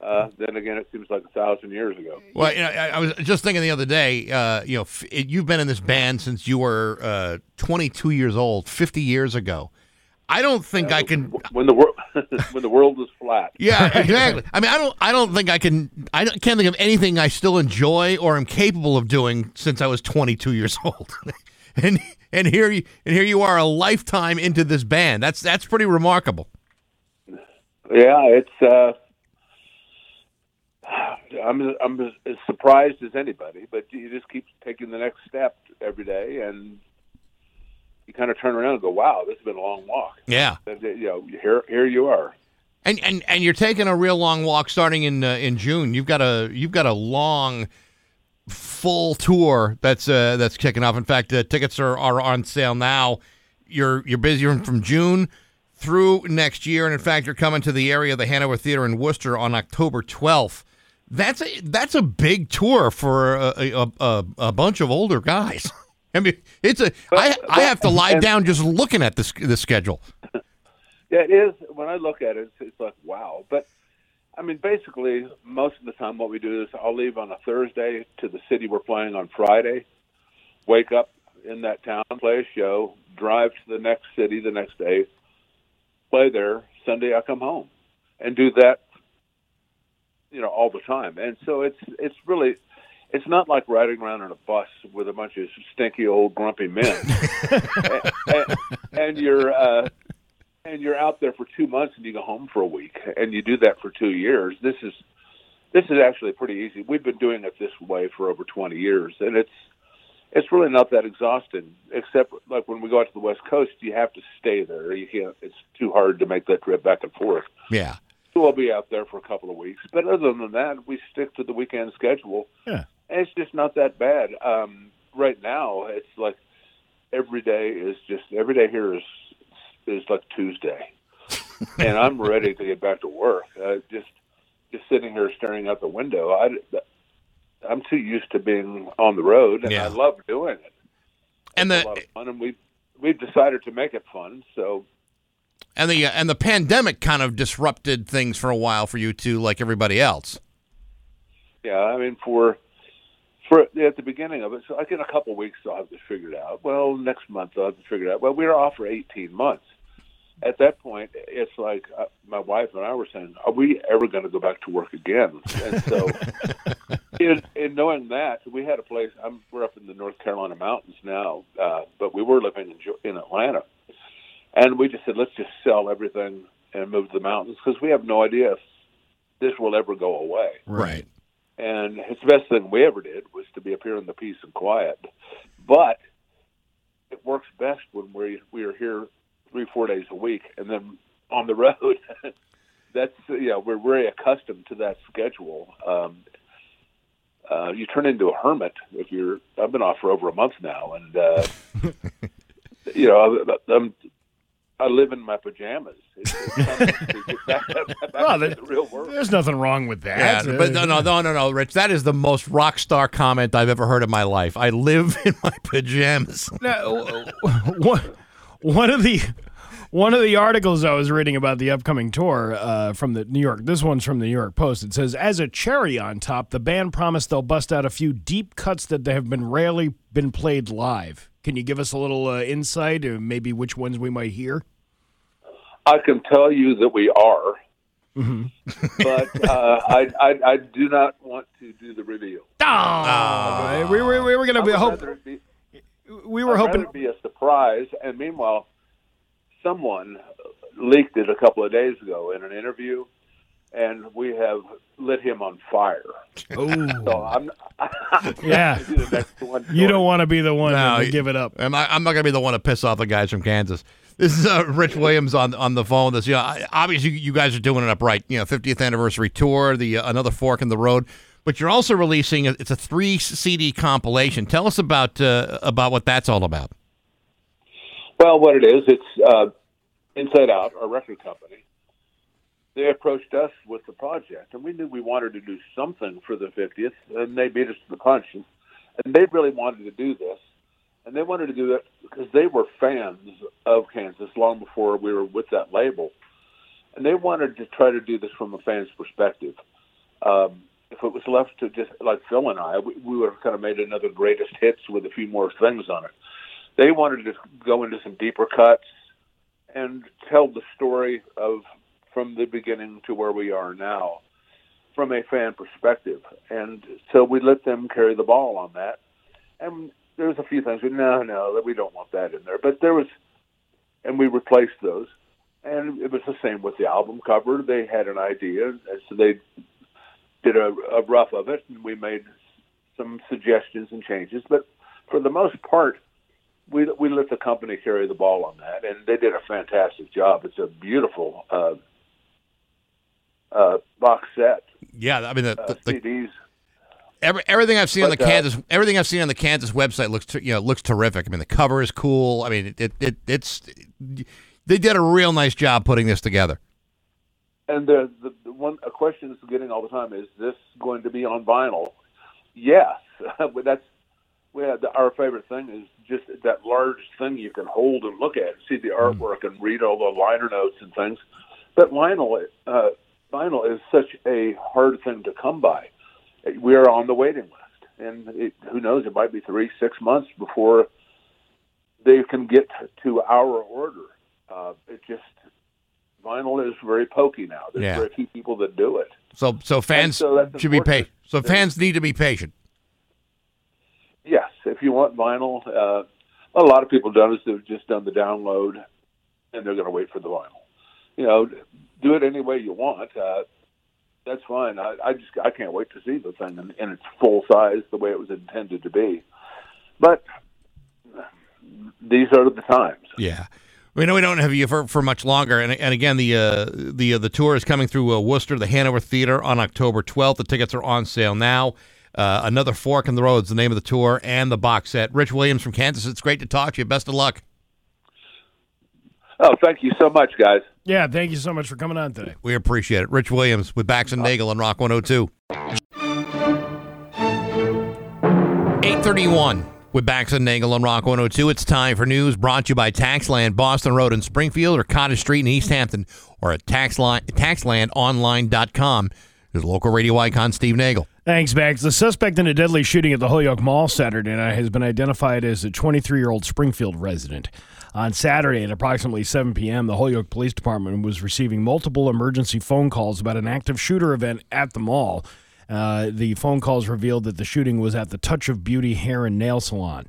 Speaker 15: uh, then again, it seems like a thousand years ago.
Speaker 1: Well, you know, I, I was just thinking the other day. Uh, you know, f- it, you've been in this band since you were uh, 22 years old, 50 years ago. I don't think I can.
Speaker 15: When the world when the world was flat.
Speaker 1: Yeah, exactly. I mean, I don't. I don't think I can. I don't- can't think of anything I still enjoy or am capable of doing since I was 22 years old. and and here you and here you are, a lifetime into this band. That's that's pretty remarkable.
Speaker 15: Yeah, it's. Uh, I'm I'm as surprised as anybody, but you just keep taking the next step every day, and you kind of turn around and go, "Wow, this has been a long walk."
Speaker 1: Yeah.
Speaker 15: And, you know, here here you are.
Speaker 1: And and and you're taking a real long walk starting in uh, in June. You've got a you've got a long full tour that's uh, that's kicking off. In fact, uh, tickets are, are on sale now. You're you're busy from June through next year, and in fact, you're coming to the area of the Hanover Theater in Worcester on October 12th. That's a that's a big tour for a a, a, a bunch of older guys. I mean, it's a I I have to lie
Speaker 15: and-
Speaker 1: down just looking at this the schedule.
Speaker 15: Yeah, it is. When I look at it, it's, it's like wow. But I mean, basically, most of the time, what we do is I'll leave on a Thursday to the city we're playing on Friday. Wake up in that town, play a show, drive to the next city the next day, play there. Sunday, I come home and do that. You know, all the time, and so it's it's really. It's not like riding around in a bus with a bunch of stinky old grumpy men, and, and, and you're uh, and you're out there for two months and you go home for a week and you do that for two years this is this is actually pretty easy we've been doing it this way for over 20 years and it's it's really not that exhausting except like when we go out to the west coast you have to stay there you can't it's too hard to make that trip back and forth
Speaker 1: Yeah.
Speaker 15: so we'll be out there for a couple of weeks but other than that we stick to the weekend schedule
Speaker 2: Yeah.
Speaker 15: and it's just not that bad um right now it's like every day is just every day here is is like tuesday and I'm ready to get back to work. Uh, just just sitting here staring out the window. I I'm too used to being on the road, and I
Speaker 1: Yeah.
Speaker 15: love doing it.
Speaker 1: And
Speaker 15: it's a lot of fun, and we we've decided to make it fun. So
Speaker 1: And the uh, and the pandemic kind of disrupted things for a while for you too, like everybody else.
Speaker 15: yeah, I mean for. For, at the beginning of it, so like in a couple of weeks, I'll have this figured out. Well, next month I'll have to figure it out. Well, we were off for 18 months. At that point, it's like uh, my wife and I were saying, "Are we ever going to go back to work again?" And so, in, in knowing that, we had a place. I'm, we're up in the North Carolina mountains now, uh, but we were living in, Geo- in Atlanta, and we just said, let's just sell everything and move to the mountains because we have no idea if this will ever go away.
Speaker 16: Right.
Speaker 15: And it's the best thing we ever did was to be up here in the peace and quiet. But it works best when we we are here three four days a week, and then on the road. That's yeah, we're very accustomed to that schedule. Um, uh, you turn into a hermit if you're. I've been off for over a month now, and uh, you know I, I'm. I live in my pajamas. It's, it's time to get back, back
Speaker 2: Well,
Speaker 15: to
Speaker 2: that-
Speaker 15: the real world.
Speaker 2: There's nothing wrong with
Speaker 1: Yeah,
Speaker 2: that.
Speaker 1: but no, no, no, no, no, Rich. That is the most rock star comment I've ever heard in my life. I live in my pajamas.
Speaker 2: No, one, one of the one of the articles I was reading about the upcoming tour uh, from the New York. This one's from the New York Post. It says, as a cherry on top, the band promised they'll bust out a few deep cuts that have been rarely been played live. Can you give us a little uh, insight, uh, maybe which ones we might hear?
Speaker 15: I can tell you that we are,
Speaker 2: Mm-hmm.
Speaker 15: but uh, I, I I do not want to do the reveal.
Speaker 2: Oh, we were we were gonna
Speaker 15: Uh, I
Speaker 2: be
Speaker 15: would
Speaker 2: hope
Speaker 15: rather it be-
Speaker 2: we were
Speaker 15: I'd
Speaker 2: hoping-
Speaker 15: rather it be a surprise. And meanwhile, someone leaked it a couple of days ago in an interview, and we have lit him on fire.
Speaker 2: Oh.
Speaker 15: So I'm
Speaker 2: Yeah.
Speaker 15: I'll do the next one.
Speaker 2: you don't want to be the one
Speaker 1: No,
Speaker 2: to give it up.
Speaker 1: I'm not, I'm not going to be the one to piss off the guys from Kansas. This is uh, Rich Williams on on the phone. This, you know, I- obviously you guys are doing it upright. You know, 50th anniversary tour, the uh, another fork in the road, but you're also releasing a, it's a three CD compilation. Tell us about uh, about what that's all about.
Speaker 15: Well, what it is, it's uh, Inside Out, our record company. They approached us with the project, and we knew we wanted to do something for the 50th, and they beat us to the punch. And, and they really wanted to do this, and they wanted to do it because they were fans of Kansas long before we were with that label. And they wanted to try to do this from a fan's perspective. Um, if it was left to just like Phil and I, we, we would have kind of made another greatest hits with a few more things on it they wanted to go into some deeper cuts and tell the story of from the beginning to where we are now from a fan perspective. And so we let them carry the ball on that. And there was a few things we no, no, that we don't want that in there. But there was and we replaced those. And it was the same with the album cover. They had an idea, and so they did a, a rough of it, and we made some suggestions and changes. But for the most part, we we let the company carry the ball on that, and they did a fantastic job. It's a beautiful uh, uh, box set,
Speaker 1: Yeah, I mean the,
Speaker 15: uh,
Speaker 1: the, the
Speaker 15: CDs.
Speaker 1: Every, everything I've seen on the
Speaker 15: But, uh,
Speaker 1: Kansas, everything I've seen on the Kansas website looks, ter- you know, looks terrific. I mean, the cover is cool. I mean, it, it it's they did a real nice job putting this together.
Speaker 15: And the, the, the one a question that's getting all the time is this going to be on vinyl? Yes, But that's we had the, our favorite thing is just that large thing you can hold and look at, see the artwork, and read all the liner notes and things. But vinyl, uh, vinyl is such a hard thing to come by. We are on the waiting list, and it, who knows? It might be three, six months before they can get to our order. Uh, it just vinyl is very pokey now. There's
Speaker 1: Yeah.
Speaker 15: very few people that do it.
Speaker 1: So so fans
Speaker 15: so that's
Speaker 1: should be
Speaker 15: unfortunate.
Speaker 1: patient. So fans need to be patient.
Speaker 15: Yes, if you want vinyl, uh, a lot of people done is they've just done the download, and they're going to wait for the vinyl. You know, do it any way you want. Uh, that's fine. I, I just I can't wait to see the thing in, in its full size, the way it was intended to be. But these are the times.
Speaker 1: Yeah. We know we don't have you for, for much longer, and, and again, the uh, the uh, the tour is coming through uh, Worcester, the Hanover Theater on October 12th. The tickets are on sale now. Uh, Another fork in the road is the name of the tour and the box set. Rich Williams from Kansas, it's great to talk to you. Best of luck.
Speaker 15: Oh, thank you so much, guys.
Speaker 2: Yeah, thank you so much for coming on today.
Speaker 1: We appreciate it. Rich Williams with Bax and Nagel on Rock 102. 831 with Bax and Nagel on Rock 102. It's time for news brought to you by Taxland, Boston Road in Springfield, or Cottage Street in East Hampton, or at taxline, taxlandonline.com. There's local radio icon Steve Nagel.
Speaker 2: Thanks, Max. The suspect in a deadly shooting at the Holyoke Mall Saturday night has been identified as a 23 year old Springfield resident. On Saturday at approximately 7 p.m., the Holyoke Police Department was receiving multiple emergency phone calls about an active shooter event at the mall Uh, the phone calls revealed that the shooting was at the Touch of Beauty Hair and Nail Salon.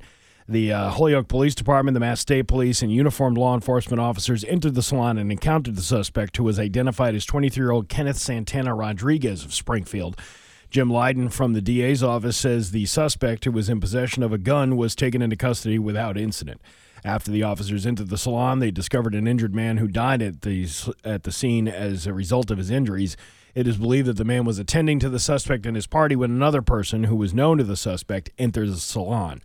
Speaker 2: The uh, Holyoke Police Department, the Mass State Police, and uniformed law enforcement officers entered the salon and encountered the suspect, who was identified as 23 year old Kenneth Santana Rodriguez of Springfield. Jim Lyden from the DA's office says the suspect, who was in possession of a gun, was taken into custody without incident. After the officers entered the salon, they discovered an injured man who died at the at the scene as a result of his injuries. It is believed that the man was attending to the suspect and his party when another person who was known to the suspect entered the salon.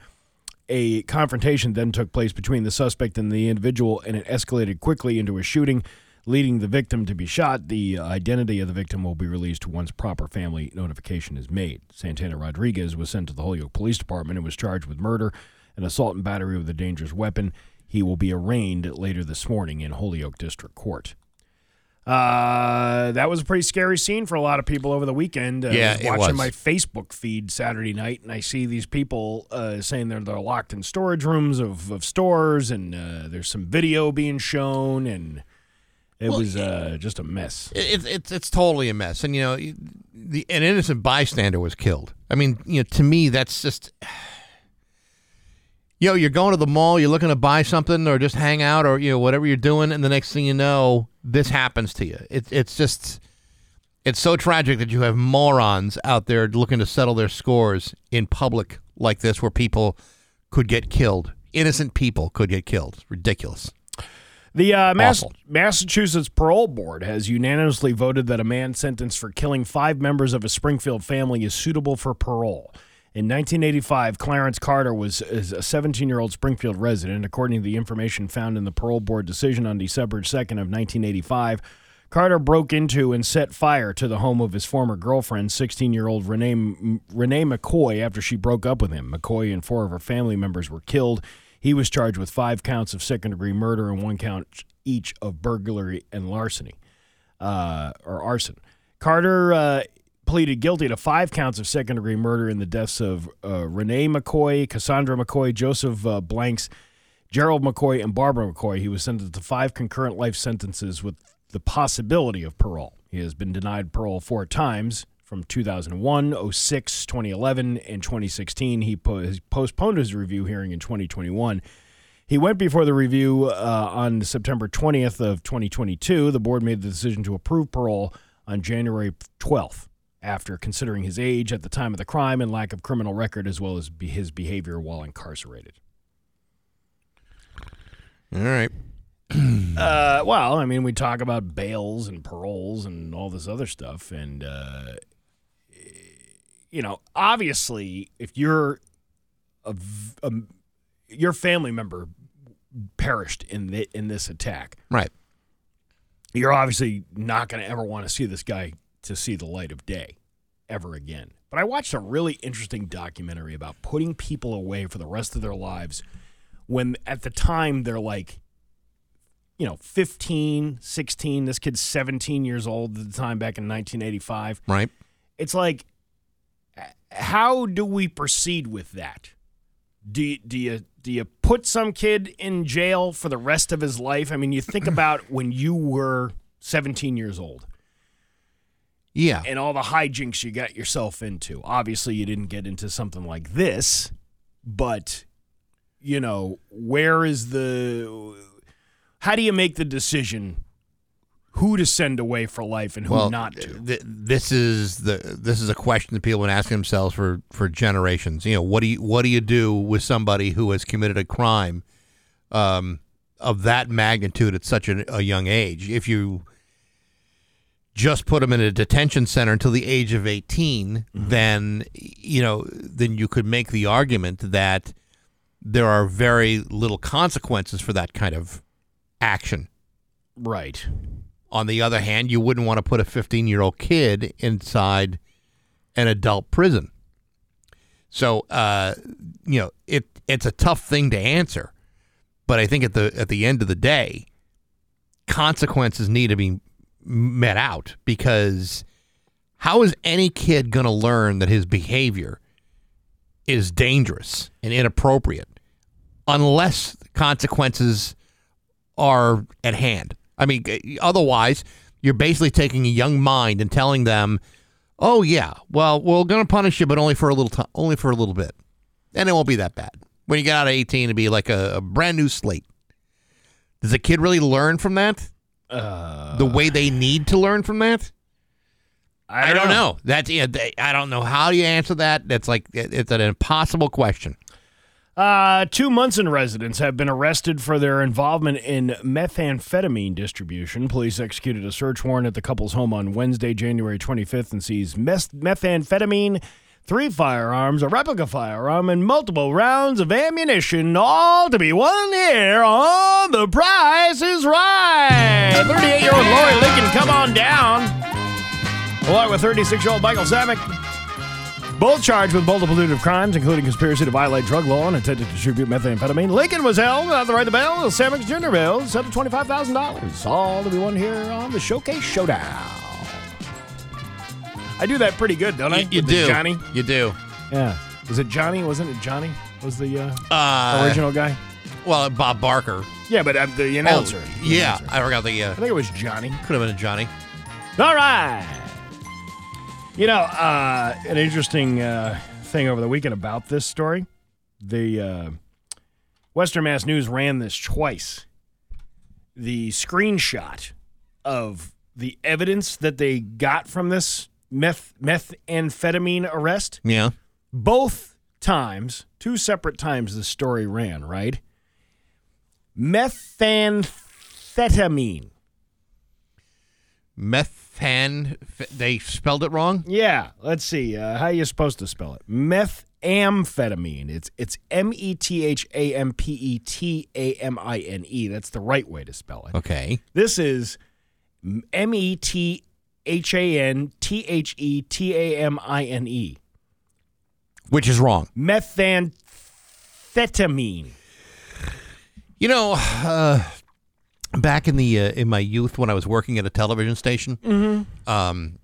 Speaker 2: A confrontation then took place between the suspect and the individual, and it escalated quickly into a shooting, leading the victim to be shot. The uh, identity of the victim will be released once proper family notification is made. Santana Rodriguez was sent to the Holyoke Police Department and was charged with murder and assault and battery with a dangerous weapon. He will be arraigned later this morning in Holyoke District Court. Uh, that was a pretty scary scene for a lot of people over the weekend. Uh,
Speaker 1: Yeah,
Speaker 2: I was
Speaker 1: it was.
Speaker 2: watching my Facebook feed Saturday night, and I see these people uh, saying they're they're locked in storage rooms of, of stores, and uh, there's some video being shown, and it
Speaker 1: Well,
Speaker 2: was uh, just a mess.
Speaker 1: It, it, it's it's totally a mess, and you know, the, an innocent bystander was killed. I mean, you know, to me, that's just. You know, you're going to the mall, you're looking to buy something or just hang out or, you know, whatever you're doing. And the next thing you know, this happens to you. It, it's just, it's so tragic that you have morons out there looking to settle their scores in public like this, where people could get killed. Innocent people could get killed. It's ridiculous.
Speaker 2: The uh, Mass-
Speaker 1: Awful.
Speaker 2: Massachusetts Parole Board has unanimously voted that a man sentenced for killing five members of a Springfield family is suitable for parole. In 1985, Clarence Carter was is a 17 year old Springfield resident. According to the information found in the parole board decision on December 2nd of 1985, Carter broke into and set fire to the home of his former girlfriend, 16 year old Renee, M- Renee McCoy, after she broke up with him. McCoy and four of her family members were killed. He was charged with five counts of second degree murder and one count each of burglary and larceny, uh, or arson. Carter uh, pleaded guilty to five counts of second degree murder in the deaths of uh, Renee McCoy, Cassandra McCoy, Joseph uh, Blanks, Gerald McCoy, and Barbara McCoy. He was sentenced to five concurrent life sentences with the possibility of parole. He has been denied parole four times from 2001, 06, 2011, and 2016. He po- has postponed his review hearing in 2021. He went before the review uh, on September 20th of 2022. The board made the decision to approve parole on January 12th after considering his age at the time of the crime and lack of criminal record as well as be his behavior while incarcerated.
Speaker 1: All right.
Speaker 2: Uh, well, I mean, we talk about bails and paroles and all this other stuff, and uh, you know, obviously, if you're a, v- a m- your family member perished in the, in this attack,
Speaker 1: Right.
Speaker 2: you're obviously not going to ever want to see this guy to see the light of day ever again. But I watched a really interesting documentary about putting people away for the rest of their lives when at the time they're like you know 15, 16, this kid's 17 years old at the time back in 1985.
Speaker 1: Right.
Speaker 2: It's like h- how do we proceed with that? do you, do you do you put some kid in jail for the rest of his life? I mean, you think about when you were 17 years old.
Speaker 1: Yeah.
Speaker 2: And all the hijinks you got yourself into. Obviously, you didn't get into something like this, but you know, where is the how do you make the decision who to send away for life and who
Speaker 1: well, uh,
Speaker 2: not to?
Speaker 1: th- this is the this is a question that people have been asking themselves for for generations. You know, what do you what do you do with somebody who has committed a crime um, of that magnitude at such a, a young age? If you just put them in a detention center until the age of 18
Speaker 2: Mm-hmm.
Speaker 1: then you know then you could make the argument that there are very little consequences for that kind of action
Speaker 2: Right.
Speaker 1: on the other hand, you wouldn't want to put a 15 year old kid inside an adult prison. So, uh, you know, it it's a tough thing to answer, but I think at the at the end of the day, consequences need to be met out because how is any kid going to learn that his behavior is dangerous and inappropriate unless consequences are at hand. I mean, g- otherwise, you're basically taking a young mind and telling them, Oh yeah. Well, we're going to punish you, but only for a little time, only for a little bit, and it won't be that bad. When you get out of eighteen, it'll be like a, a brand new slate. Does a kid really learn from that? Uh, the way they need to learn from that? I don't, know. That's yeah, they- I don't know how you answer that. That's like it- it's an impossible question.
Speaker 2: Uh, two Munson residents have been arrested for their involvement in methamphetamine distribution. Police executed a search warrant at the couple's home on Wednesday, January 25th, and seized meth- methamphetamine, three firearms, a replica firearm, and multiple rounds of ammunition, all to be won here on The Price is Right. 38 year old Lori Lincoln, come on down. Along with 36 year old Michael Zamek. Both charged with multiple multitude of crimes, including conspiracy to violate drug law and intent to distribute methamphetamine. Lincoln was held without the right to bail. Sammons Jr. bail is up to $25,000. All to be won here on the Showcase Showdown. I do that pretty good, don't I?
Speaker 1: You, you
Speaker 2: With the
Speaker 1: do,
Speaker 2: Johnny.
Speaker 1: You do.
Speaker 2: Yeah. Was it Johnny? Wasn't it Johnny? Was the uh,
Speaker 1: Uh,
Speaker 2: original guy?
Speaker 1: Well, Bob Barker.
Speaker 2: Yeah, but uh, the announcer.
Speaker 1: Oh,
Speaker 2: The
Speaker 1: yeah,
Speaker 2: announcer.
Speaker 1: I forgot the. Uh, I
Speaker 2: think it was Johnny.
Speaker 1: Could have been a Johnny.
Speaker 2: All right. You know, uh, an interesting uh, thing over the weekend about this story. The uh, Western Mass News ran this twice. The screenshot of the evidence that they got from this meth methamphetamine arrest
Speaker 1: Yeah.
Speaker 2: both times, two separate times the story ran, right? Methamphetamine.
Speaker 1: Methan. They spelled it wrong.
Speaker 2: Yeah, let's see. Uh, how you supposed to spell it? Methamphetamine. It's it's M E T H A M P E T A M I N E. That's the right way to spell it.
Speaker 1: Okay.
Speaker 2: This is M E T H A N T H E T A M I N E.
Speaker 1: Which is wrong.
Speaker 2: Methamphetamine.
Speaker 1: You know, uh, back in the uh, in my youth when I was working at a television station,
Speaker 2: Mhm.
Speaker 1: um,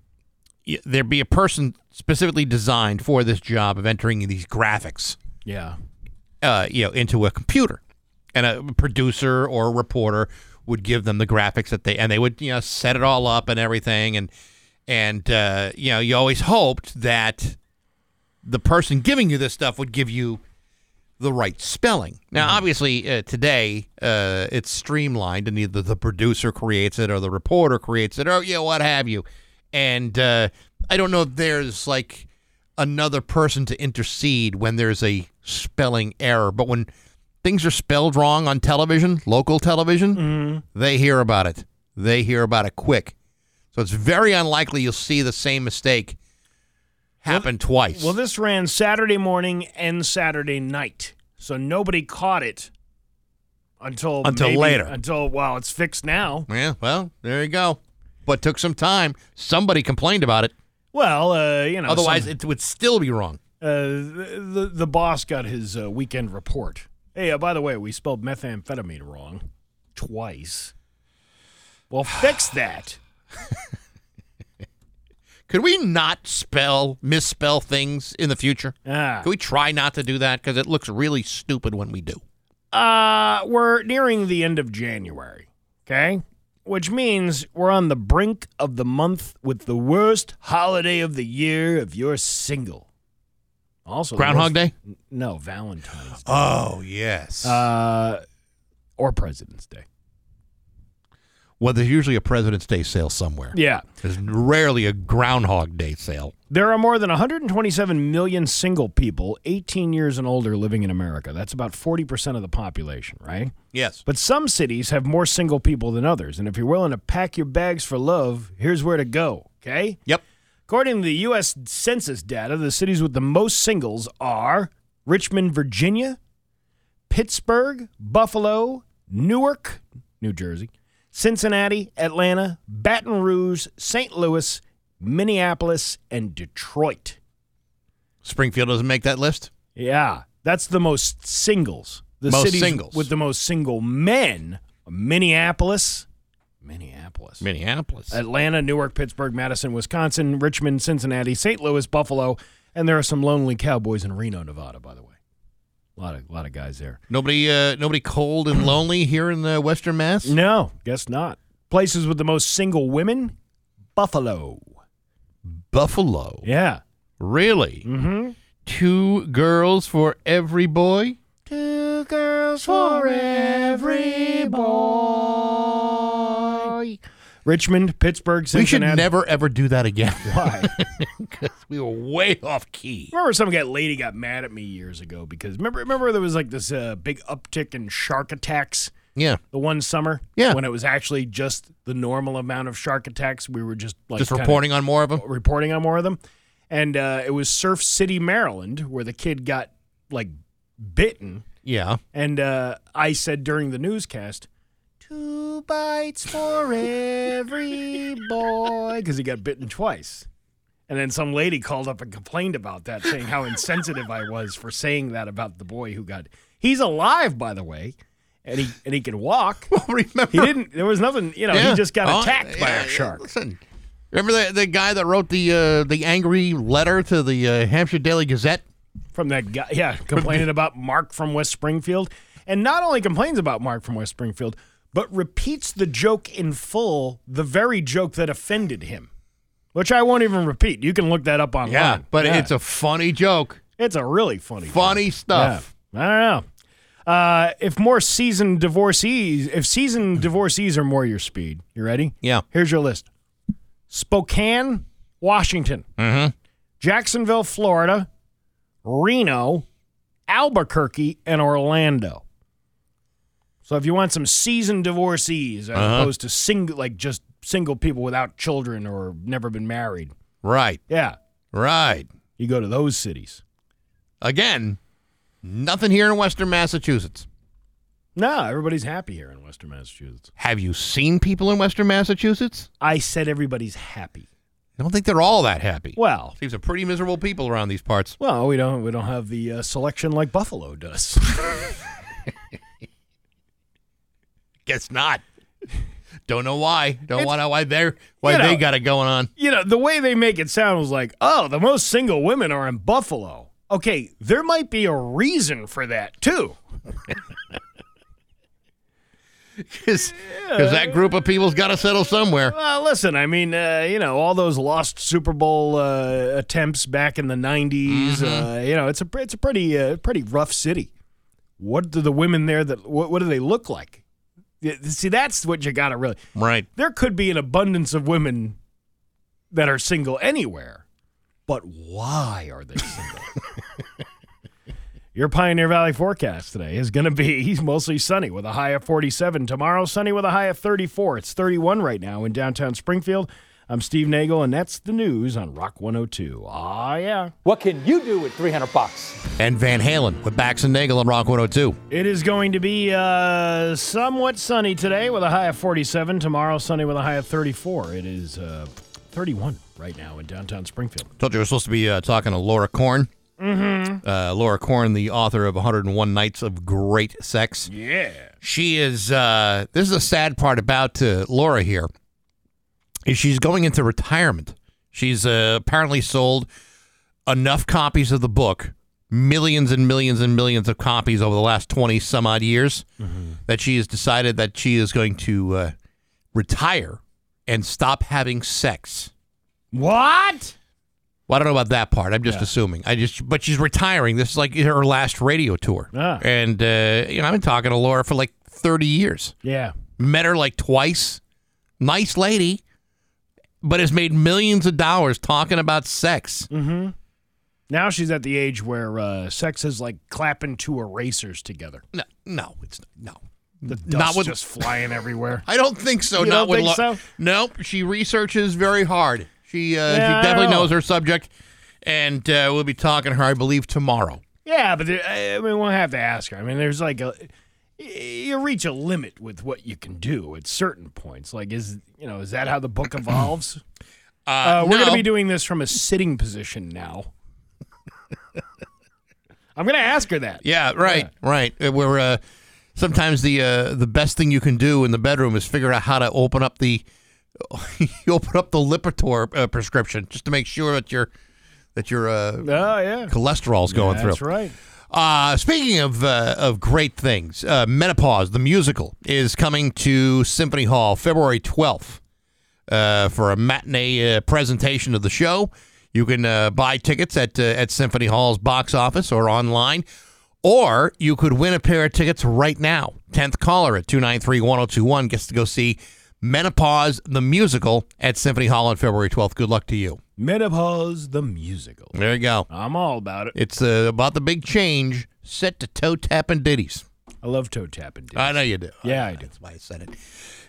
Speaker 1: y- there'd be a person specifically designed for this job of entering these graphics,
Speaker 2: Yeah.
Speaker 1: uh, you know, into a computer, and a producer or a reporter would give them the graphics that they and they would you know set it all up and everything and and uh, you know you always hoped that the person giving you this stuff would give you the right spelling. Now,
Speaker 2: Mm-hmm.
Speaker 1: obviously, uh, today uh, it's streamlined, and either the producer creates it or the reporter creates it, or you know, what have you. And uh, I don't know if there's like another person to intercede when there's a spelling error, but when things are spelled wrong on television, local television,
Speaker 2: Mm-hmm.
Speaker 1: they hear about it. They hear about it quick. So it's very unlikely you'll see the same mistake happen twice.
Speaker 2: Well, this ran Saturday morning and Saturday night, so nobody caught it until
Speaker 1: Until
Speaker 2: maybe-
Speaker 1: later.
Speaker 2: Until well, it's fixed now.
Speaker 1: Yeah, well, there you go. But took some time. Somebody complained about it.
Speaker 2: Well, uh, you know,
Speaker 1: Otherwise,
Speaker 2: some-
Speaker 1: it would still be wrong.
Speaker 2: uh, the, the the boss got his uh, weekend report. Hey, uh, by the way, we spelled methamphetamine wrong twice. Well, fix that.
Speaker 1: Could we not spell, misspell things in the future?
Speaker 2: Ah.
Speaker 1: Could we try not to do that? Because it looks really stupid when we do.
Speaker 2: Uh, we're nearing the end of January, okay? Which means we're on the brink of the month with the worst holiday of the year if you're single. Also, the
Speaker 1: Groundhog Day?
Speaker 2: worst- N- No, Valentine's Day.
Speaker 1: Oh, yes.
Speaker 2: Uh, or President's Day.
Speaker 1: well, there's usually a President's Day sale somewhere.
Speaker 2: Yeah.
Speaker 1: There's rarely a Groundhog Day sale.
Speaker 2: There are more than 127 million single people 18 years and older living in America. That's about 40% of the population, right?
Speaker 1: Yes.
Speaker 2: But some cities have more single people than others. And if you're willing to pack your bags for love, here's where to go, okay?
Speaker 1: Yep.
Speaker 2: According to the U.S. Census data, the cities with the most singles are Richmond, Virginia, Pittsburgh, Buffalo, Newark, New Jersey, Cincinnati, Atlanta, Baton Rouge, St. Louis, Minneapolis, and Detroit.
Speaker 1: Springfield doesn't make that list?
Speaker 2: Yeah, that's the most singles. The
Speaker 1: Most
Speaker 2: cities
Speaker 1: singles.
Speaker 2: with the most single men: Minneapolis, Minneapolis,
Speaker 1: Minneapolis.
Speaker 2: Atlanta, Newark, Pittsburgh, Madison, Wisconsin, Richmond, Cincinnati, St. Louis, Buffalo, and there are some lonely cowboys in Reno, Nevada. By the way, a lot of lot of guys there.
Speaker 1: Nobody uh, nobody cold and lonely here in the Western Mass?
Speaker 2: No, guess not. Places with the most single women: Buffalo,
Speaker 1: Buffalo.
Speaker 2: Yeah.
Speaker 1: Really?
Speaker 2: Mm-hmm.
Speaker 1: Two girls for every boy?
Speaker 16: Two girls for every boy.
Speaker 2: Richmond, Pittsburgh,
Speaker 1: We
Speaker 2: Cincinnati.
Speaker 1: should never ever do that again.
Speaker 2: Why?
Speaker 1: Because we were way off key.
Speaker 2: Remember, some guy lady got mad at me years ago because remember, remember there was like this uh, big uptick in shark attacks.
Speaker 1: Yeah.
Speaker 2: The one summer,
Speaker 1: Yeah.
Speaker 2: when it was actually just the normal amount of shark attacks, we were just like
Speaker 1: Just
Speaker 2: kinda
Speaker 1: reporting on more of them?
Speaker 2: reporting on more of them, and uh, it was Surf City, Maryland, where the kid got like bitten,
Speaker 1: Yeah.
Speaker 2: and uh, I said during the newscast, Two bites for every boy. because he got bitten twice. And then some lady called up and complained about that, saying how insensitive I was for saying that about the boy who got. He's alive, by the way, and he and he can walk. Well,
Speaker 1: remember
Speaker 2: he didn't. There was nothing. You know,
Speaker 1: Yeah.
Speaker 2: he just got
Speaker 1: Oh,
Speaker 2: attacked by
Speaker 1: yeah,
Speaker 2: a shark.
Speaker 1: Listen, remember the, the guy that wrote the uh, the angry letter to the uh, Hampshire Daily Gazette?
Speaker 2: From that guy, yeah, complaining about Mark from West Springfield, and not only complains about Mark from West Springfield, but repeats the joke in full, the very joke that offended him, which I won't even repeat. You can look that up online.
Speaker 1: Yeah, but
Speaker 2: Yeah.
Speaker 1: it's a funny joke.
Speaker 2: It's a really funny,
Speaker 1: funny stuff.
Speaker 2: Yeah. I don't know. Uh, if more seasoned divorcees, if seasoned divorcees are more your speed, you ready?
Speaker 1: Yeah.
Speaker 2: Here's your list: Spokane, Washington,
Speaker 1: Mm-hmm.
Speaker 2: Jacksonville, Florida, Reno, Albuquerque, and Orlando. So if you want some seasoned divorcees as
Speaker 1: Uh-huh.
Speaker 2: opposed to single, like just single people without children or never been married,
Speaker 1: Right.
Speaker 2: yeah,
Speaker 1: Right.
Speaker 2: You go to those cities.
Speaker 1: Again, nothing here in Western Massachusetts.
Speaker 2: no, everybody's happy here in Western Massachusetts.
Speaker 1: Have you seen people in Western Massachusetts?
Speaker 2: I said everybody's happy.
Speaker 1: I don't think they're all that happy.
Speaker 2: Well,
Speaker 1: Seems a pretty miserable people around these parts.
Speaker 2: well, we don't we don't have the uh, selection like Buffalo does.
Speaker 1: Guess not. Don't know why. Don't want to why they're why
Speaker 2: you know-
Speaker 1: they got it going on.
Speaker 2: you know, the way they make it sound was like, "Oh, the most single women are in Buffalo." Okay, there might be a reason for that too.
Speaker 1: Because that group of people's got to settle somewhere.
Speaker 2: Well, listen, I mean, uh, you know, all those lost Super Bowl uh, attempts back in the '90s. Uh, you know, it's a pr- it's a pretty uh, pretty rough city. What do the women there that what, what do they look like? Yeah, See, that's what you got to really.
Speaker 1: Right.
Speaker 2: There could be an abundance of women that are single anywhere, but why are they single? Your Pioneer Valley forecast today is going to be mostly sunny with a high of 47. Tomorrow, sunny with a high of 34. It's 31 right now in downtown Springfield. I'm Steve Nagel, and that's the news on Rock 102. Ah, yeah.
Speaker 17: What can you do with 300 bucks?
Speaker 1: And Van Halen with Bax and Nagel on Rock 102.
Speaker 2: It is going to be uh, somewhat sunny today with a high of 47. Tomorrow, sunny with a high of 34. It is uh, 31 right now in downtown Springfield.
Speaker 1: Told you we're supposed to be uh, talking to Laura Korn.
Speaker 2: Mm-hmm.
Speaker 1: Uh, Laura Korn, the author of 101 Nights of Great Sex.
Speaker 2: Yeah.
Speaker 1: She is, uh, this is the sad part about uh, Laura here, is she's going into retirement. She's uh, apparently sold enough copies of the book, millions and millions and millions of copies over the last 20 some odd years,
Speaker 2: Mm-hmm.
Speaker 1: that she has decided that she is going to uh, retire and stop having sex.
Speaker 2: What?
Speaker 1: Well, I don't know about that part. I'm just assuming. I just, but she's retiring. This is like her last radio tour,
Speaker 2: Ah.
Speaker 1: and uh, you know, I've been talking to Laura for like 30 years.
Speaker 2: Yeah.
Speaker 1: Met her like twice. Nice lady, but has made millions of dollars talking about sex.
Speaker 2: Mm-hmm. Now she's at the age where uh, sex is like clapping two erasers together.
Speaker 1: No, no, it's no.
Speaker 2: The dust
Speaker 1: Not with-
Speaker 2: just flying everywhere.
Speaker 1: I don't think so.
Speaker 2: You
Speaker 1: not
Speaker 2: don't
Speaker 1: with
Speaker 2: think
Speaker 1: Lau-
Speaker 2: so?
Speaker 1: Nope. She researches very hard. She uh,
Speaker 2: Yeah, I don't
Speaker 1: she definitely
Speaker 2: know.
Speaker 1: knows her subject, and uh, we'll be talking to her, I believe, tomorrow.
Speaker 2: Yeah, but there, I I mean, we'll have to ask her. I mean, there's like a you reach a limit with what you can do at certain points. Like, is you know, is that how the book evolves?
Speaker 1: Uh,
Speaker 2: Uh, we're going
Speaker 1: no.
Speaker 2: to be doing this from a sitting position now. I'm going to ask her that.
Speaker 1: Yeah, right, right. Uh, We're uh, sometimes the uh, the best thing you can do in the bedroom is figure out how to open up the you open up the Lipitor uh, prescription just to make sure that your that your uh,
Speaker 2: oh yeah
Speaker 1: cholesterol's going through.
Speaker 2: That's right.
Speaker 1: Uh, speaking of uh, of great things, uh, Menopause the musical is coming to Symphony Hall February twelfth. uh, for a matinee uh, presentation of the show. You can uh, buy tickets at uh, at Symphony Hall's box office or online, or you could win a pair of tickets right now. Tenth caller at 293-1021 gets to go see Menopause the musical at Symphony Hall on February 12th. Good luck to you.
Speaker 2: Menopause the musical.
Speaker 1: There you go.
Speaker 2: I'm all about it.
Speaker 1: It's uh, about the big change set to toe tapping ditties.
Speaker 2: I love toe tapping. dude.
Speaker 1: I know you do.
Speaker 2: Yeah, I do.
Speaker 1: That's why I said it. oh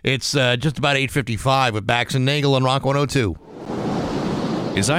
Speaker 1: It's uh, just about 8.55 with Bax and Nagel on Rock 102.
Speaker 18: Is I